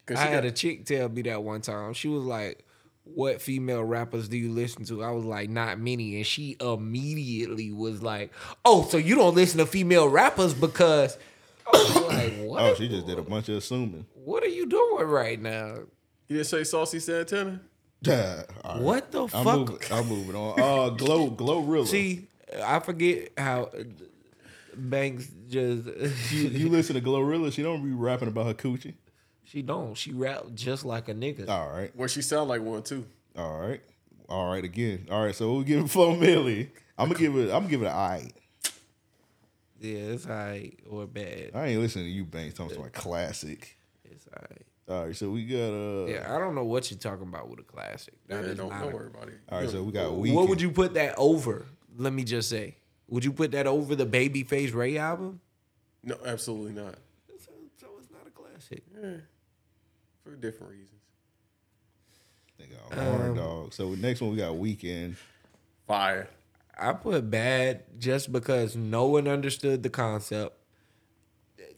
M: 'Cause
L: I
M: she
L: had
M: got-
L: a chick tell me that one time she was like what female rappers do you listen to? I was like, not many. And she immediately was like, oh, so you don't listen to female rappers because. I was like, what?
F: Oh, she just did a bunch of assuming.
L: What are you doing right now?
M: You didn't say Saucy Santana.
F: Yeah, all right.
L: What the
F: I'm
L: fuck?
F: Moving, I'm moving on. Uh, glow, glow, real.
L: See, I forget how Banks just.
F: you, you listen to Glorilla. She don't be rapping about her coochie.
L: she don't. She rap just like a nigga.
F: All right,
M: Well, she sound like one too.
F: all right, all right. Again, all right. So we giving Flo Milli. I'm gonna give it. I'm gonna give it an I.
L: Yeah, it's all right or bad.
F: I ain't listening to you, Banks. I'm talking about classic.
L: It's all right.
F: All right. So we got uh.
L: Yeah, I don't know what you're talking about with a classic. That
M: Yeah,
L: is
M: don't-
L: not
M: don't
L: a-
M: worry about it.
F: All right. So we got weekend.
L: What would you put that over? Let me just say, would you put that over the Babyface Ray album?
M: No, absolutely not.
L: So it's not a classic.
M: For different reasons.
F: Nigga, I'm
L: Um,
F: horn dog. So next one we got weekend.
M: Fire.
L: I put bad just because no one understood the concept.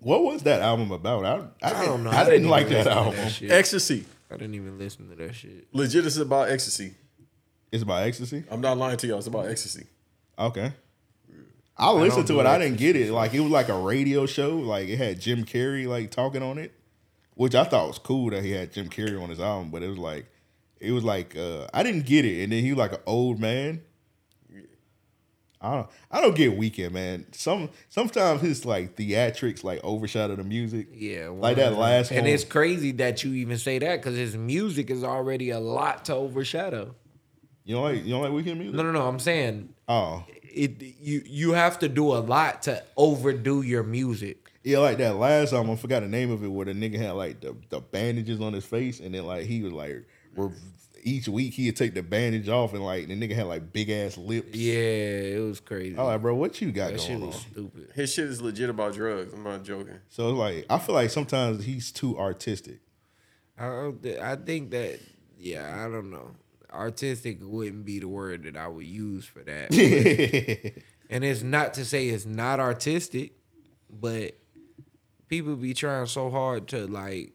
F: What was that album about? I I,
L: I don't know.
F: I, didn't
L: even
F: like that
L: listen to
F: album.
L: shit.
M: Ecstasy.
L: I didn't even listen to that shit.
M: Legit, it's about ecstasy.
F: It's about ecstasy.
M: I'm not lying to y'all. It's about ecstasy.
F: Okay. I
M: don't
F: listened
M: do
F: to it. I
M: that.
F: didn't get it. Like it was like a radio show. Like it had Jim Carrey like talking on it, which I thought was cool that he had Jim Carrey on his album. But it was like, it was like uh, I didn't get it. And then he was like an old man. I don't. I don't get Weekend man. Some sometimes his like theatrics like overshadow the music.
L: Yeah,
F: like that last
L: And
F: one.
L: it's crazy that you even say that because his music is already a lot to overshadow.
F: you don't like you don't like Weekend music.
L: No, no, no. I'm saying
F: Oh
L: it. You you have to do a lot to overdo your music.
F: yeah, like that last album. I forgot the name of it where the nigga had like the, the bandages on his face, and then like he was like. Re- each week he'd take the bandage off and like the nigga had like big ass lips.
L: Yeah, it was crazy.
F: I'm like, bro, what you got
L: that
F: going
L: shit was
F: on?
L: stupid.
M: His shit is legit about drugs. I'm not joking.
F: So it's like I feel like sometimes he's too artistic.
L: I don't thi- I think that yeah, I don't know. Artistic wouldn't be the word that I would use for that. but- and it's not to say it's not artistic, but people be trying so hard to like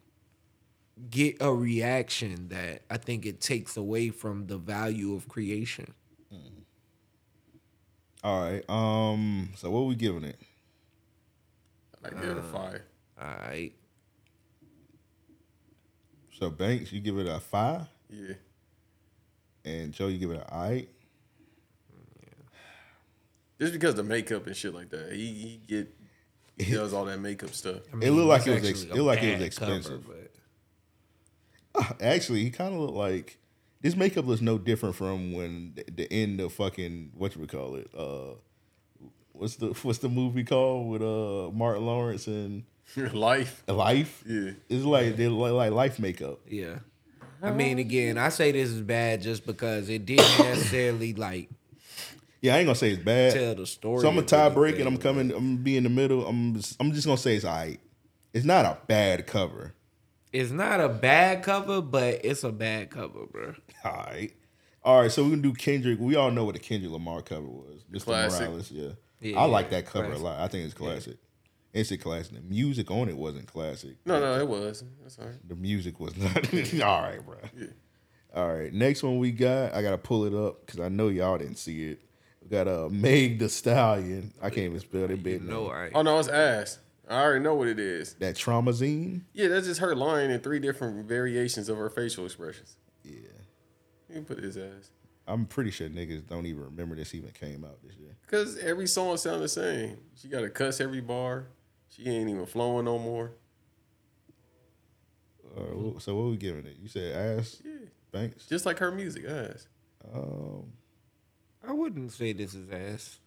L: get a reaction that I think it takes away from the value of creation.
F: All right. Um. So what we giving it?
M: I give
F: Uh.
M: it a fire.
L: All right.
F: So Banks, you give it a five,
M: Yeah.
F: and Joe, you give it an eight.
M: Just because the makeup and shit like that. He, he get he does all that makeup stuff.
F: it looked like it
L: that's
F: was. Ex- it
L: actually a
F: looked like it
L: bad
F: was expensive.
L: cover, but-
F: Actually, he kind of looked like this makeup looks no different from when the, the end of fucking what you would call it. Uh, what's the what's the movie called with uh Martin Lawrence and
M: Life.
F: Life?
M: Yeah.
F: It's like they look like life makeup.
L: Yeah. I mean, again, I say this is bad just because it didn't necessarily like
F: Yeah, I ain't gonna say it's bad.
L: tell the story.
F: So I'm a
L: of
F: tie
L: anything,
F: break, and I'm
L: right?
F: coming. I'm gonna be in the middle. I'm. just- I'm just gonna say it's alright. It's not a bad cover.
L: It's not a bad cover, but it's a bad cover, bro.
F: Alright. All right, so we're gonna do Kendrick. We all know what the Kendrick Lamar cover was. Mr.
M: Classic.
F: Morales, yeah.
M: Yeah,
F: I like
M: yeah,
F: that cover
M: classic.
F: a lot. I think it's classic. It's a classic. The music on it wasn't classic.
M: No, no, it was. That's all right.
F: The music was not. all right, bro. All right, next one we got. I gotta pull it up because I know y'all didn't see it. We got a uh, Meg the Stallion. I can't even spell that bitch.
M: No,
F: name.
M: I. Oh no, it's ass. I already know what it is.
F: That trauma zine.
M: Yeah, that's just her lying in three different variations of her facial expressions.
F: Yeah.
M: You can put his ass.
F: I'm pretty sure niggas don't even remember this even came out this year.
M: Because every song sounds the same. She got to cuss every bar. She ain't even flowing no more.
F: Uh,
M: Mm-hmm.
F: wh- so what we giving it? You said ass. Yeah. Thanks.
M: Just like her music, ass.
F: Um,
L: I wouldn't say this is ass.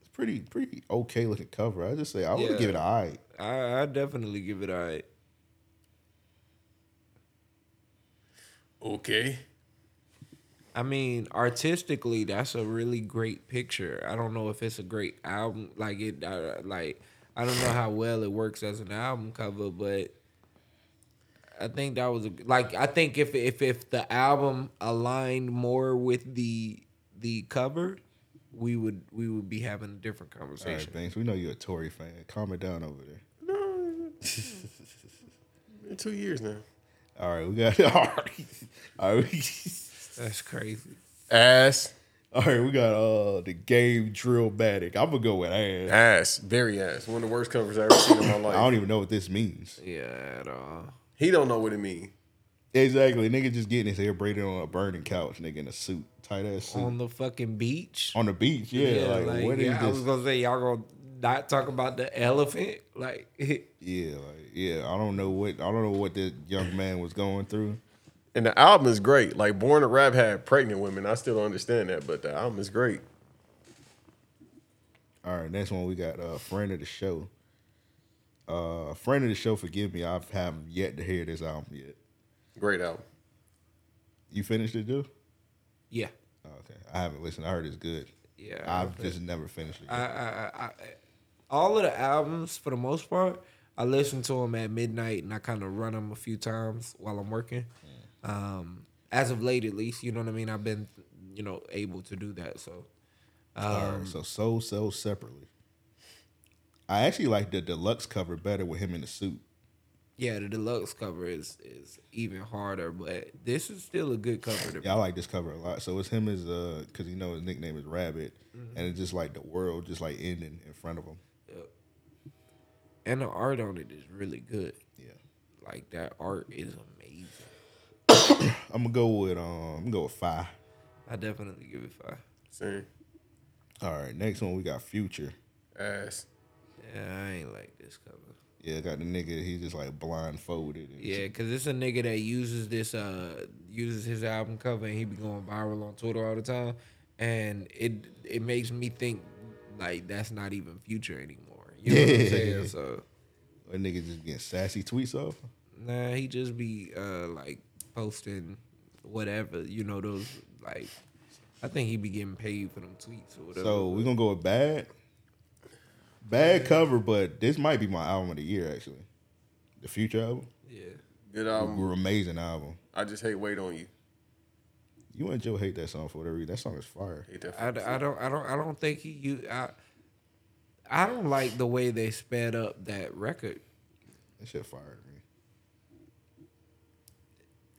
F: it's pretty pretty okay looking cover. I just say I would
L: Yeah.
F: give it an eye.
L: I I definitely give it all right.
M: Okay.
L: I mean, artistically, that's a really great picture. I don't know if it's a great album. Like it, uh, like I don't know how well it works as an album cover, but I think that was a, like I think if if if the album aligned more with the the cover, we would we would be having a different
F: All right,
L: conversation.
F: Banks. We know you're a Tory fan. Calm it down over there.
M: In two years now.
F: All right, we got all right. All right, we,
L: That's crazy.
M: ass.
F: All right, we got uh the game drill matic. I'm gonna go with ass.
M: Ass. Very ass. One of the worst covers I ever seen in my
F: I
M: life.
F: don't even know what this means.
L: Yeah, at all.
M: He don't know what it means.
F: Exactly, nigga, just getting his hair braided on a burning couch, nigga, in a suit, tight ass suit
L: On
F: on,
L: the fucking beach.
F: the beach. Um, Yeah, like, what is
L: yeah, I
F: this?
L: was gonna say y'all gonna not talk about the elephant, like.
F: Yeah, like yeah, I don't know what I don't know what that young man was going through.
M: And the album is great. Like Born to Rap had pregnant women. I still don't understand that, but the album is great.
F: All right, next one we got a uh, friend of the show. Uh, friend of the show, forgive me, I have yet to hear this album yet.
M: Great album.
F: You finished it, dude? Oh,
L: Yeah.
F: Okay, I haven't listened. I heard it's good.
L: Yeah, I
F: I've
L: heard
F: just never finished it.
L: I, I, I, I, all of the albums for the most part, I listen to them at midnight and I kind of run them a few times while I'm working. Um, as of late, at least, you know what I mean. I've been, you know, able to do that. So,
F: All
L: um,
F: right, so so so separately. I actually like the deluxe cover better with him in the suit.
L: yeah, the deluxe cover is is even harder, but this is still a good cover. To
F: Yeah, I like this cover a lot. So it's him as uh, cause you know his nickname is Rabbit,
L: Mm-hmm.
F: and it's just like the world just like ending in front of him.
L: and the art on it is really good.
F: Yeah.
L: like that art is amazing.
F: I'm gonna go with um, I'm gonna go with five.
L: I definitely give it five.
M: Same.
F: All right, next one we got Future.
M: Ass.
L: Yeah, I ain't like this cover.
F: Yeah, got the nigga. He's just like blindfolded. And
L: Yeah, cause it's a nigga that uses this uh uses his album cover and he be going viral on Twitter all the time, and it it makes me think like that's not even future anymore. You know what I'm saying? So
F: a nigga just getting sassy tweets off.
L: nah, he just be uh like posting whatever you know those like. I think he be getting paid for them tweets or whatever.
F: So we're gonna go with bad. Bad cover, but this might be my album of the year actually. The future album.
L: yeah,
M: Good
L: Um,
M: album.
F: We're amazing album.
M: I just hate Wait on You.
F: You and Joe hate that song for whatever reason. That song is fire.
M: Hate that.
L: I, d- I don't I don't I don't think he you I I don't like the way they sped up that record.
F: That shit fire to me.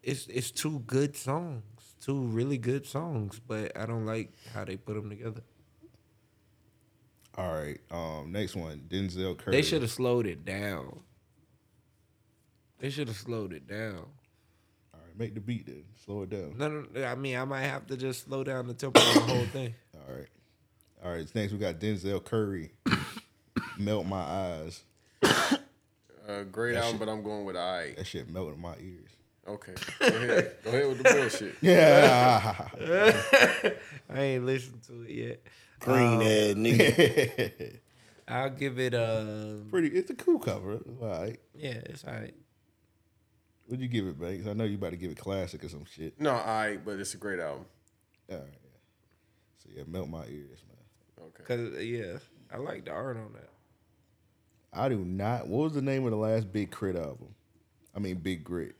L: it's it's two good songs, two really good songs, but I don't like how they put them together.
F: All right. Um, next one, Denzel Curry.
L: They should have slowed it down. They should have slowed it down.
F: All right, make the beat then. Slow it down.
L: No, no, no, I mean I might have to just slow down the tempo of the whole thing.
F: All right. All right. Next we got Denzel Curry. Melt my eyes.
M: Uh, great
F: That
M: album,
F: shit-
M: but I'm going with I.
F: That shit melted my ears.
M: Okay. Go ahead. Go ahead with the bullshit.
F: Yeah.
L: I ain't listened to it yet.
C: Green
M: Um,
C: ass nigga.
L: I'll give it a
F: Pretty. It's a cool cover. All right.
L: yeah. It's alright.
F: What'd you give it, Banks? I know you about to give it classic or some shit.
M: No, I. But it's a great album.
F: All right. So yeah, melt my ears, man.
M: Okay.
L: Cause yeah, I like the art on that.
F: I do not. What was the name of the last Big Crit album? I mean, Big Grit.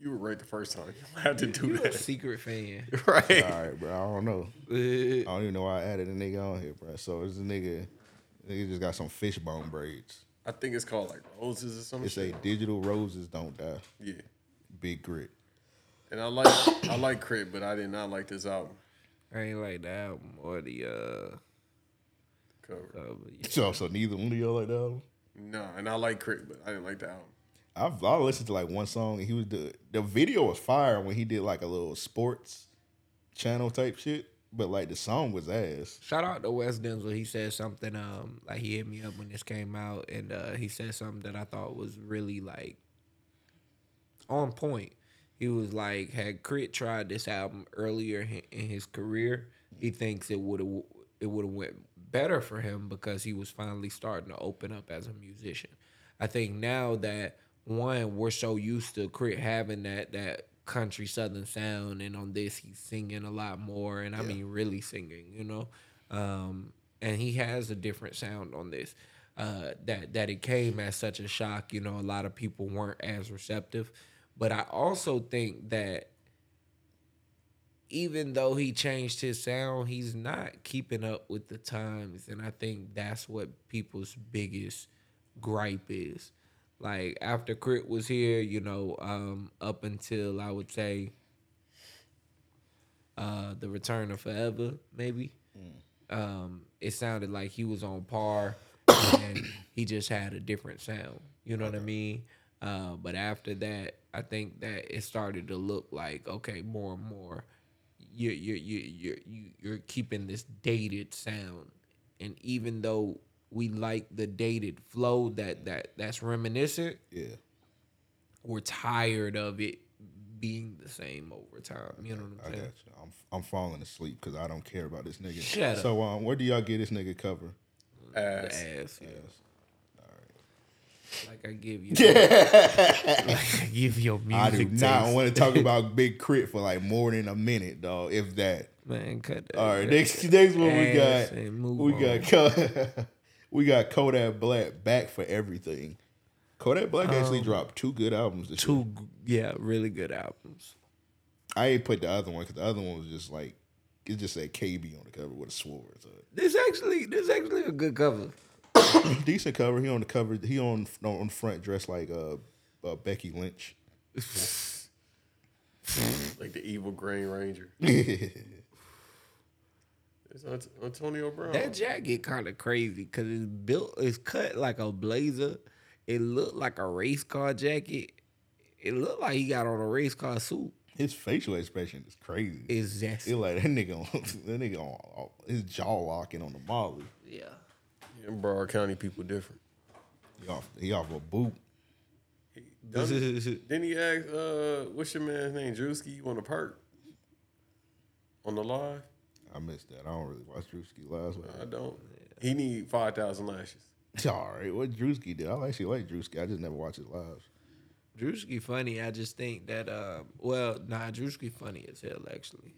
M: You were right the first time. You don't have to do
L: You a
M: that.
L: secret fan.
M: Right.
F: All right, bro. I don't know. I don't even know why I added a nigga on here, bro. So this nigga, nigga just got some fishbone braids.
M: I think it's called like roses or something.
F: It's a digital roses don't die.
M: Yeah.
F: Big grit.
M: And I like I like Crit, but I did not like this album.
L: I ain't like the album or the uh
M: cover.
L: yeah.
F: So, so neither one of y'all like that album?
M: No, and I like Crit, but I didn't like the album.
F: I've I listened to like one song. And he was the the video was fire when he did like a little sports channel type shit, but like the song was ass.
L: Shout out to West Denzel. He said something um like he hit me up when this came out and uh he said something that I thought was really like on point. He was like had Crit tried this album earlier hi- in his career, he thinks it would have it would have went better for him because he was finally starting to open up as a musician. I think now that one we're so used to Crit having that that country southern sound and on this he's singing a lot more and I mean really singing, you know. Um and he has a different sound on this. Uh that that it came as such a shock, you know, a lot of people weren't as receptive. But I also think that even though he changed his sound, he's not keeping up with the times. And I think that's what people's biggest gripe is. Like after Crit was here, you know, um, up until I would say uh the return of forever, maybe. Um, it sounded like he was on par and he just had a different sound. You know what I mean? Uh, but after that, I think that it started to look like okay, more and more you're you're you you're you- you're keeping this dated sound, and even though we like the dated flow that that that's reminiscent,
F: yeah,
L: we're tired of it being the same over time. You know what
F: I
L: I'm
F: got
L: saying?
F: you. I'm I'm falling asleep because I don't care about this nigga.
L: Shut up.
F: so um, where do y'all get this nigga cover?
M: Ass.
L: Ass, yeah. Like I give you,
F: Yeah.
L: give your music.
F: I do not
L: taste.
F: want to talk about Big Crit for like more than a minute, dog. If that.
L: Man, cut that.
F: All right, next next one we
L: Ass
F: got
L: and move
F: we
L: on.
F: got Co- we got Kodak Black back for everything. Kodak Black actually
L: Um,
F: dropped two good albums. This year.
L: two g- yeah, really good albums.
F: I ain't put the other one because the other one was just like it just said KB on the cover with a sword. So.
L: This actually, this actually a good cover.
F: Decent cover. He on the cover. He on on front dressed like uh, uh Becky Lynch.
M: Like the evil Green Ranger.
F: it's
M: Ant- Antonio Brown.
F: Oh.
L: That jacket kind of crazy because it's built, it's cut like a blazer. It looked like a race car jacket. It looked like he got on a race car suit.
F: His facial expression is crazy.
L: It's just
F: It like that nigga. On, that nigga on, on- his jaw locking on the molly.
L: yeah.
M: And Broward County people different.
F: He off. He off a boot.
M: Done- then he asked, uh, what's your man's name? Drewski, you want a perk? On the live?
F: I missed that. I don't really watch Drewski last week.
M: I don't. He need 5,000 lashes.
F: All right, what Drewski did? I actually like Drewski. I just never watch his lives.
L: Drewski funny. I just think that uh, well, nah, Drewski funny as hell actually.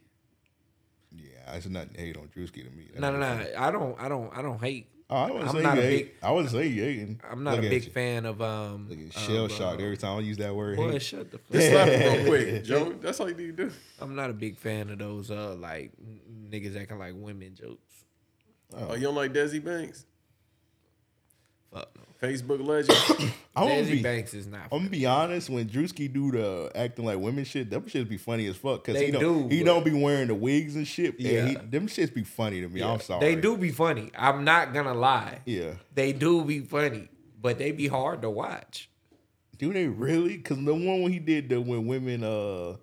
F: Yeah, it's nothing to hate on Drewski to me. That
L: No, no,
F: nigga
L: no.
F: funny.
L: I don't, I don't, I don't hate.
F: Oh, I wouldn't
L: I'm
F: say
L: not
F: you
L: a
F: hate.
L: big,
F: I wouldn't say you hating.
L: I'm not
F: Look
L: a
F: at
L: big
F: you.
L: fan of um.
F: Look at you, shell
L: of,
F: shocked
L: uh,
F: every time I use that word.
L: Boy,
F: hate.
L: shut the fuck
M: Just slap him real quick, Joe. That's all you need to do.
L: I'm not a big fan of those uh like n- niggas acting like women jokes.
M: Oh, you don't like Desi Banks?
L: Fuck no.
M: Facebook legend.
F: I won't
L: Desi
F: be.
L: Banks is not.
F: I'm gonna be honest. When Drewski do the acting like women shit, them shit be funny as fuck. Cause
L: They
F: he don't.
L: do,
F: he
L: but-
F: don't be wearing the wigs and shit. And he,
L: Yeah.
F: them shits be funny to me. I'm sorry.
L: They do be funny. I'm not gonna lie.
F: Yeah.
L: They do be funny, but they be hard to watch.
F: Do they really? Cause the one when he did the when women uh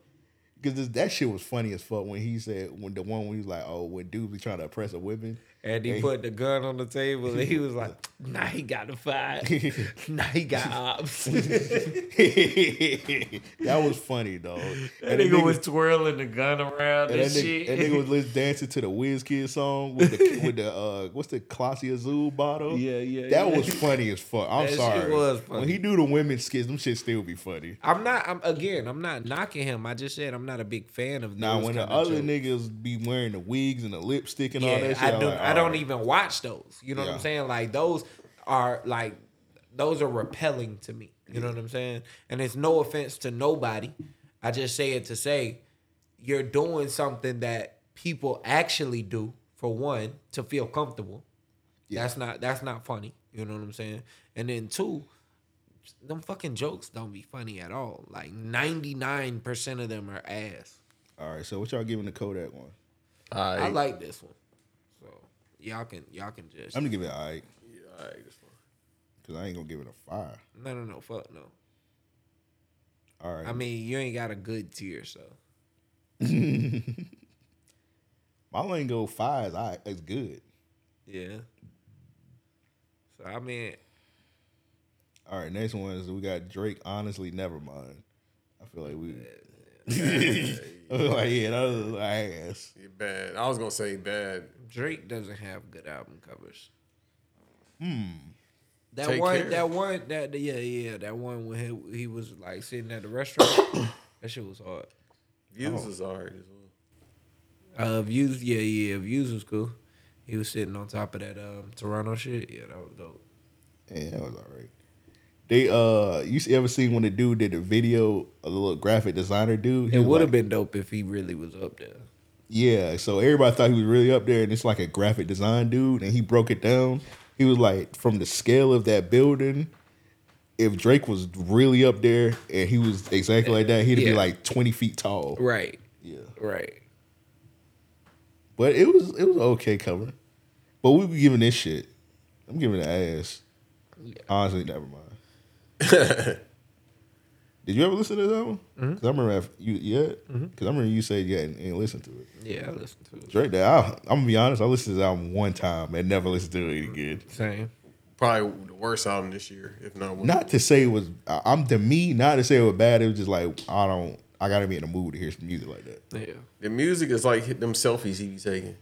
F: because that shit was funny as fuck when he said when the one when he was like, oh, when dudes be trying to oppress a women.
L: And he
F: Hey.
L: put the gun on the table and he was like, nah, he got a fight. nah, he got ops. that
F: that was funny, dog. And the
L: nigga was twirling the gun around
F: and that
L: and
F: nigga,
L: shit.
F: that nigga was just dancing to the WizKid song with the with the uh what's the Classy Azul bottle?
L: Yeah, yeah,
F: That
L: yeah.
F: was funny as fuck. I'm
L: That shit
F: sorry.
L: was
F: When he do the women skits, them shit still be funny.
L: I'm not. I'm again. I'm not knocking him. I just said I'm not a big fan of.
F: Now
L: those
F: when the
L: kinda
F: other
L: jokes.
F: niggas be wearing the wigs and the lipstick and all
L: yeah,
F: that shit,
L: I
F: I'm
L: do.
F: like,
L: I don't
F: alright.
L: even watch those. You know what
F: Yeah.
L: I'm saying? Like those are like those are repelling to me. You know what I'm saying? And it's no offense to nobody. I just say it to say you're doing something that people actually do for one to feel comfortable. That's not that's not funny. You know what I'm saying? And then two, them fucking jokes don't be funny at all. Like 99% of them are ass.
F: All right, so what y'all giving the Kodak one?
L: I, like this one. So y'all can y'all can just
F: I'm gonna give it all right.
L: Yeah, all right.
F: Cause I ain't gonna give it a five.
L: No, no, no, fuck no.
F: All right.
L: I mean, you ain't got a good tier, so
F: my lane go five is all right. It's good.
L: yeah. So I mean,
F: All right, next one is we got Drake. Honestly, never mind. I feel like we. I feel like yeah, that was ass.
M: Bad. I was gonna say bad.
L: Drake doesn't have good album covers.
F: Hmm.
L: That
M: Take
L: one,
M: care.
L: that one, that yeah, yeah, that one when he, he was like sitting at the restaurant. that shit was hard.
M: Views
L: Oh.
M: is alright as well.
L: Uh, views, yeah, yeah, views was cool. He was sitting on top of that um Toronto shit. Yeah, that was dope.
F: Yeah, that was all right. They uh, you s- ever seen when the dude did the video, a little graphic designer dude? He
L: It
F: was
L: would
F: like-
L: have been dope if he really was up there.
F: Yeah, so everybody thought he was really up there, and it's like a graphic design dude, and he broke it down. He was like, from the scale of that building, if Drake was really up there and he was exactly like that, he'd be
L: Yeah.
F: like twenty feet tall.
L: Right.
F: Yeah.
L: Right.
F: But it was it was an okay cover. But we be giving this shit. I'm giving it ass. Honestly, never mind. Did you ever listen to that album? Cause I remember af- you yeah. Cause I remember you said you hadn't, ain't listened to it.
L: Yeah, I listened to it.
F: Drake, that I, I'm gonna be honest. I listened to this album one time and never listened to it again.
L: Same.
M: Probably the worst album this year, if not one.
F: Not to say it was, I- I'm to me, not to say it was bad. It was just like I don't, I gotta be in the mood to hear some music like that.
L: Yeah.
M: The music is like hit them selfies he be taking.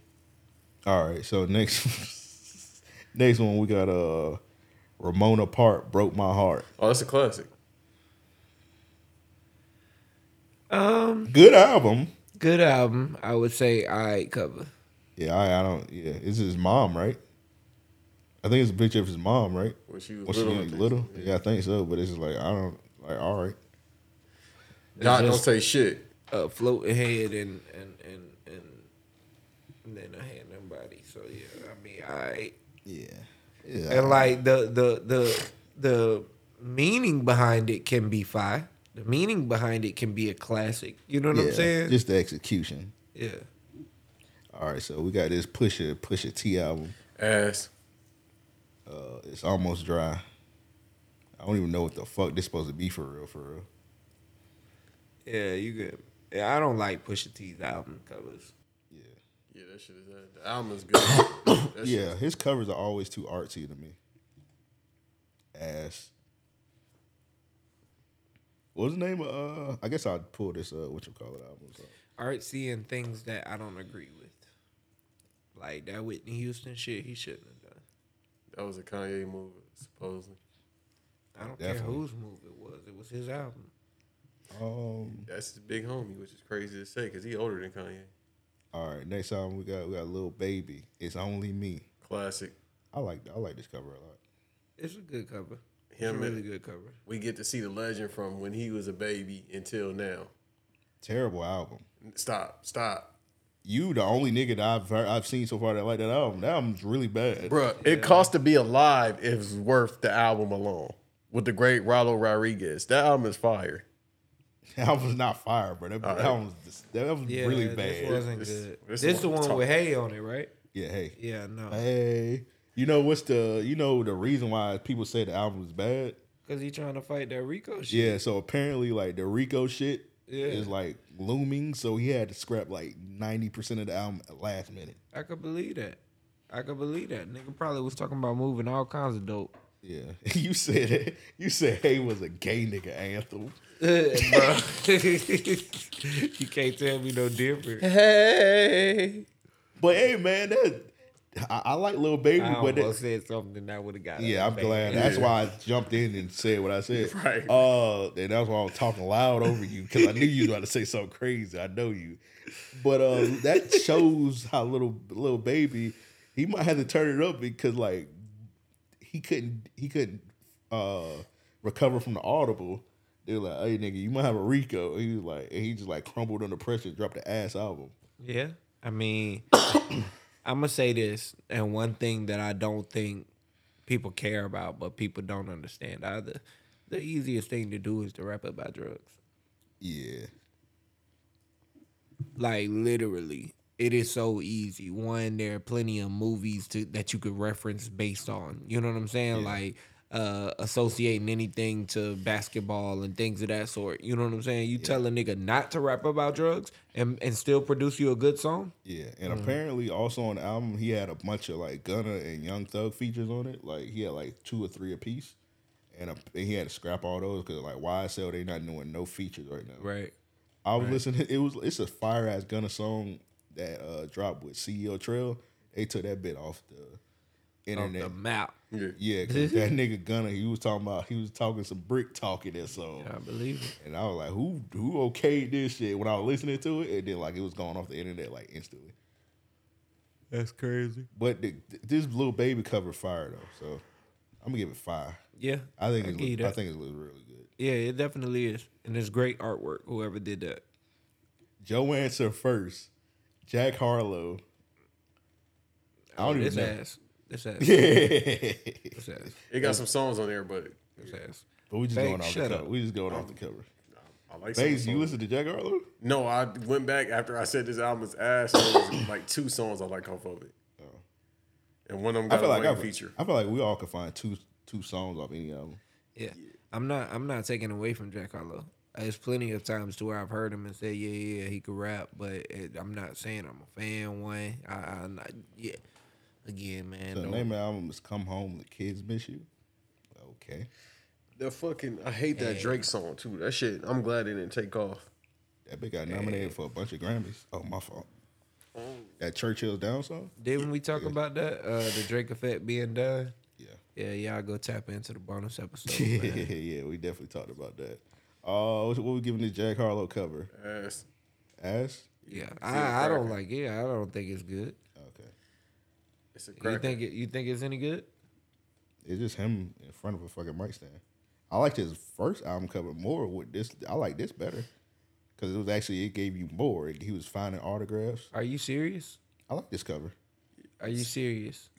F: All right, so next, next one we got uh, Ramona Park broke my heart.
M: Oh, that's a classic.
L: Um,
F: Good album.
L: good album. I would say I cover.
F: Yeah, I, I don't. Yeah, it's his mom, right? I think it's a picture of his mom, right?
M: When she was
F: When
M: little, I
F: was
M: think
F: little? Yeah. I think so. But it's just like I don't like. All right,
M: Doc don't say shit.
L: A uh, floating head and and and and, and then a hand and body. So yeah, I mean, I
F: yeah.
L: and like the the the the meaning behind it can be fine. The meaning behind it can be a classic. You know what I'm
F: Yeah,
L: saying?
F: Just the execution.
L: yeah.
F: All right, so we got this Pusha Pusha T album.
M: Ass.
F: Uh, it's almost dry. I don't even know what the fuck this supposed to be for real, for real.
L: Yeah, you good. Yeah, I don't like Pusha T's album covers.
M: Yeah, that shit is uh, The album is good. That shit-
F: yeah, his covers are always too artsy to me. Ass. What's the name of? Uh, I guess I'd pull this. Uh, what you call it album? so.
L: Artsy and things that I don't agree with, like that Whitney Houston shit. He shouldn't have done.
M: That was a Kanye move, supposedly.
L: I don't care
M: Definitely.
L: whose move it was. It was his album.
F: Um,
M: That's his big homie, which is crazy to say because he older than Kanye.
F: all right, next album we got we got Lil Baby. It's only me.
M: Classic.
F: I like I like this cover a lot.
L: It's a good cover. It's a
M: Him
L: really
M: and-
L: good cover.
M: We get to see the legend from when he was a baby until now.
F: Terrible album.
M: Stop, stop,
F: You the only nigga that I've heard, I've seen so far that like that album. That album's really bad.
M: Bruh, It cost to be alive is worth the album alone. With the great Rollo Rodriguez, that album is fire.
F: That album's not fire, bro. That,
M: All right.
F: that album's just- that album's
L: Yeah,
F: really
L: this
F: bad.
L: wasn't This- good. this This the one one with talk- Hey on it, right?
F: Yeah, hey.
L: Yeah, no.
F: Hey, you know what's the you know the reason why people say the album was bad?
L: Cause he trying to fight that Rico shit.
F: Yeah, so apparently like the Rico shit
L: Yeah.
F: is like looming, so he had to scrap like ninety percent of the album at last minute.
L: I could believe that. I could believe that. Nigga probably was talking about moving all kinds of dope.
F: Yeah. you said it. You said hey was a gay nigga anthem.
L: you can't tell me no different.
M: Hey.
F: But hey man, that I, I like Lil Baby,
L: I
F: but that-
L: almost said something that would have got.
F: Yeah,
L: us
F: I'm glad.
L: banned.
F: That's why I jumped in and said what I said.
M: Right.
F: Uh, and that's why I was talking loud over you because I knew you was about to say something crazy. I know you. But uh, that shows how little little baby he might have to turn it up because like he couldn't he couldn't uh recover from the audible. They were like, "Hey nigga, you might have a Rico." And he was like, and he just like crumbled under pressure, and dropped the ass album.
L: Yeah. I mean, I'm going to say this, and one thing that I don't think people care about, but people don't understand either. The easiest thing to do is to rap about drugs.
F: Yeah.
L: Like, literally, it is so easy. One, there are plenty of movies to, that you could reference based on. You know what I'm saying? Like, uh, associating anything to basketball and things of that sort. You know what I'm saying? You tell a nigga not to rap about drugs and, and still produce you a good song.
F: Yeah, and
L: Mhm.
F: apparently also on the album he had a bunch of like Gunna and Young Thug features on it. Like he had like two or three a piece, and, a, and he had to scrap all those because like YSL they not doing no features right now.
L: Right.
F: I was
L: Right.
F: listening. It was it's a fire ass Gunna song that uh dropped with CEO Trail. They took that bit off the internet
L: map.
F: Yeah, yeah. 'cause that nigga Gunna, he was talking about he was talking some brick talk in that song.
L: I believe it.
F: And I was like, who who okayed this shit when I was listening to it? And then like it was going off the internet like instantly.
L: That's crazy.
F: But the, this little baby cover fire though, so I'm gonna give it five.
L: Yeah,
F: I think
L: I
F: it
L: give you
F: look, I
L: that.
F: think it looks really good.
L: Yeah, it definitely is. And it's great artwork, whoever did that.
F: Joe answer first. Jack Harlow. I don't
L: Oh,
F: even
L: this
F: know.
L: ass. This ass. This ass.
M: It got some songs on there, but
F: But we just
M: Banks,
F: going off the
M: shut
F: cover.
M: up.
F: We just going off the cover.
M: I like some
F: Bays, you
M: songs.
F: listen to Jack Harlow?
M: No, I went back after I said this album is ass. and There was like two songs I like off of it, and one of them
F: I
M: got
F: feel
M: a
F: like
M: Oh. like
F: I,
M: feature.
F: I feel like we all could find two two songs off any album.
L: Yeah. I'm not I'm not taking away from Jack Harlow. Uh, There's plenty of times to where I've heard him and said, yeah, yeah, yeah, he could rap, but it, I'm not saying I'm a fan one. I, I am not, yeah. Again, man.
F: So the
L: don't-
F: name of the album is Come Home, The Kids Miss You. Okay.
M: That fucking I hate that
F: Yeah.
M: Drake song too. That shit. I'm glad it didn't take off.
F: That bitch got nominated for a bunch of Grammys. Oh, my fault. That Churchill's Down song?
L: Didn't we talk about that? Uh, the Drake effect being done.
F: Yeah.
L: Yeah, y'all go tap into the bonus episode.
F: yeah,
L: man.
F: yeah, we definitely talked about that. Uh, what, what we giving the Jack Harlow cover?
M: Ass.
F: Ass?
L: Yeah, I, I don't like it. I don't think it's good.
F: Okay.
M: It's a
L: You
M: cracker.
L: think it, you think it's any good?
F: It's just him in front of a fucking mic stand. I liked his first album cover more with this. I like this better because it was actually it gave you more. He was finding autographs.
L: Are you serious?
F: I like this cover.
L: Are you serious?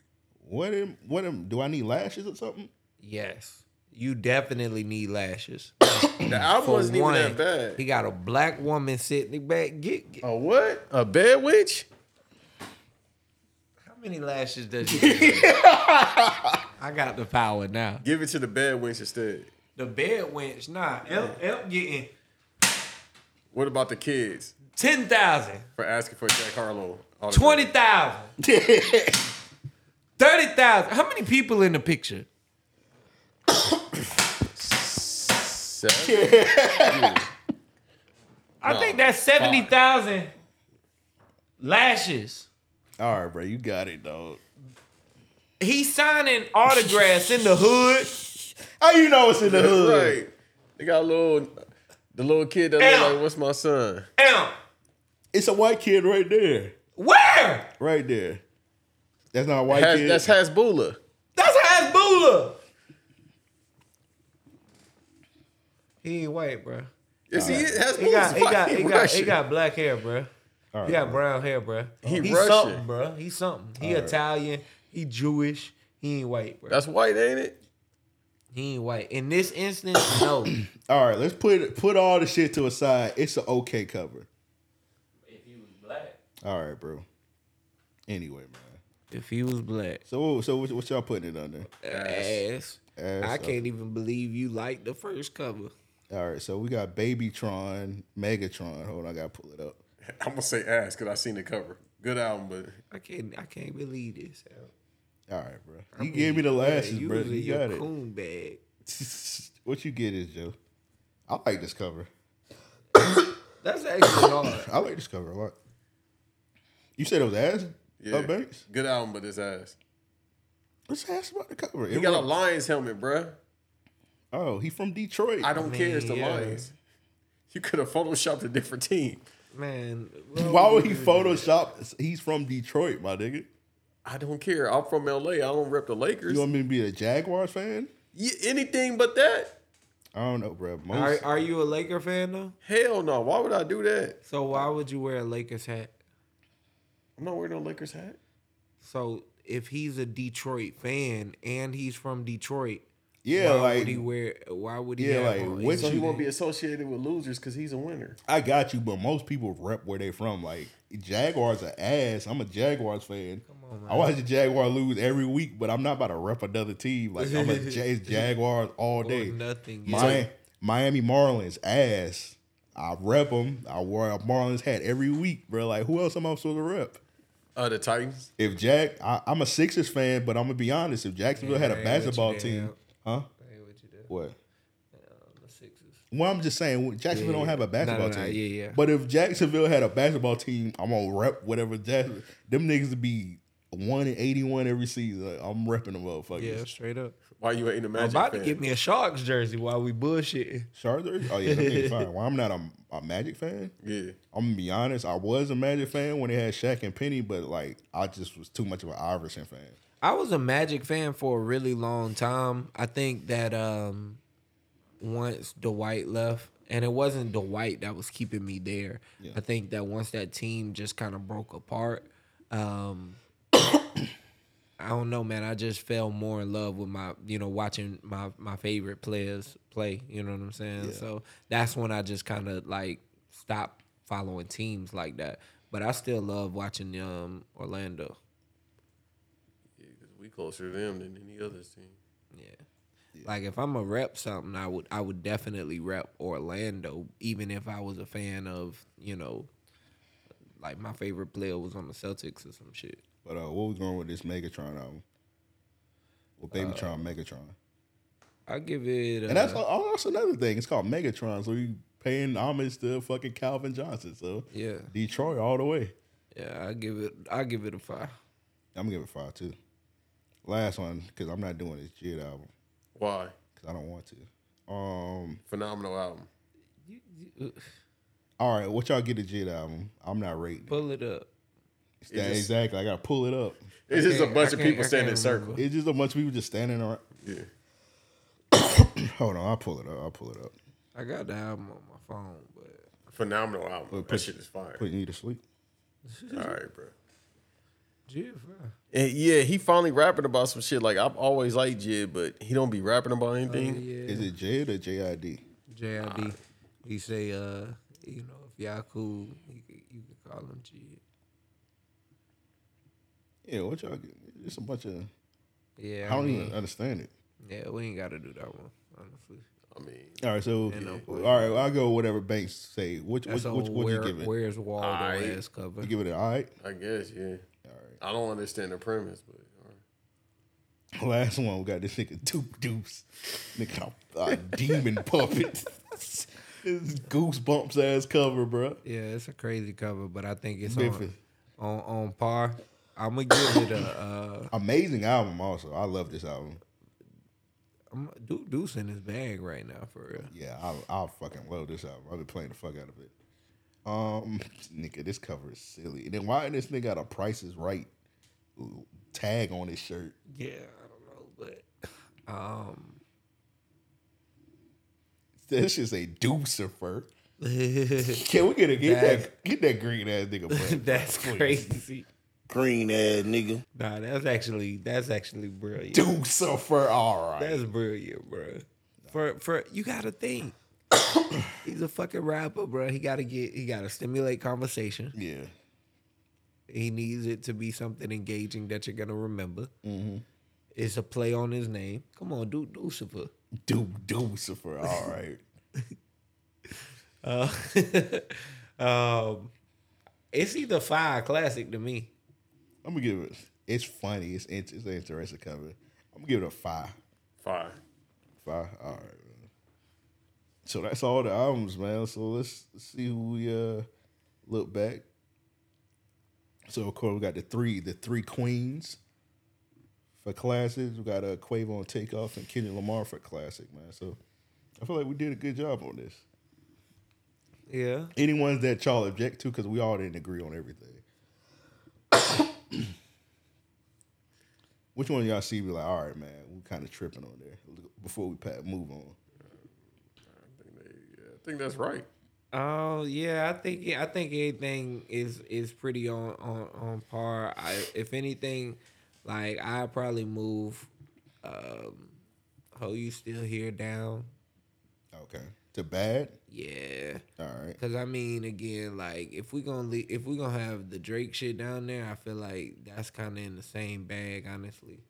F: What am what am do I need lashes or something?
L: Yes. You definitely need lashes.
M: The album
L: For
M: wasn't even that
L: one,
M: bad.
L: He got a black woman sitting back. Get, get-
M: A what? A bed witch?
L: how many lashes does you? need? I got the power now.
M: Give it to the bed witch instead.
L: the bed wench, nah. Elp, elp getting
M: What about the kids?
L: ten thousand
M: for asking for Jack Harlow. autograph?
L: twenty thousand. Thirty thousand. How many people in the picture?
M: Seven?
L: I
F: No,
L: think that's seventy thousand lashes.
F: All right, bro, you got it, dog.
L: He signing autographs in the hood.
F: How Ah, you know it's in the
M: That's
F: hood?
M: Right. They got a little, the little kid that look like, what's my son?
F: It's a white kid right there.
L: Where?
F: Right there. That's not a white
M: Has-
F: kid.
M: that's Hasbullah.
L: That's Hasbullah. He ain't white, bro.
M: Yes, he is. Hasbullah's
L: He got, he
M: white.
L: got,
M: He
L: he got, he
M: Russian.
L: got black hair, bro.
M: All
L: he
M: right,
L: got brown hair, bro.
M: He
L: He's
M: Russian.
L: something, bro. He's something. He
M: All right.
L: Italian. He Jewish. He ain't white, bro.
M: That's white, ain't it?
L: He ain't white. In this instance, no.
F: All right, let's put put all the shit to aside. It's an okay cover. If he was black. All right, bro. Anyway, man.
L: If he was black.
F: So so what, what y'all putting it under?
L: Ass.
F: Ass,
L: I
F: okay.
L: can't even believe you like the first cover.
F: All right, so we got Babytron, Megatron. Hold on, I gotta pull it up.
M: I'm gonna say ass because I seen the cover. Good album, but
L: I can't, I can't believe this.
F: All right, bro. You gave me the lashes,
L: you
F: bro.
L: was in
F: You
L: your
F: got it.
L: coon bag.
F: What you get is Joe. I like this cover.
L: That's actually hard.
F: I like this cover a lot. You said it was ass.
M: yeah,
F: Up Banks?
M: good album, but it's ass.
F: Let's ask about the cover.
M: He
F: It
M: got a
F: worked.
M: lion's helmet, bruh.
F: Oh, he from Detroit.
M: I don't care. It's the
F: yeah.
M: lions. You could have photoshopped a different team.
L: Man,
F: Why would he Photoshop? He's from Detroit, my nigga.
M: I don't care. I'm from LA. I don't rep the Lakers.
F: You want me to be a Jaguars fan?
M: Yeah, anything but that.
F: I don't know, bro.
L: Are, are you a Laker fan though?
M: Hell no. Why would I do that?
L: So why would you wear a Lakers hat?
M: I'm not wearing no Lakers hat.
L: So if he's a Detroit fan and he's from Detroit,
F: Yeah,
L: why
F: like-
L: would he wear? Why would he? have on?
M: so he won't be associated with losers because he's a winner.
F: I got you, but most people rep where they from. Like Jaguars are ass. I'm a Jaguars fan.
L: on,
F: I watch the Jaguar lose every week, but I'm not about to rep another team. Like I'm a Jay's Jaguars all
L: Or
F: day.
L: nothing.
F: Mi- Miami Marlins ass. I rep them. I wear a Marlins hat every week, bro. Like who else am I supposed to rep?
M: Uh, the Titans.
F: If Jack, I, I'm a Sixers fan, but I'm gonna be honest. If Jacksonville had
L: I
F: a
L: ain't with you
F: basketball
L: there,
F: team, huh?
L: Al.
F: What? Well, I'm just saying well, Jacksonville
L: Uh, Yeah,
F: don't have
L: yeah.
F: a
L: No,
F: basketball
L: no, no,
F: team.
L: yeah, yeah.
F: But if Jacksonville had a basketball team, I'm gonna rep whatever Jack. Them niggas would be one and eighty one every season. Like, I'm repping the motherfuckers.
L: Yeah, straight up.
M: Why you ain't a
L: I'm about to get me a Sharks jersey while we bullshitting.
F: Sharks jersey? Oh yeah, that nigga fine. Well, I'm not a, a Magic fan.
M: Yeah,
F: I'm gonna be honest. I was a Magic fan when they had Shaq and Penny, but like I just was too much of an Iverson fan.
L: I was a Magic fan for a really long time. I think that um once Dwight left, and it wasn't Dwight that was keeping me there. I think that once that team just kind of broke apart, um I don't know, man. I just fell more in love with my, you know, watching my my favorite players play. You know what I'm saying? So that's when I just kind of like stopped following teams like that. But I still love watching um Orlando.
M: we closer to them than any other team.
L: Yeah. Like if I'm a rep something, I would I would definitely rep Orlando, even if I was a fan of you know, like my favorite player was on the Celtics or some shit.
F: But uh, what was going with this Megatron album? Well, Babytron, Megatron.
L: I give it. Uh,
F: And that's oh, that's another thing. It's called Megatron. So you paying homage to fucking Calvin Johnson. So
L: yeah,
F: Detroit all the way.
L: yeah. I give it. I give it a five.
F: I'm gonna give it five too. Last one because I'm not doing this Jid album
M: Why?
F: because I don't want to. Um,
M: Phenomenal album.
F: all right, what y'all get a Jid album? I'm not rating. it.
L: Pull it up.
F: It's
M: It
F: that-
M: just-
F: exactly. I gotta pull it up.
M: It's just a
L: can't-
M: bunch
L: I
M: of
L: can't-
M: people
L: I
M: standing in
L: can't
M: circle.
F: It's just a bunch of people just standing around.
M: Yeah.
F: Hold on, I'll pull it up. I'll pull it up.
L: I got the album on my phone, but
M: Phenomenal album.
F: Well,
M: that
F: put-
M: shit is fire.
F: Putting you to sleep.
M: All right, bro.
L: Jid five.
M: And yeah, he finally rapping about some shit. Like I've always liked Jid, but he don't be rapping
L: Oh,
M: about anything.
F: Is it Jid or JID?
L: JID. he say, uh, you know, if y'all cool, you could, you could call him Jid.
F: Yeah, what y'all get? It's a bunch of.
L: Yeah,
F: I
L: I
F: don't
L: mean-
F: even understand it.
L: Yeah, we ain't got to do that one, honestly.
M: I mean,
F: All right, so
L: Ain't no
F: all
L: point.
F: right, I'll go whatever Banks say. Which which
L: That's
F: which
L: on
F: would you
L: where-
F: give it?
L: Where's Waldo
M: Aight.
L: ass cover?
F: You give it an all right.
M: I guess yeah. I don't understand the premise, but all right.
F: Last one, we got this nigga Toop Deuce. Nigga, a a demon puppet. this is goosebumps ass cover, bro.
L: Yeah, it's a crazy cover, but I think it's
F: Memphis.
L: on, on on par. I'm gonna give it a uh,
F: Amazing album, also. I love this album.
L: I'm, Du- Deuce in his bag right now for real.
F: Yeah, I, I fucking love this album. I've been playing the fuck out of it. Um, nigga, this cover is silly. And then why this nigga got a Price is Right tag on his shirt?
L: Yeah, I don't know, but um,
F: This shit say Deucer fur. Can we get a get that, get that green ass nigga? Button,
L: that's
F: please?
L: crazy.
C: Green ass nigga.
L: Nah, that's actually that's actually brilliant.
F: Deucer fur. All right.
L: That's brilliant, bro. For for you gotta think. He's a fucking rapper, bro. He gotta get he gotta stimulate conversation.
F: Yeah.
L: He needs it to be something engaging that you're gonna remember. It's a play on his name. Come on, dude, Lucifer.
F: Dude, Lucifer. All right.
L: Uh, um, it's either five classic to me.
F: I'm gonna give it. It's funny. It's int- it's an interesting cover. I'm gonna give it a five.
M: Fire.
F: Five. All right. man. So that's all the albums, man. So let's see who we uh look back. So of course we got the three, the three queens for classics. We got a uh, Quavo and Takeoff and Kenny Lamar for classic, man. So I feel like we did a good job on this.
L: Yeah.
F: Any ones that y'all object to, because we all didn't agree on everything. Which one of y'all see be like, all right, man, we kind of tripping on there before we pa- move on.
M: think that's right.
L: Oh yeah, I think yeah, I think everything is is pretty on on on par. I, if anything, like I probably move. um Ho, you still here down?
F: Okay. To bad?
L: Yeah.
F: All right.
L: Cause I mean, again, like if we gonna le- if we gonna have the Drake shit down there, I feel like that's kind of in the same bag, honestly.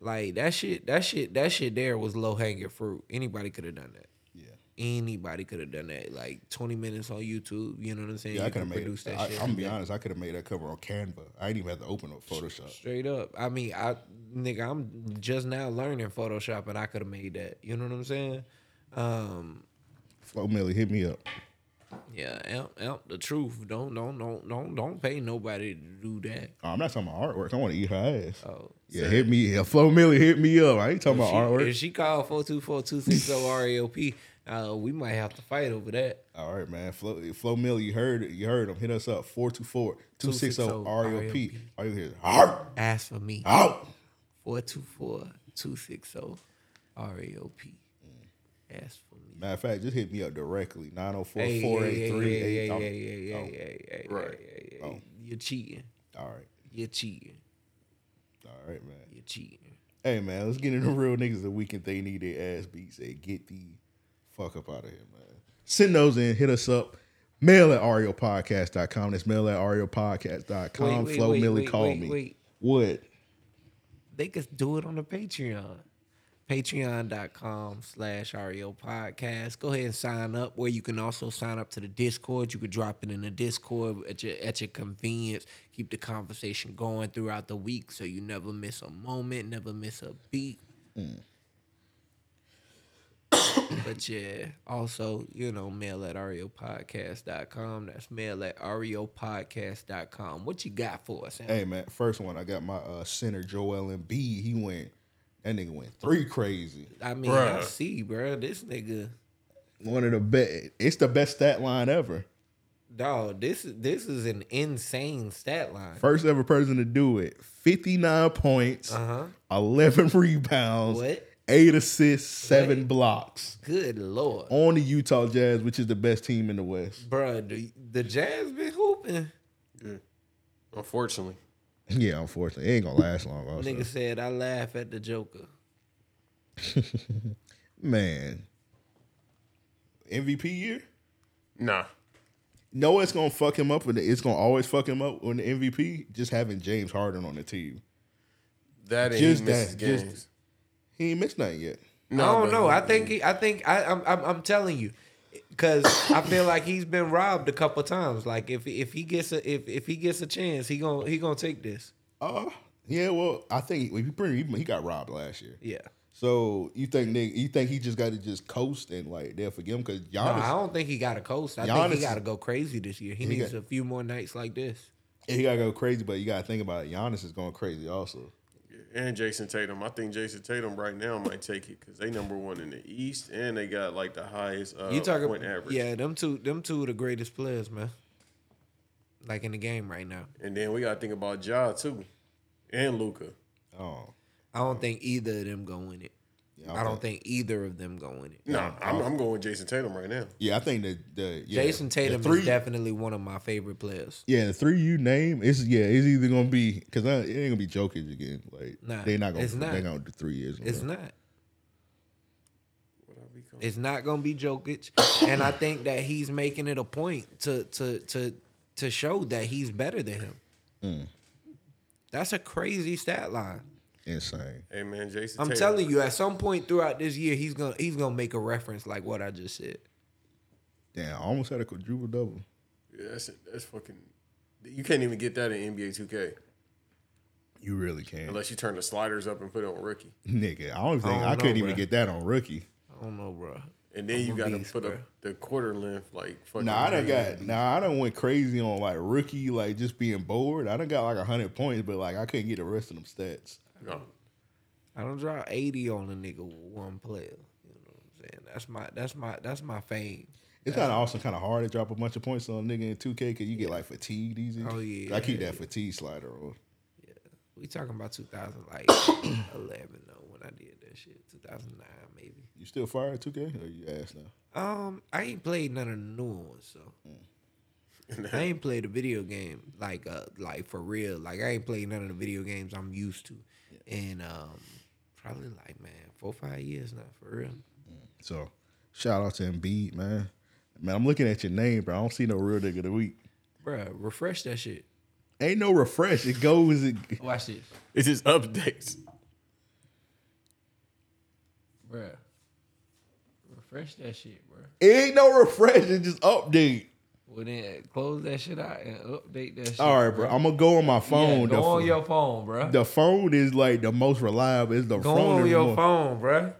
L: Like that shit, that shit, that shit there was low hanging fruit. Anybody could have done that.
F: Yeah.
L: Anybody could have done that. Like twenty minutes on YouTube. You know what I'm saying?
F: Yeah, I
L: You
F: could
L: can
F: have made. It, I, I'm gonna be honest. I could have made that cover on Canva. I ain't even had to open up Photoshop.
L: Straight up. I mean, I nigga, I'm just now learning Photoshop, and I could have made that. You know what I'm saying? Um,
F: Flo Millie, hit me up.
L: yeah, amp, amp the truth. Don't don't don't don't don't pay nobody to do that.
F: Oh, I'm not talking about artwork. I want to eat her ass.
L: Oh,
F: yeah, hit me. Yeah, Flo Millie, hit me up. I ain't talking
L: If
F: about
L: she,
F: artwork.
L: if she called four two four two six oh zero REOP, uh, we might have to fight over that.
F: All right, man. Flo, Flo Mill, you heard it. You heard him. Hit us up 424 260
L: E
F: REOP. Are you here? Heart.
L: Ask for me.
F: Out.
L: 424 260 REOP. Ask for me.
F: Matter of fact, just hit me up directly 904
L: Hey, hey, hey,
F: 483
L: hey, hey, hey, hey, hey, hey, hey, hey, hey,
F: Oh.
L: You're cheating.
F: All right.
L: You're cheating.
F: All right, man.
L: You're cheating.
F: Hey, man, let's get into real niggas the weekend they need their ass beat. Say, get the fuck up out of here, man. Send those in. Hit us up. Mail at ariopodcast.com. That's mail at ariopodcast.com.
L: Wait, wait,
F: Flo
L: wait,
F: Millie,
L: wait,
F: call
L: wait,
F: me.
L: wait.
F: What?
L: They could do it on the Patreon. Patreon.com slash REO podcast. Go ahead and sign up where you can also sign up to the Discord. You could drop it in the Discord at your at your convenience. Keep the conversation going throughout the week so you never miss a moment, never miss a beat.
F: Mm.
L: but yeah, also, you know, mail at E REOpodcast.com. That's mail at E REOpodcast.com. What you got for us? Sam?
F: Hey man, first one I got my uh center Joel Embiid. He went that nigga went three crazy.
L: I mean, I
F: Bruh.
L: see, bro. This nigga,
F: One of the best. It's the best stat line ever.
L: dog. This is this is an insane stat line.
F: First ever person to do it. Fifty nine points,
L: Uh-huh.
F: eleven rebounds,
L: What?
F: eight assists, seven blocks
L: Good lord,
F: on the Utah Jazz, which is the best team in the West.
L: bro. The, the Jazz been hooping.
M: Unfortunately,
F: Yeah, unfortunately, it ain't gonna last long. Also,
L: Nigga said, "I laugh at the Joker."
F: man, MVP year.
M: nah.
F: No, it's gonna fuck him up, and it's gonna always fuck him up on the MVP. Just having James Harden on the team,
M: That ain't
F: Just
M: he misses
F: that,
M: games.
F: just- he ain't missed nothing yet.
L: I don't know. I think he, I think I, I'm, I'm I'm telling you, because I feel like he's been robbed a couple times. Like if if he gets a if if he gets a chance, he gonna he gonna take this.
F: Uh, yeah. Well, I think if you pretty, he got robbed last year.
L: Yeah.
F: So you think nigga, you think he just got to just coast and like they'll forgive him because
L: No, I
F: Giannis
L: don't think he got a coast. I think
F: Giannis-
L: he got to go crazy this year. He,
F: He
L: needs
F: got-
L: a few more nights like this.
F: he got to go crazy, but you got to think about it. Giannis is going crazy also.
M: And Jason Tatum. I think Jason Tatum right now might take it because they number one in the East and they got like the highest uh,
L: you talking
M: point average.
L: Yeah, them two, them two are the greatest players, man. Like in the game right now.
M: And then we got to think about Ja too, and Luca.
F: Oh,
L: I don't think either of them go win it.
F: Yeah,
L: I don't think either of them go win it.
M: Nah, I'm, I'm going with Jason Tatum right now.
F: Yeah, I think the the yeah,
L: Jason
F: the
L: Tatum
F: three,
L: is definitely one of my favorite players.
F: yeah, the three you name is yeah, it's either gonna be because it ain't gonna be Jokic again. Like
L: Nah,
F: they're not gonna
L: it's not.
F: they're gonna do three years. in a
L: It's
F: row.
L: not. It's not gonna be Jokic, and I think that he's making it a point to to to to show that he's better than him.
F: Mm.
L: That's a crazy stat line.
F: insane.
M: Hey man, Jason.
L: I'm
M: Tatum.
L: telling you, at some point throughout this year, he's gonna he's gonna make a reference like what I just said.
F: Damn, I almost had a quadruple double.
M: Yeah, that's that's fucking. You can't even get that in NBA 2K
F: You really can,
M: unless you turn the sliders up and put it on rookie.
F: nigga. I don't
L: I
F: think I,
L: don't know,
F: couldn't even
L: bruh.
F: get that on rookie.
L: I don't know, bro.
M: And then you
L: I'm a
M: got to
L: beast,
M: put a,
L: bruh.
M: the quarter length like fucking.
F: Nah, I done
M: way-
F: got nah, I done went crazy on like rookie, like just being bored. I done got like hundred points, but like I couldn't get the rest of them stats.
M: No,
L: I don't draw 80 on a nigga with one player. You know what I'm saying? That's my that's my that's my fame.
F: It's kind of also kind of hard to drop a bunch of points on a nigga in two K because you get like fatigued easy.
L: Oh, yeah.
F: I keep that fatigue slider on.
L: We talking about 2011 though when I did that. that shit. 2009 maybe.
F: You still fired 2K? Or Oh, you ass now?
L: Um, I ain't played none of the new ones, so
F: Mm.
L: I ain't played a video game like uh like for real. Like I ain't played none of the video games I'm used to, and um, probably like man four five years now for real.
F: So, shout out to Embiid, man. Man, I'm looking at your name, bro. I don't see no real nigga of the week.
L: Bruh, refresh that shit.
F: Ain't no refresh. It goes. It,
L: Watch this,
M: It's just updates.
L: bruh. Refresh that shit, bruh.
F: it ain't no refresh. It just update.
L: Well then, close that shit out and update that. shit.
F: All right, bro. I'm gonna go on my phone.
L: Yeah,
F: The
L: go on
F: ph-
L: your phone, bruh.
F: The phone is like the most reliable. It's the
L: Go
F: phone.
L: on
F: is
L: your
F: more-
L: phone, bruh.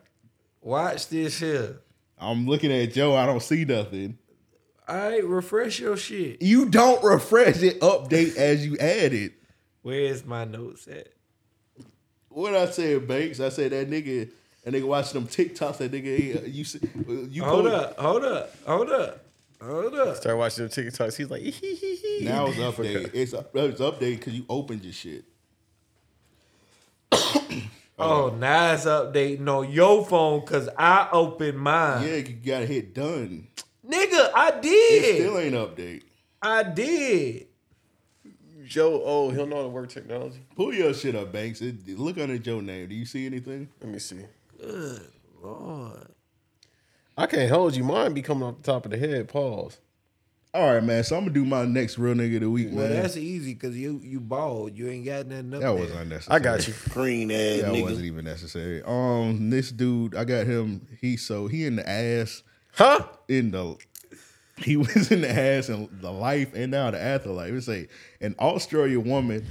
L: Watch this here.
F: I'm looking at Joe. I don't see nothing.
L: All right, refresh your shit.
F: You don't refresh it. Update as you add it.
L: Where's my notes at?
F: What I said, Banks? I said that nigga. And nigga watching them TikToks. That nigga. ain't- uh, You see- you
L: hold
F: post-
L: up, hold up, hold up, hold up.
M: Start watching them TikToks. He's like,
F: Now it's update. It's up- it's update because you opened your shit.
L: Oh, now it's updating on your phone because I opened mine.
F: Yeah, you gotta hit done.
L: Nigga, I
F: It
L: did.
F: still ain't update.
L: I did.
M: Joe, oh, he'll know how to work technology.
F: Pull your shit up, Banks. It- look under Joe name. Do you see anything?
M: Let me see.
L: Good lord.
M: I can't hold you. Mine be coming off the top of the head. Pause.
F: All right, man. So I'm gonna do my next real nigga of the week,
L: Well,
F: man.
L: that's easy because you you bald. You ain't got nothing up
F: That
L: there.
F: was unnecessary.
M: Green ass
F: That wasn't even necessary. Um, this dude, I got him. He so he in the ass.
M: Huh?
F: In the he was in the ass and the life and now the afterlife. It's like an Australian woman.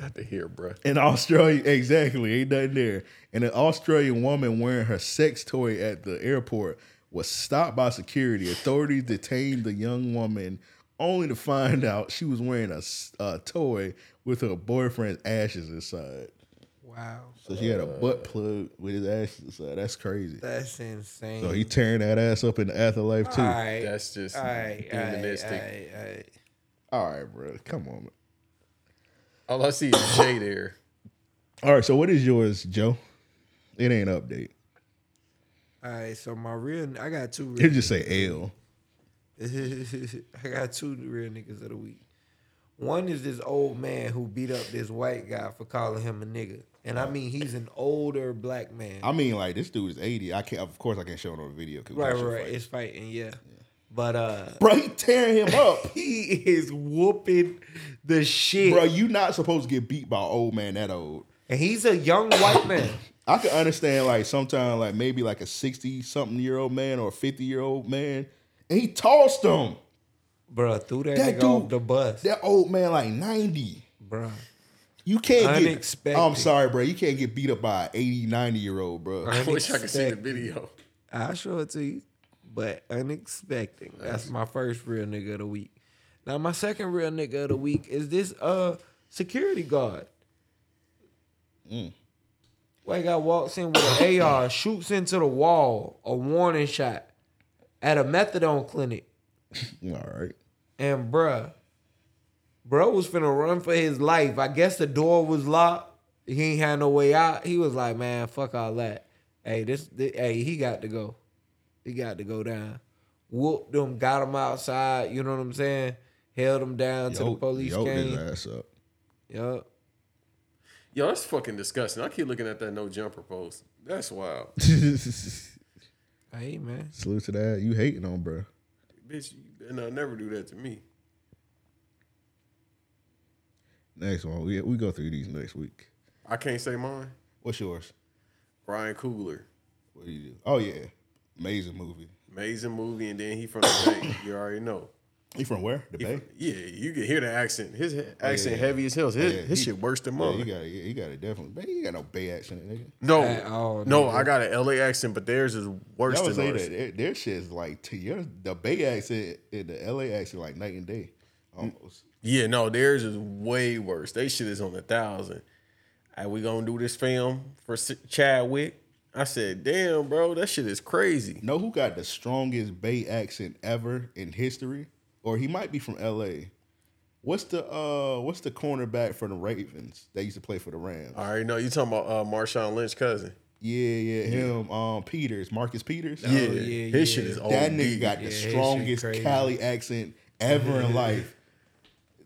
M: Not to hear, bruh.
F: An Australia exactly ain't nothing there. And an Australian woman wearing her sex toy at the airport was stopped by security. Authorities detained the young woman only to find out she was wearing a, s- a toy with her boyfriend's ashes inside.
L: Wow.
F: So she had a butt plug with his ashes inside. That's crazy.
L: That's insane.
F: So he tearing that ass up in the afterlife too.
L: All right.
M: That's just
L: all right, all right, all
M: demonistic.
L: right, all right.
F: All right, bro. Come on. Man.
M: All I see is Jay there.
F: All right. So what is yours, Joe? It ain't update.
L: All right, so my real, I got two. Real
F: It just say L.
L: I got two real niggas of the week. One is this old man who beat up this white guy for calling him a nigga. And I mean, he's an older black man.
F: I mean, like this dude is eighty. I can't. Of course, I can't show it on the video. 'cause we
L: right, right,
F: actually
L: right. It's fighting, yeah. But, uh,
F: Bro, he tearing him up.
L: he is whooping the shit.
F: Bro, you not supposed to get beat by an old man that old.
L: And he's a young white man.
F: I can understand like sometimes like maybe like a sixty something year old man or a fifty year old man, and he tossed him.
L: Bro, threw that,
F: That
L: nigga off
F: dude-
L: the bus.
F: That old man like ninety.
L: Bro.
F: You can't
L: Unexpected.
F: get. I'm sorry, bro. You can't get beat up by an 80, 90 year old, bro.
M: I wish I could see the video.
L: I'll show it to you. But unexpected. That's my first real nigga of the week. Now my second real nigga of the week is this uh security guard. White guy walks in with an AR, shoots into the wall, a warning shot at a methadone clinic.
F: All right.
L: And bruh, bro was finna run for his life. I guess the door was locked. He ain't had no way out. He was like, man, fuck all that. Hey, this, thi- hey, he got to go. He got to go down. Whooped him, got him outside. You know what I'm saying? Held him down to the
F: Yo-
L: police
F: yo, his
L: came.
F: ass up.
L: Yup.
M: Yo, that's fucking disgusting. I keep looking at that no jumper post. That's wild.
L: Hey man,
F: Salute to that. You hating on, bro.
M: Bitch, you better not never do that to me.
F: Next one. We, we go through these next week.
M: I can't say mine.
F: What's yours?
M: Ryan Coogler.
F: What do you do? Oh yeah, amazing movie.
M: Amazing movie, and then he from the Bay. You already know.
F: He from where? The
M: He
F: Bay.
M: from- yeah, you can hear the accent. His he- accent
F: yeah.
M: heavy as hell. His,
F: Yeah,
M: his
F: he-
M: shit worse than
F: yeah,
M: mine.
F: you got it. Yeah, you got it. Definitely. But you got no Bay accent, nigga.
M: no,
L: At all,
M: no,
L: nigga.
M: I got an LA accent, but theirs is worse
F: Y'all
M: than
F: say
M: ours.
F: that their, their shit is like to your the Bay accent and the LA accent like night and day, almost.
M: Yeah, no, theirs is way worse. They shit is on a thousand. Hey, we gonna do this film for S- Chadwick? I said, damn, bro, that shit is crazy.
F: Know who got the strongest Bay accent ever in history? Or he might be from LA. What's the uh what's the cornerback for the Ravens that used to play for the Rams?
M: I already know you talking about uh, Marshawn Lynch cousin.
F: Yeah, yeah, him. Um, Peters, Marcus Peters.
M: Oh, Yeah. yeah, His shit yeah. is
F: That
M: OD.
F: nigga got the
M: Oh, Yeah, his shit
F: strongest
M: crazy.
F: Cali accent ever in
M: Yeah.
F: life.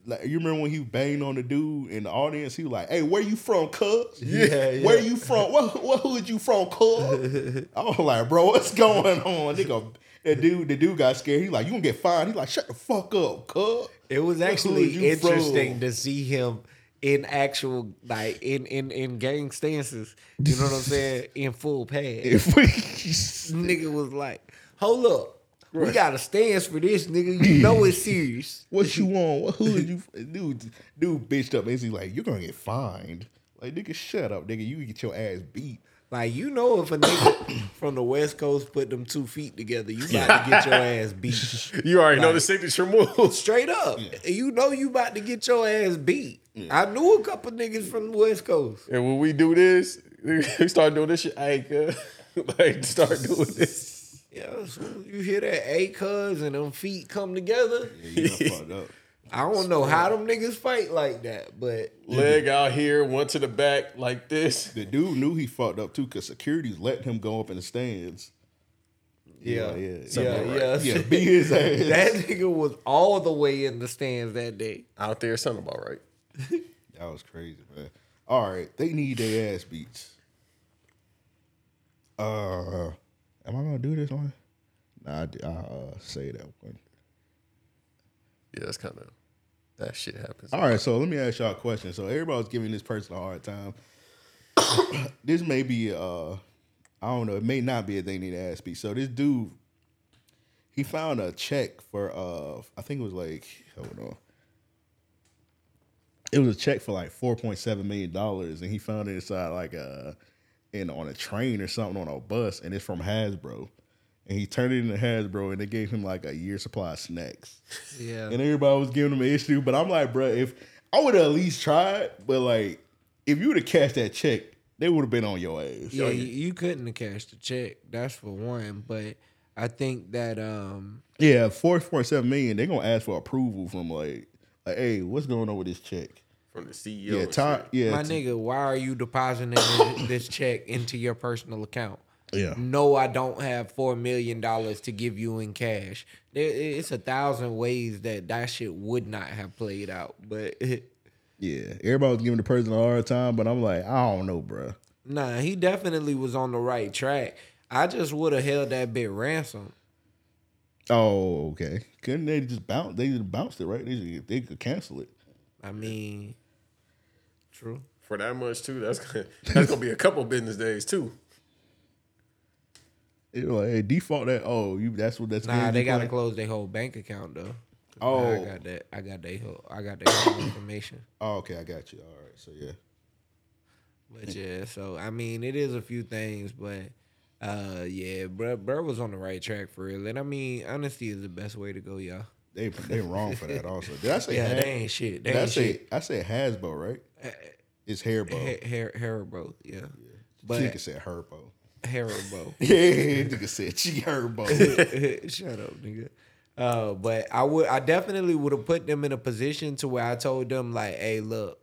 F: Like you remember when he banged on the dude in the audience? He was like, "Hey, where you from, cuz?
M: Yeah, yeah.
F: where you from? What, what hood you from, cuz?" I was like, "Bro, what's going on, nigga?" That dude, the dude got scared. He like, "You gonna get fined?" He like, "Shut the fuck up, cuz."
L: It was
F: What hood
L: actually
F: you from?
L: interesting to see him in actual like in in in gang stances. You know what I'm saying? In full pads. nigga was like, "Hold up, we
F: Right.
L: got a stance for this, nigga. You know it's serious."
F: What you want? What hood you dude? Dude bitched up. Basically, like you're gonna get fined. Like nigga, shut up, nigga. You get your ass beat.
L: Like you know, if a nigga from the West Coast put them two feet together, you about to get your ass beat.
M: You already know
L: Like,
M: the signature move.
L: Straight up, you know you about to get your ass beat. I knew a couple niggas from the West Coast.
M: And when we do this, we start doing this shit. Hey, cuz. like start doing this.
L: Yeah, so you hear that A cuz and them feet come together. I don't know how them niggas fight like that, but
M: Leg out here, one to the back, like this.
F: The dude knew he fucked up too, cause security's let him go up in the stands.
L: Yeah,
F: yeah,
L: yeah,
F: yeah,
L: yeah.
F: yeah. Beat his ass.
L: that nigga was all the way in the stands that day.
M: Out there, something about right.
F: That was crazy, man. All right, they need their ass beats. Uh, am I gonna do this one? Nah, I, d- I, uh, say that one.
M: Yeah, that's kind of that shit happens.
F: All right, so let me ask y'all a question. So everybody's giving this person a hard time. this may be uh I don't know, it may not be a thing they need to ask me. So this dude he found a check for uh I think it was like hold on. It was a check for like four point seven million dollars and he found it inside like uh in on a train or something on a bus and it's from Hasbro. And he turned it into Hasbro and they gave him like a year supply of snacks.
L: Yeah.
F: And everybody was giving him an issue. But I'm like, bruh, if I would have at least tried, but like, if you would have cashed that check, they would have been on your ass.
L: Yeah, you, you couldn't have cashed the check. That's for one. But I think that um
F: yeah, four point seven million. They're gonna ask for approval from like, like, hey, what's going on with this check?
M: From the CEO.
F: Yeah,
M: and
F: Ty-
M: shit.
F: yeah,
L: my
F: t-
L: nigga, why are you depositing this- this check into your personal account?
F: Yeah.
L: No, I don't have four million dollars to give you in cash. There, it's a thousand ways that that shit would not have played out, but
F: Yeah, everybody was giving the person a hard time, but I'm like, I don't know, bruh.
L: Nah, he definitely was on the right track. I just would have held that bit ransom.
F: Oh, okay. Couldn't they just bounce? They just bounced it, right? They just, they could cancel it.
L: I mean, true.
M: For that much too, that's gonna, that's gonna be a couple business days too.
F: It was like, hey, default that. Oh, you. That's what that's.
L: Nah,
F: game
L: they
F: you
L: gotta
F: playing?
L: close their whole bank account though. 'Cause now I
F: Oh.
L: got that. I got their whole. I got their whole information.
F: Oh, okay, I got you. All right, so yeah.
L: But yeah, so I mean, it is a few things, but uh, yeah, bro, bro was on the right track for real. And I mean, honesty is the best way to go, y'all.
F: They they wrong for that also. Did I say
L: yeah,
F: Has-
L: they ain't shit. They
F: Did I
L: ain't
F: say
L: shit. Eh,
F: I said Hasbro, right? It's Haribo.
L: Ha- Har- Haribo, yeah. But
F: Chica said Haribo.
L: Haribo.
F: Yeah, nigga said she Haribo.
L: Shut up, nigga. Uh, but I would, I definitely would have put them in a position to where I told them like, "Hey, look,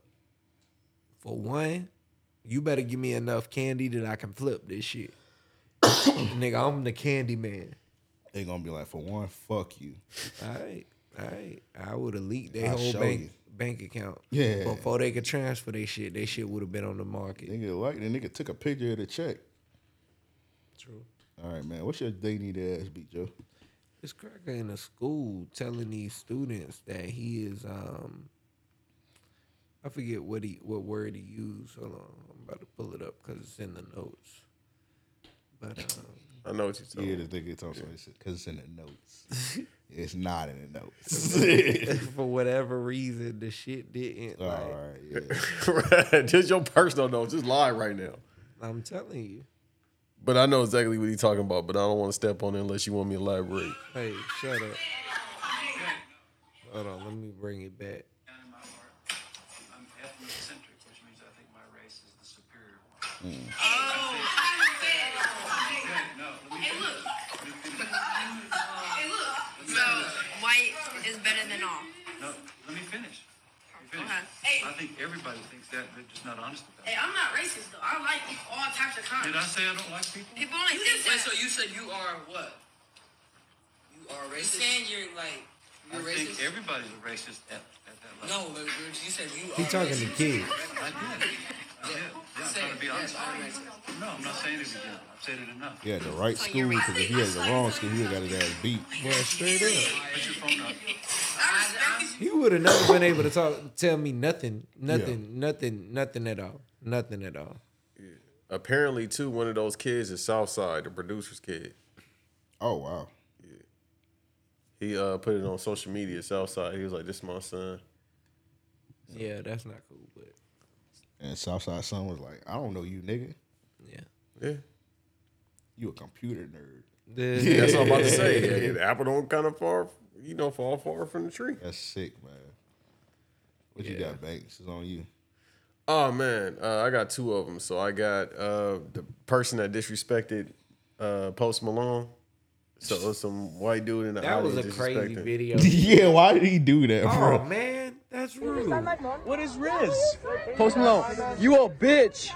L: for one, you better give me enough candy that I can flip this shit, nigga. I'm the candy man.
F: They gonna be like, for one, fuck you.
L: All right, all right. I would have leaked their
F: I'll
L: whole
F: show
L: bank
F: you.
L: bank account.
F: Yeah.
L: Before they could transfer their shit, they shit would have been on the market.
F: Nigga like the nigga took a picture of the check.
L: True.
F: All right, man. What's your they need to ass beat, Joe?
L: This cracker in the school telling these students that he is um I forget what he what word he used. Hold on, I'm about to pull it up because it's in the notes. But um,
M: I know what you're talking.
F: Yeah, this nigga talking because it's in the notes. it's not in the notes.
L: for whatever reason, the shit didn't.
F: All
L: Like,
F: right, yeah.
M: Right, just your personal notes. Just lie right now.
L: I'm telling you.
M: But I know exactly what he's talking about. But I don't want to step on it unless you want me to elaborate.
L: Hey, shut up. Hold on, let me bring it back.
N: I'm ethnocentric, which means I think my race is the superior one.
P: Hey, look. So white is better than all.
N: No, let me finish. Let me finish.
P: Okay. Hey.
N: I think everybody thinks that, they're just not honest about it.
P: Hey, I'm not racist though. I I like all types of kinds.
N: Did I say I don't like people?
P: People only
Q: You
P: think
Q: just
P: that.
Q: wait, so you said you are what? You are
P: You
Q: racist.
P: saying
Q: you're like
N: I
Q: you're
N: think
Q: racist.
N: everybody's a racist at, at that level.
Q: no, but you you said you are.
L: He talking to
Q: racist.
L: kids.
N: I did. I did. Yeah, I'm trying to be honest.
Q: Yes,
N: No, I'm not saying it again. I've said it enough.
F: He had the right school because if he had the wrong school, he got his ass beat.
L: Boy, straight up.
N: Put your phone up.
L: He would have never been able to talk, tell me nothing, nothing, nothing, nothing at all, nothing at all.
M: Apparently, too, one of those kids is Southside, the producer's kid.
F: Oh wow.
M: Yeah. He uh put it on social media, Southside. He was like, "This is my son."
L: Yeah, that's not cool. But
F: And Southside Son was like, I don't know you, nigga.
L: Yeah.
M: Yeah.
F: You a computer nerd.
M: Yeah, that's what I'm about to say. Yeah, the apple don't kind of far, you know, fall far from the tree.
F: That's sick, man. What you got, Banks? It's on you.
M: Oh man, uh, I got two of them. So I got uh, the person that disrespected uh, Post Malone. So it was some white dude in the
L: That was
M: audience
L: a crazy
M: disrespecting.
L: video.
F: yeah, why did he do that,
L: Oh
F: bro?
L: man, that's rude. What is
O: Riz. Post Malone, you a bitch.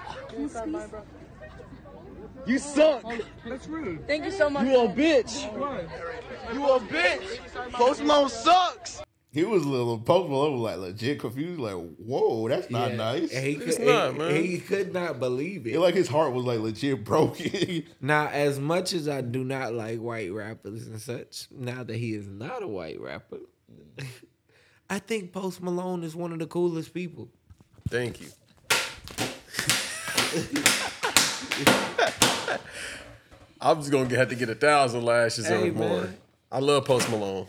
O: You suck. That's rude. Thank you so much. You a bitch. You a bitch. Post Malone sucks.
F: He was a little Post Malone was like legit confused, like, whoa, that's not
L: Yeah.
F: nice.
L: And he could, not, He could not believe it.
F: It like his heart was like legit broken.
L: Now, as much as I do not like white rappers and such, now that he is not a white rapper, I think Post Malone is one of the coolest people.
M: Thank you. I'm just gonna have to get a thousand lashes
L: Hey,
M: or more.
L: man.
M: I love Post Malone.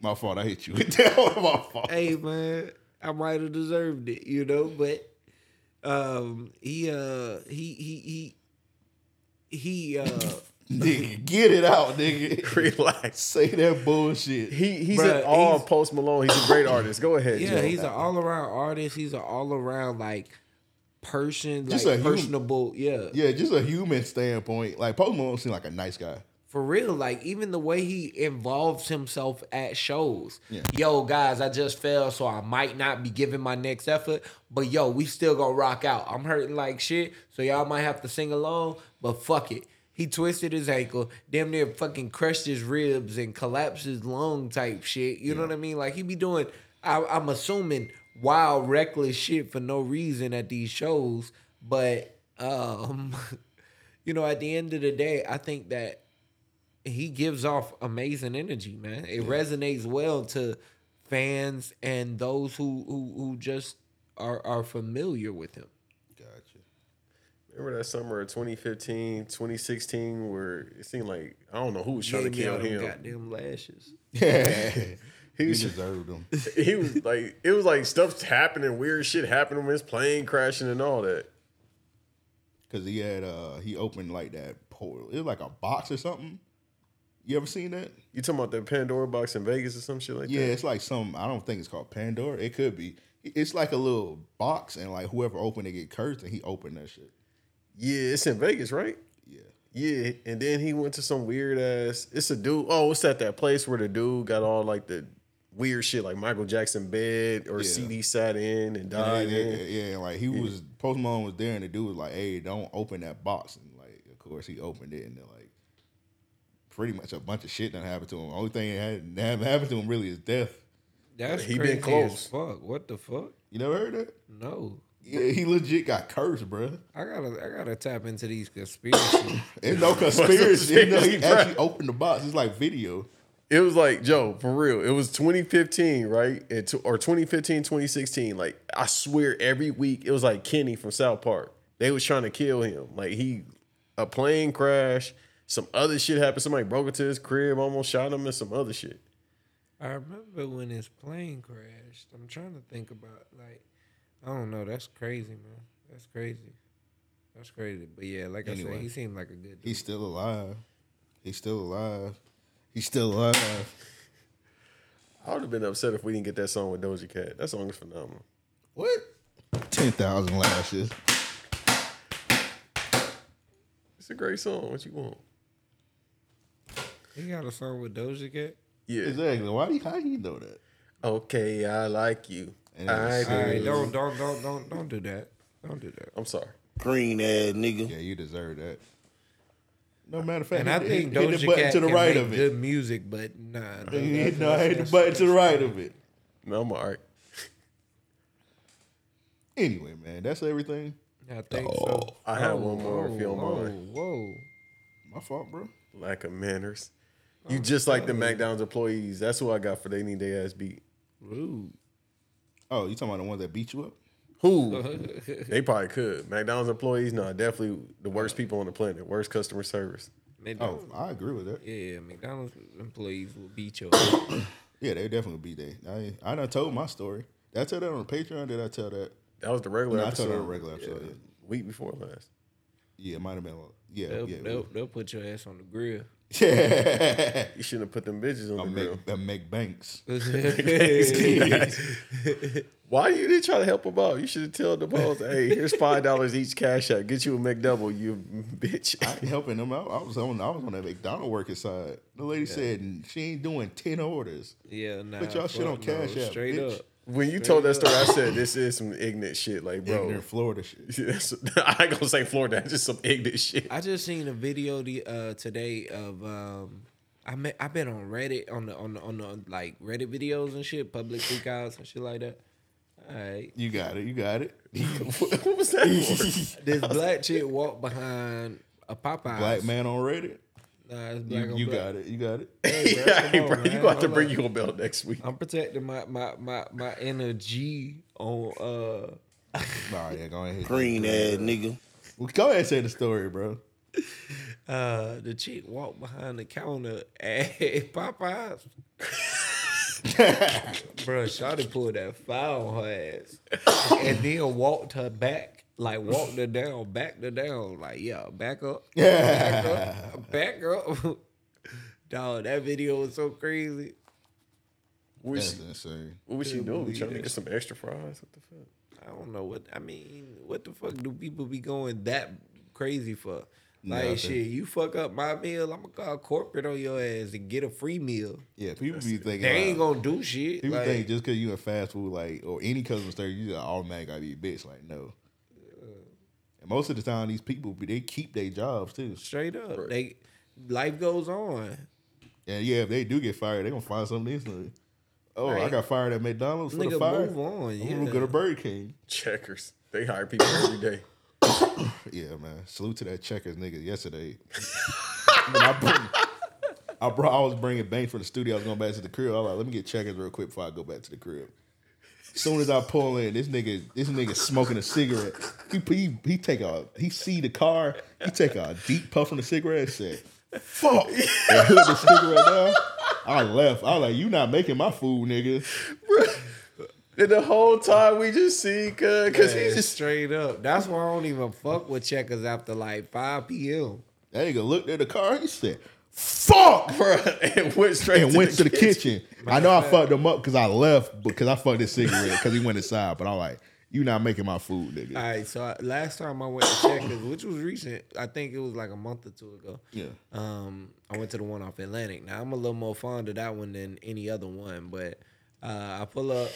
F: My fault. I hit you with that. My fault.
L: Hey man, I might have deserved it, you know, but um he uh he he he he uh
F: nigga, get it out, nigga.
M: Relax.
F: Say that bullshit.
M: He he's
L: Bruh,
M: an all
L: he's-
M: Post Malone. He's a great artist. Go ahead.
L: yeah,
M: Joe.
L: he's an all around artist, he's an all around like person,
F: Just
L: like
F: a hum-
L: personable, yeah.
F: Yeah, just a human standpoint. Like Post Malone seemed like a nice guy.
L: For real, like even the way he involves himself at shows.
F: Yeah.
L: Yo, guys, I just fell, so I might not be giving my next effort, but yo, we still gonna rock out. I'm hurting like shit, so y'all might have to sing along, but fuck it. He twisted his ankle, damn near fucking crushed his ribs and collapsed his lung type shit. You know what I mean? Like he be doing, I, I'm assuming, wild, reckless shit for no reason at these shows, but um. you know, at the end of the day, I think that he gives off amazing energy, man. It resonates well to fans and those who who, who just are, are familiar with him.
M: Remember that summer of 2015, 2016, where it seemed like I don't know who was trying
L: Gave
M: to
L: me
M: kill
L: all them
M: him.
L: Goddamn lashes.
M: he
F: You
M: was
F: deserved them.
M: He was like, it was like stuff's happening, weird shit happening when his plane crashing and all that.
F: Cause he had uh he opened like that portal. It was like a box or something. You ever seen that?
M: You talking about that Pandora box in Vegas or some shit like
F: yeah,
M: that?
F: it's like some. I don't think it's called Pandora. It could be. It's like a little box, and like whoever opened it get cursed, and he opened that shit.
M: Yeah, it's in Vegas, right?
F: Yeah.
M: Yeah, and then he went to some weird ass. It's a dude. Oh, it's at that place where the dude got all like the weird shit, like Michael Jackson bed or
F: Yeah.
M: CD sat in and
F: Yeah,
M: died
F: yeah,
M: in.
F: yeah, yeah, like he
M: Oh, Yeah.
F: was Post Malone was there, and the dude was like, "Hey, don't open that box." And like, of course, he opened it, and then like, pretty much a bunch of shit that happened to him. Only thing that had- that happened to him really is death.
L: That's
F: He
L: he
F: been
L: crazy been close.
F: close.
L: fuck. What the fuck?
F: You never heard that?
L: No.
F: Yeah, he legit got cursed, bruh.
L: I gotta I gotta tap into these conspiracies.
F: There's no conspiracy. There's no, he actually opened the box. It's like video.
M: It was like, Joe, for real. It was 2015, right? It to, or 2015, 2016. Like, I swear every week it was like Kenny from South Park. They was trying to kill him. Like he a plane crash, some other shit happened. Somebody broke into his crib, almost shot him, and some other shit.
L: I remember when his plane crashed. I'm trying to think about like I don't know. That's crazy, man. That's crazy. That's crazy. But yeah, like I
F: Anyway.
L: said, he seemed like a good dude.
F: He's still alive. He's still alive. He's still alive.
M: I would have been upset if we didn't get that song with Doja Cat. That song is phenomenal.
F: What? Ten thousand lashes.
M: It's a great song. What you want?
L: He got a song with Doja Cat.
M: Yeah.
F: Exactly. Why do you, how do you know that?
M: Okay, I like you.
F: And it was-
L: All right, don't don't don't don't don't do that. Don't do that.
M: I'm sorry.
R: Green ass nigga.
F: Yeah, you deserve that. No matter of fact,
L: And I
F: hit-
L: think
F: hit, hit
L: Doja
F: the button
L: Cat
F: to the
L: can
F: right
L: make
F: of it.
L: good music, but nah.
F: Yeah, no, I hit the button to the right of it.
M: No, I'm all right.
F: Anyway, man, that's everything.
L: I think
F: Oh.
M: so. I have one more if you don't
F: whoa,
M: mind.
L: Whoa,
F: my fault, bro.
M: Lack of manners. You just like the McDonald's employees. That's who I got for they need their ass beat.
L: Rude.
F: Oh, you talking about the ones that beat you up?
M: Who? they probably could. McDonald's employees, no, definitely the worst people on the planet. Worst customer service.
L: McDonald's-
F: Oh, I agree with that.
L: Yeah, McDonald's employees will beat your ass.
F: Yeah, they definitely be there. I I done told my story. Did I tell that on Patreon? Did I tell that?
M: That was the regular
F: No, I told
M: episode.
F: that on regular episode.
M: Yeah.
F: Yeah,
M: Week before last.
F: yeah it might have been. Yeah,
L: they'll,
F: yeah.
L: they'll, they'll put your ass on the grill.
M: you shouldn't have put them bitches on the grill.
F: That make banks.
M: Why you didn't try to help them out? You should have told the boss, hey, here's five dollars each cash out. Get you a McDouble, you bitch.
F: I ain't helping them out. I was on. I was on that McDonald worker side. The lady
M: Yeah.
F: said she ain't doing ten orders.
L: Yeah, nah.
F: Put y'all shit on
L: fuck no,
F: Cash App,
L: Straight
F: bitch.
L: up.
M: When you
L: Straight
M: told that
L: up.
M: story, I said this is some ignorant shit. Like, bro,
F: Ignorant Florida shit.
M: I ain't gonna say Florida. That's just some ignorant shit.
L: I just seen a video the, uh, today of um, I met, I've been on Reddit on the on the on the like Reddit videos and shit, public freakouts and shit like that. All right,
F: you got it. You got it.
M: what was that? for?
L: This black chick walked behind a Popeye.
F: Black man on Reddit.
L: Nah, it's black
F: You,
L: on
F: you
L: black.
F: got it. You got it.
L: Hey,
M: Yeah,
L: come
M: hey,
L: on,
M: bro, you
L: man.
M: gonna have to
L: Hold
M: bring
L: up.
M: you a belt next week.
L: I'm protecting my my my my inner G on uh.
F: Nah, yeah, go ahead.
L: Green ass
F: nigga. Well, go ahead and say the story, bro.
L: Uh, the chick walked behind the counter at Popeyes. Bro, Shawty pulled that foul on her ass, and then walked her back, like walked her down, backed her down, like yeah, back up, back up, back up. Dog, that video was so crazy.
M: What was
F: That's insane.
M: What was she
L: Couldn't
M: doing?
L: believe
M: Trying to
L: that
M: get some extra fries? What the fuck?
L: I don't know what I mean. What the fuck do people be going that crazy for? Like
F: Nothing.
L: shit, you fuck up my meal, I'm gonna call corporate on your ass and get a free meal.
F: Yeah, people be thinking
L: they ain't
F: like-
L: gonna do shit.
F: People
L: like,
F: think just because you in fast food, like or any customer service, you just automatic gotta be a bitch. Like no. And most of the time, these people they keep their jobs too.
L: Straight up, they life goes on.
F: And yeah, if they do get fired, they gonna find something else. Like, oh, I
L: Right.
F: got fired at McDonald's for the
L: Nigga,
F: fire.
L: move on,
F: I'm gonna
L: yeah.
F: go to Burger King.
M: Checkers. They hire people every day.
F: Yeah, man. Salute to that checkers nigga yesterday. When I, bring- I brought, I was bringing bank from the studio. I was going back to the crib. I was like, let me get checkers real quick before I go back to the crib. Soon as I pull in, this nigga, this nigga smoking a cigarette. He he, he take a he see the car. He take a deep puff from the cigarette. And said, "Fuck!" And hood the cigarette down. I left. I was like, "You not making my food, nigga."
M: And the whole time we just see cuz cuz
L: Man,
M: he just
L: straight up. That's why I don't even fuck with checkers after like five p.m.
F: That nigga looked at the car. He said, "Fuck!"
M: bro, and went straight
F: and
M: to
F: went
M: the
F: to the
M: kitchen.
F: kitchen. I know I fucked him up because I left because I fucked his cigarette because he went inside. But I'm like, you not making my food, nigga.
L: All right, so I, last time I went to Checkers, which was recent, I think it was like a month or two ago.
F: Yeah.
L: Um, I went to the one off Atlantic. Now I'm a little more fond of that one than any other one, but uh, I pull up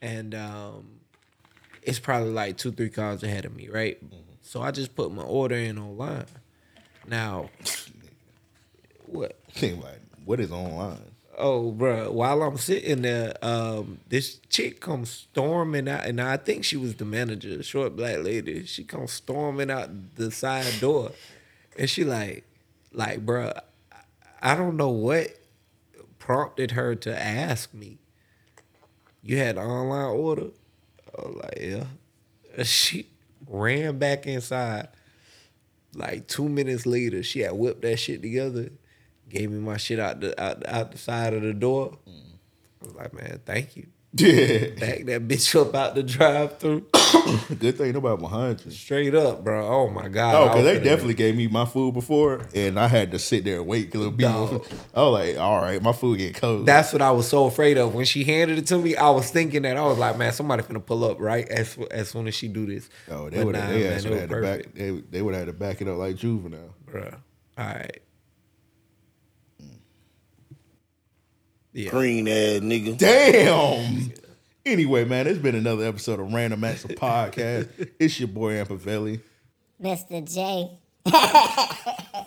L: and um, it's probably like two, three cars ahead of me, right? So I just put my order in online. Now, what?
F: Think like, what is online?
L: Oh, bruh, While I'm sitting there, um, this chick comes storming out, and I think she was the manager, the short black lady. She comes storming out the side door, and she like, like, bruh, I don't know what prompted her to ask me. You had an online order? I was like, yeah. And she ran back inside. Like two minutes later, she had whipped that shit together, gave me my shit out the out, the- out the side of the door.
F: Mm.
L: I was like, man, thank you.
F: Yeah.
L: Back that bitch up out the drive through.
F: Good thing nobody behind you.
L: Straight up, bro. Oh my god.
F: Oh,
L: I
F: because
L: was
F: they
L: finna-
F: definitely gave me my food before, and I had to sit there and wait because be. I was like, all right, my food getting cold.
L: That's what I was so afraid of. When she handed it to me, I was thinking that I was like, man, somebody finna pull up right as as soon as she do this.
F: Oh, they
L: But
F: would
L: nah,
F: have they
L: man,
F: ass would've
L: it was
F: had to back
L: perfect.
F: they, they would have had to back it up like juvenile,
L: bro. All right. Yeah.
R: Green ass nigga.
F: Damn. Anyway, man, it's been another episode of Random Acts of Podcast. it's your boy Ampavelli.
G: Mr. J. that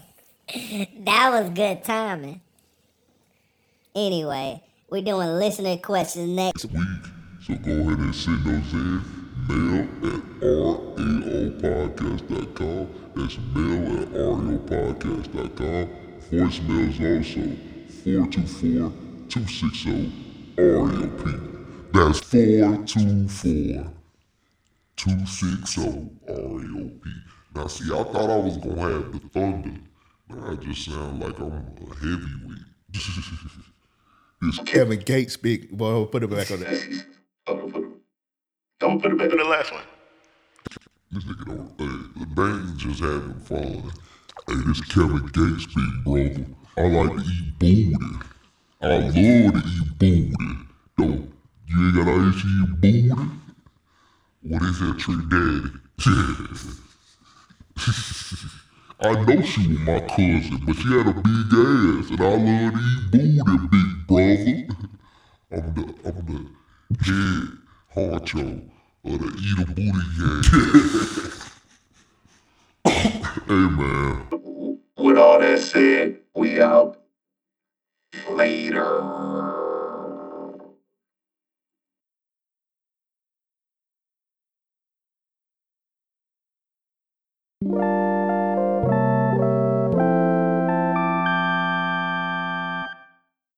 G: was good timing. Anyway, we're doing listener questions next.
E: So go ahead and send those in. Mail at raopodcast.com. That's mail at raopodcast.com. Voicemails also 424 260 REOP. That's 424 260 REOP. Now, see, I thought I was going to have the thunder, but I just sound like I'm a heavyweight.
F: Kevin Gates, big boy, put it back on that.
K: Don't put it back in the last one.
E: This nigga don't think. The man's just having fun. Hey, this Kevin Gates big brother. I like to eat booty. I love to eat booty. Don't, you ain't got no issue eating booty? What is that, trick daddy? I know she was my cousin, but she had a big ass, and I love to eat booty, big brother. I'm the, I'm the head honcho of the eat a booty gang. Hey man.
K: With all that said, we out later.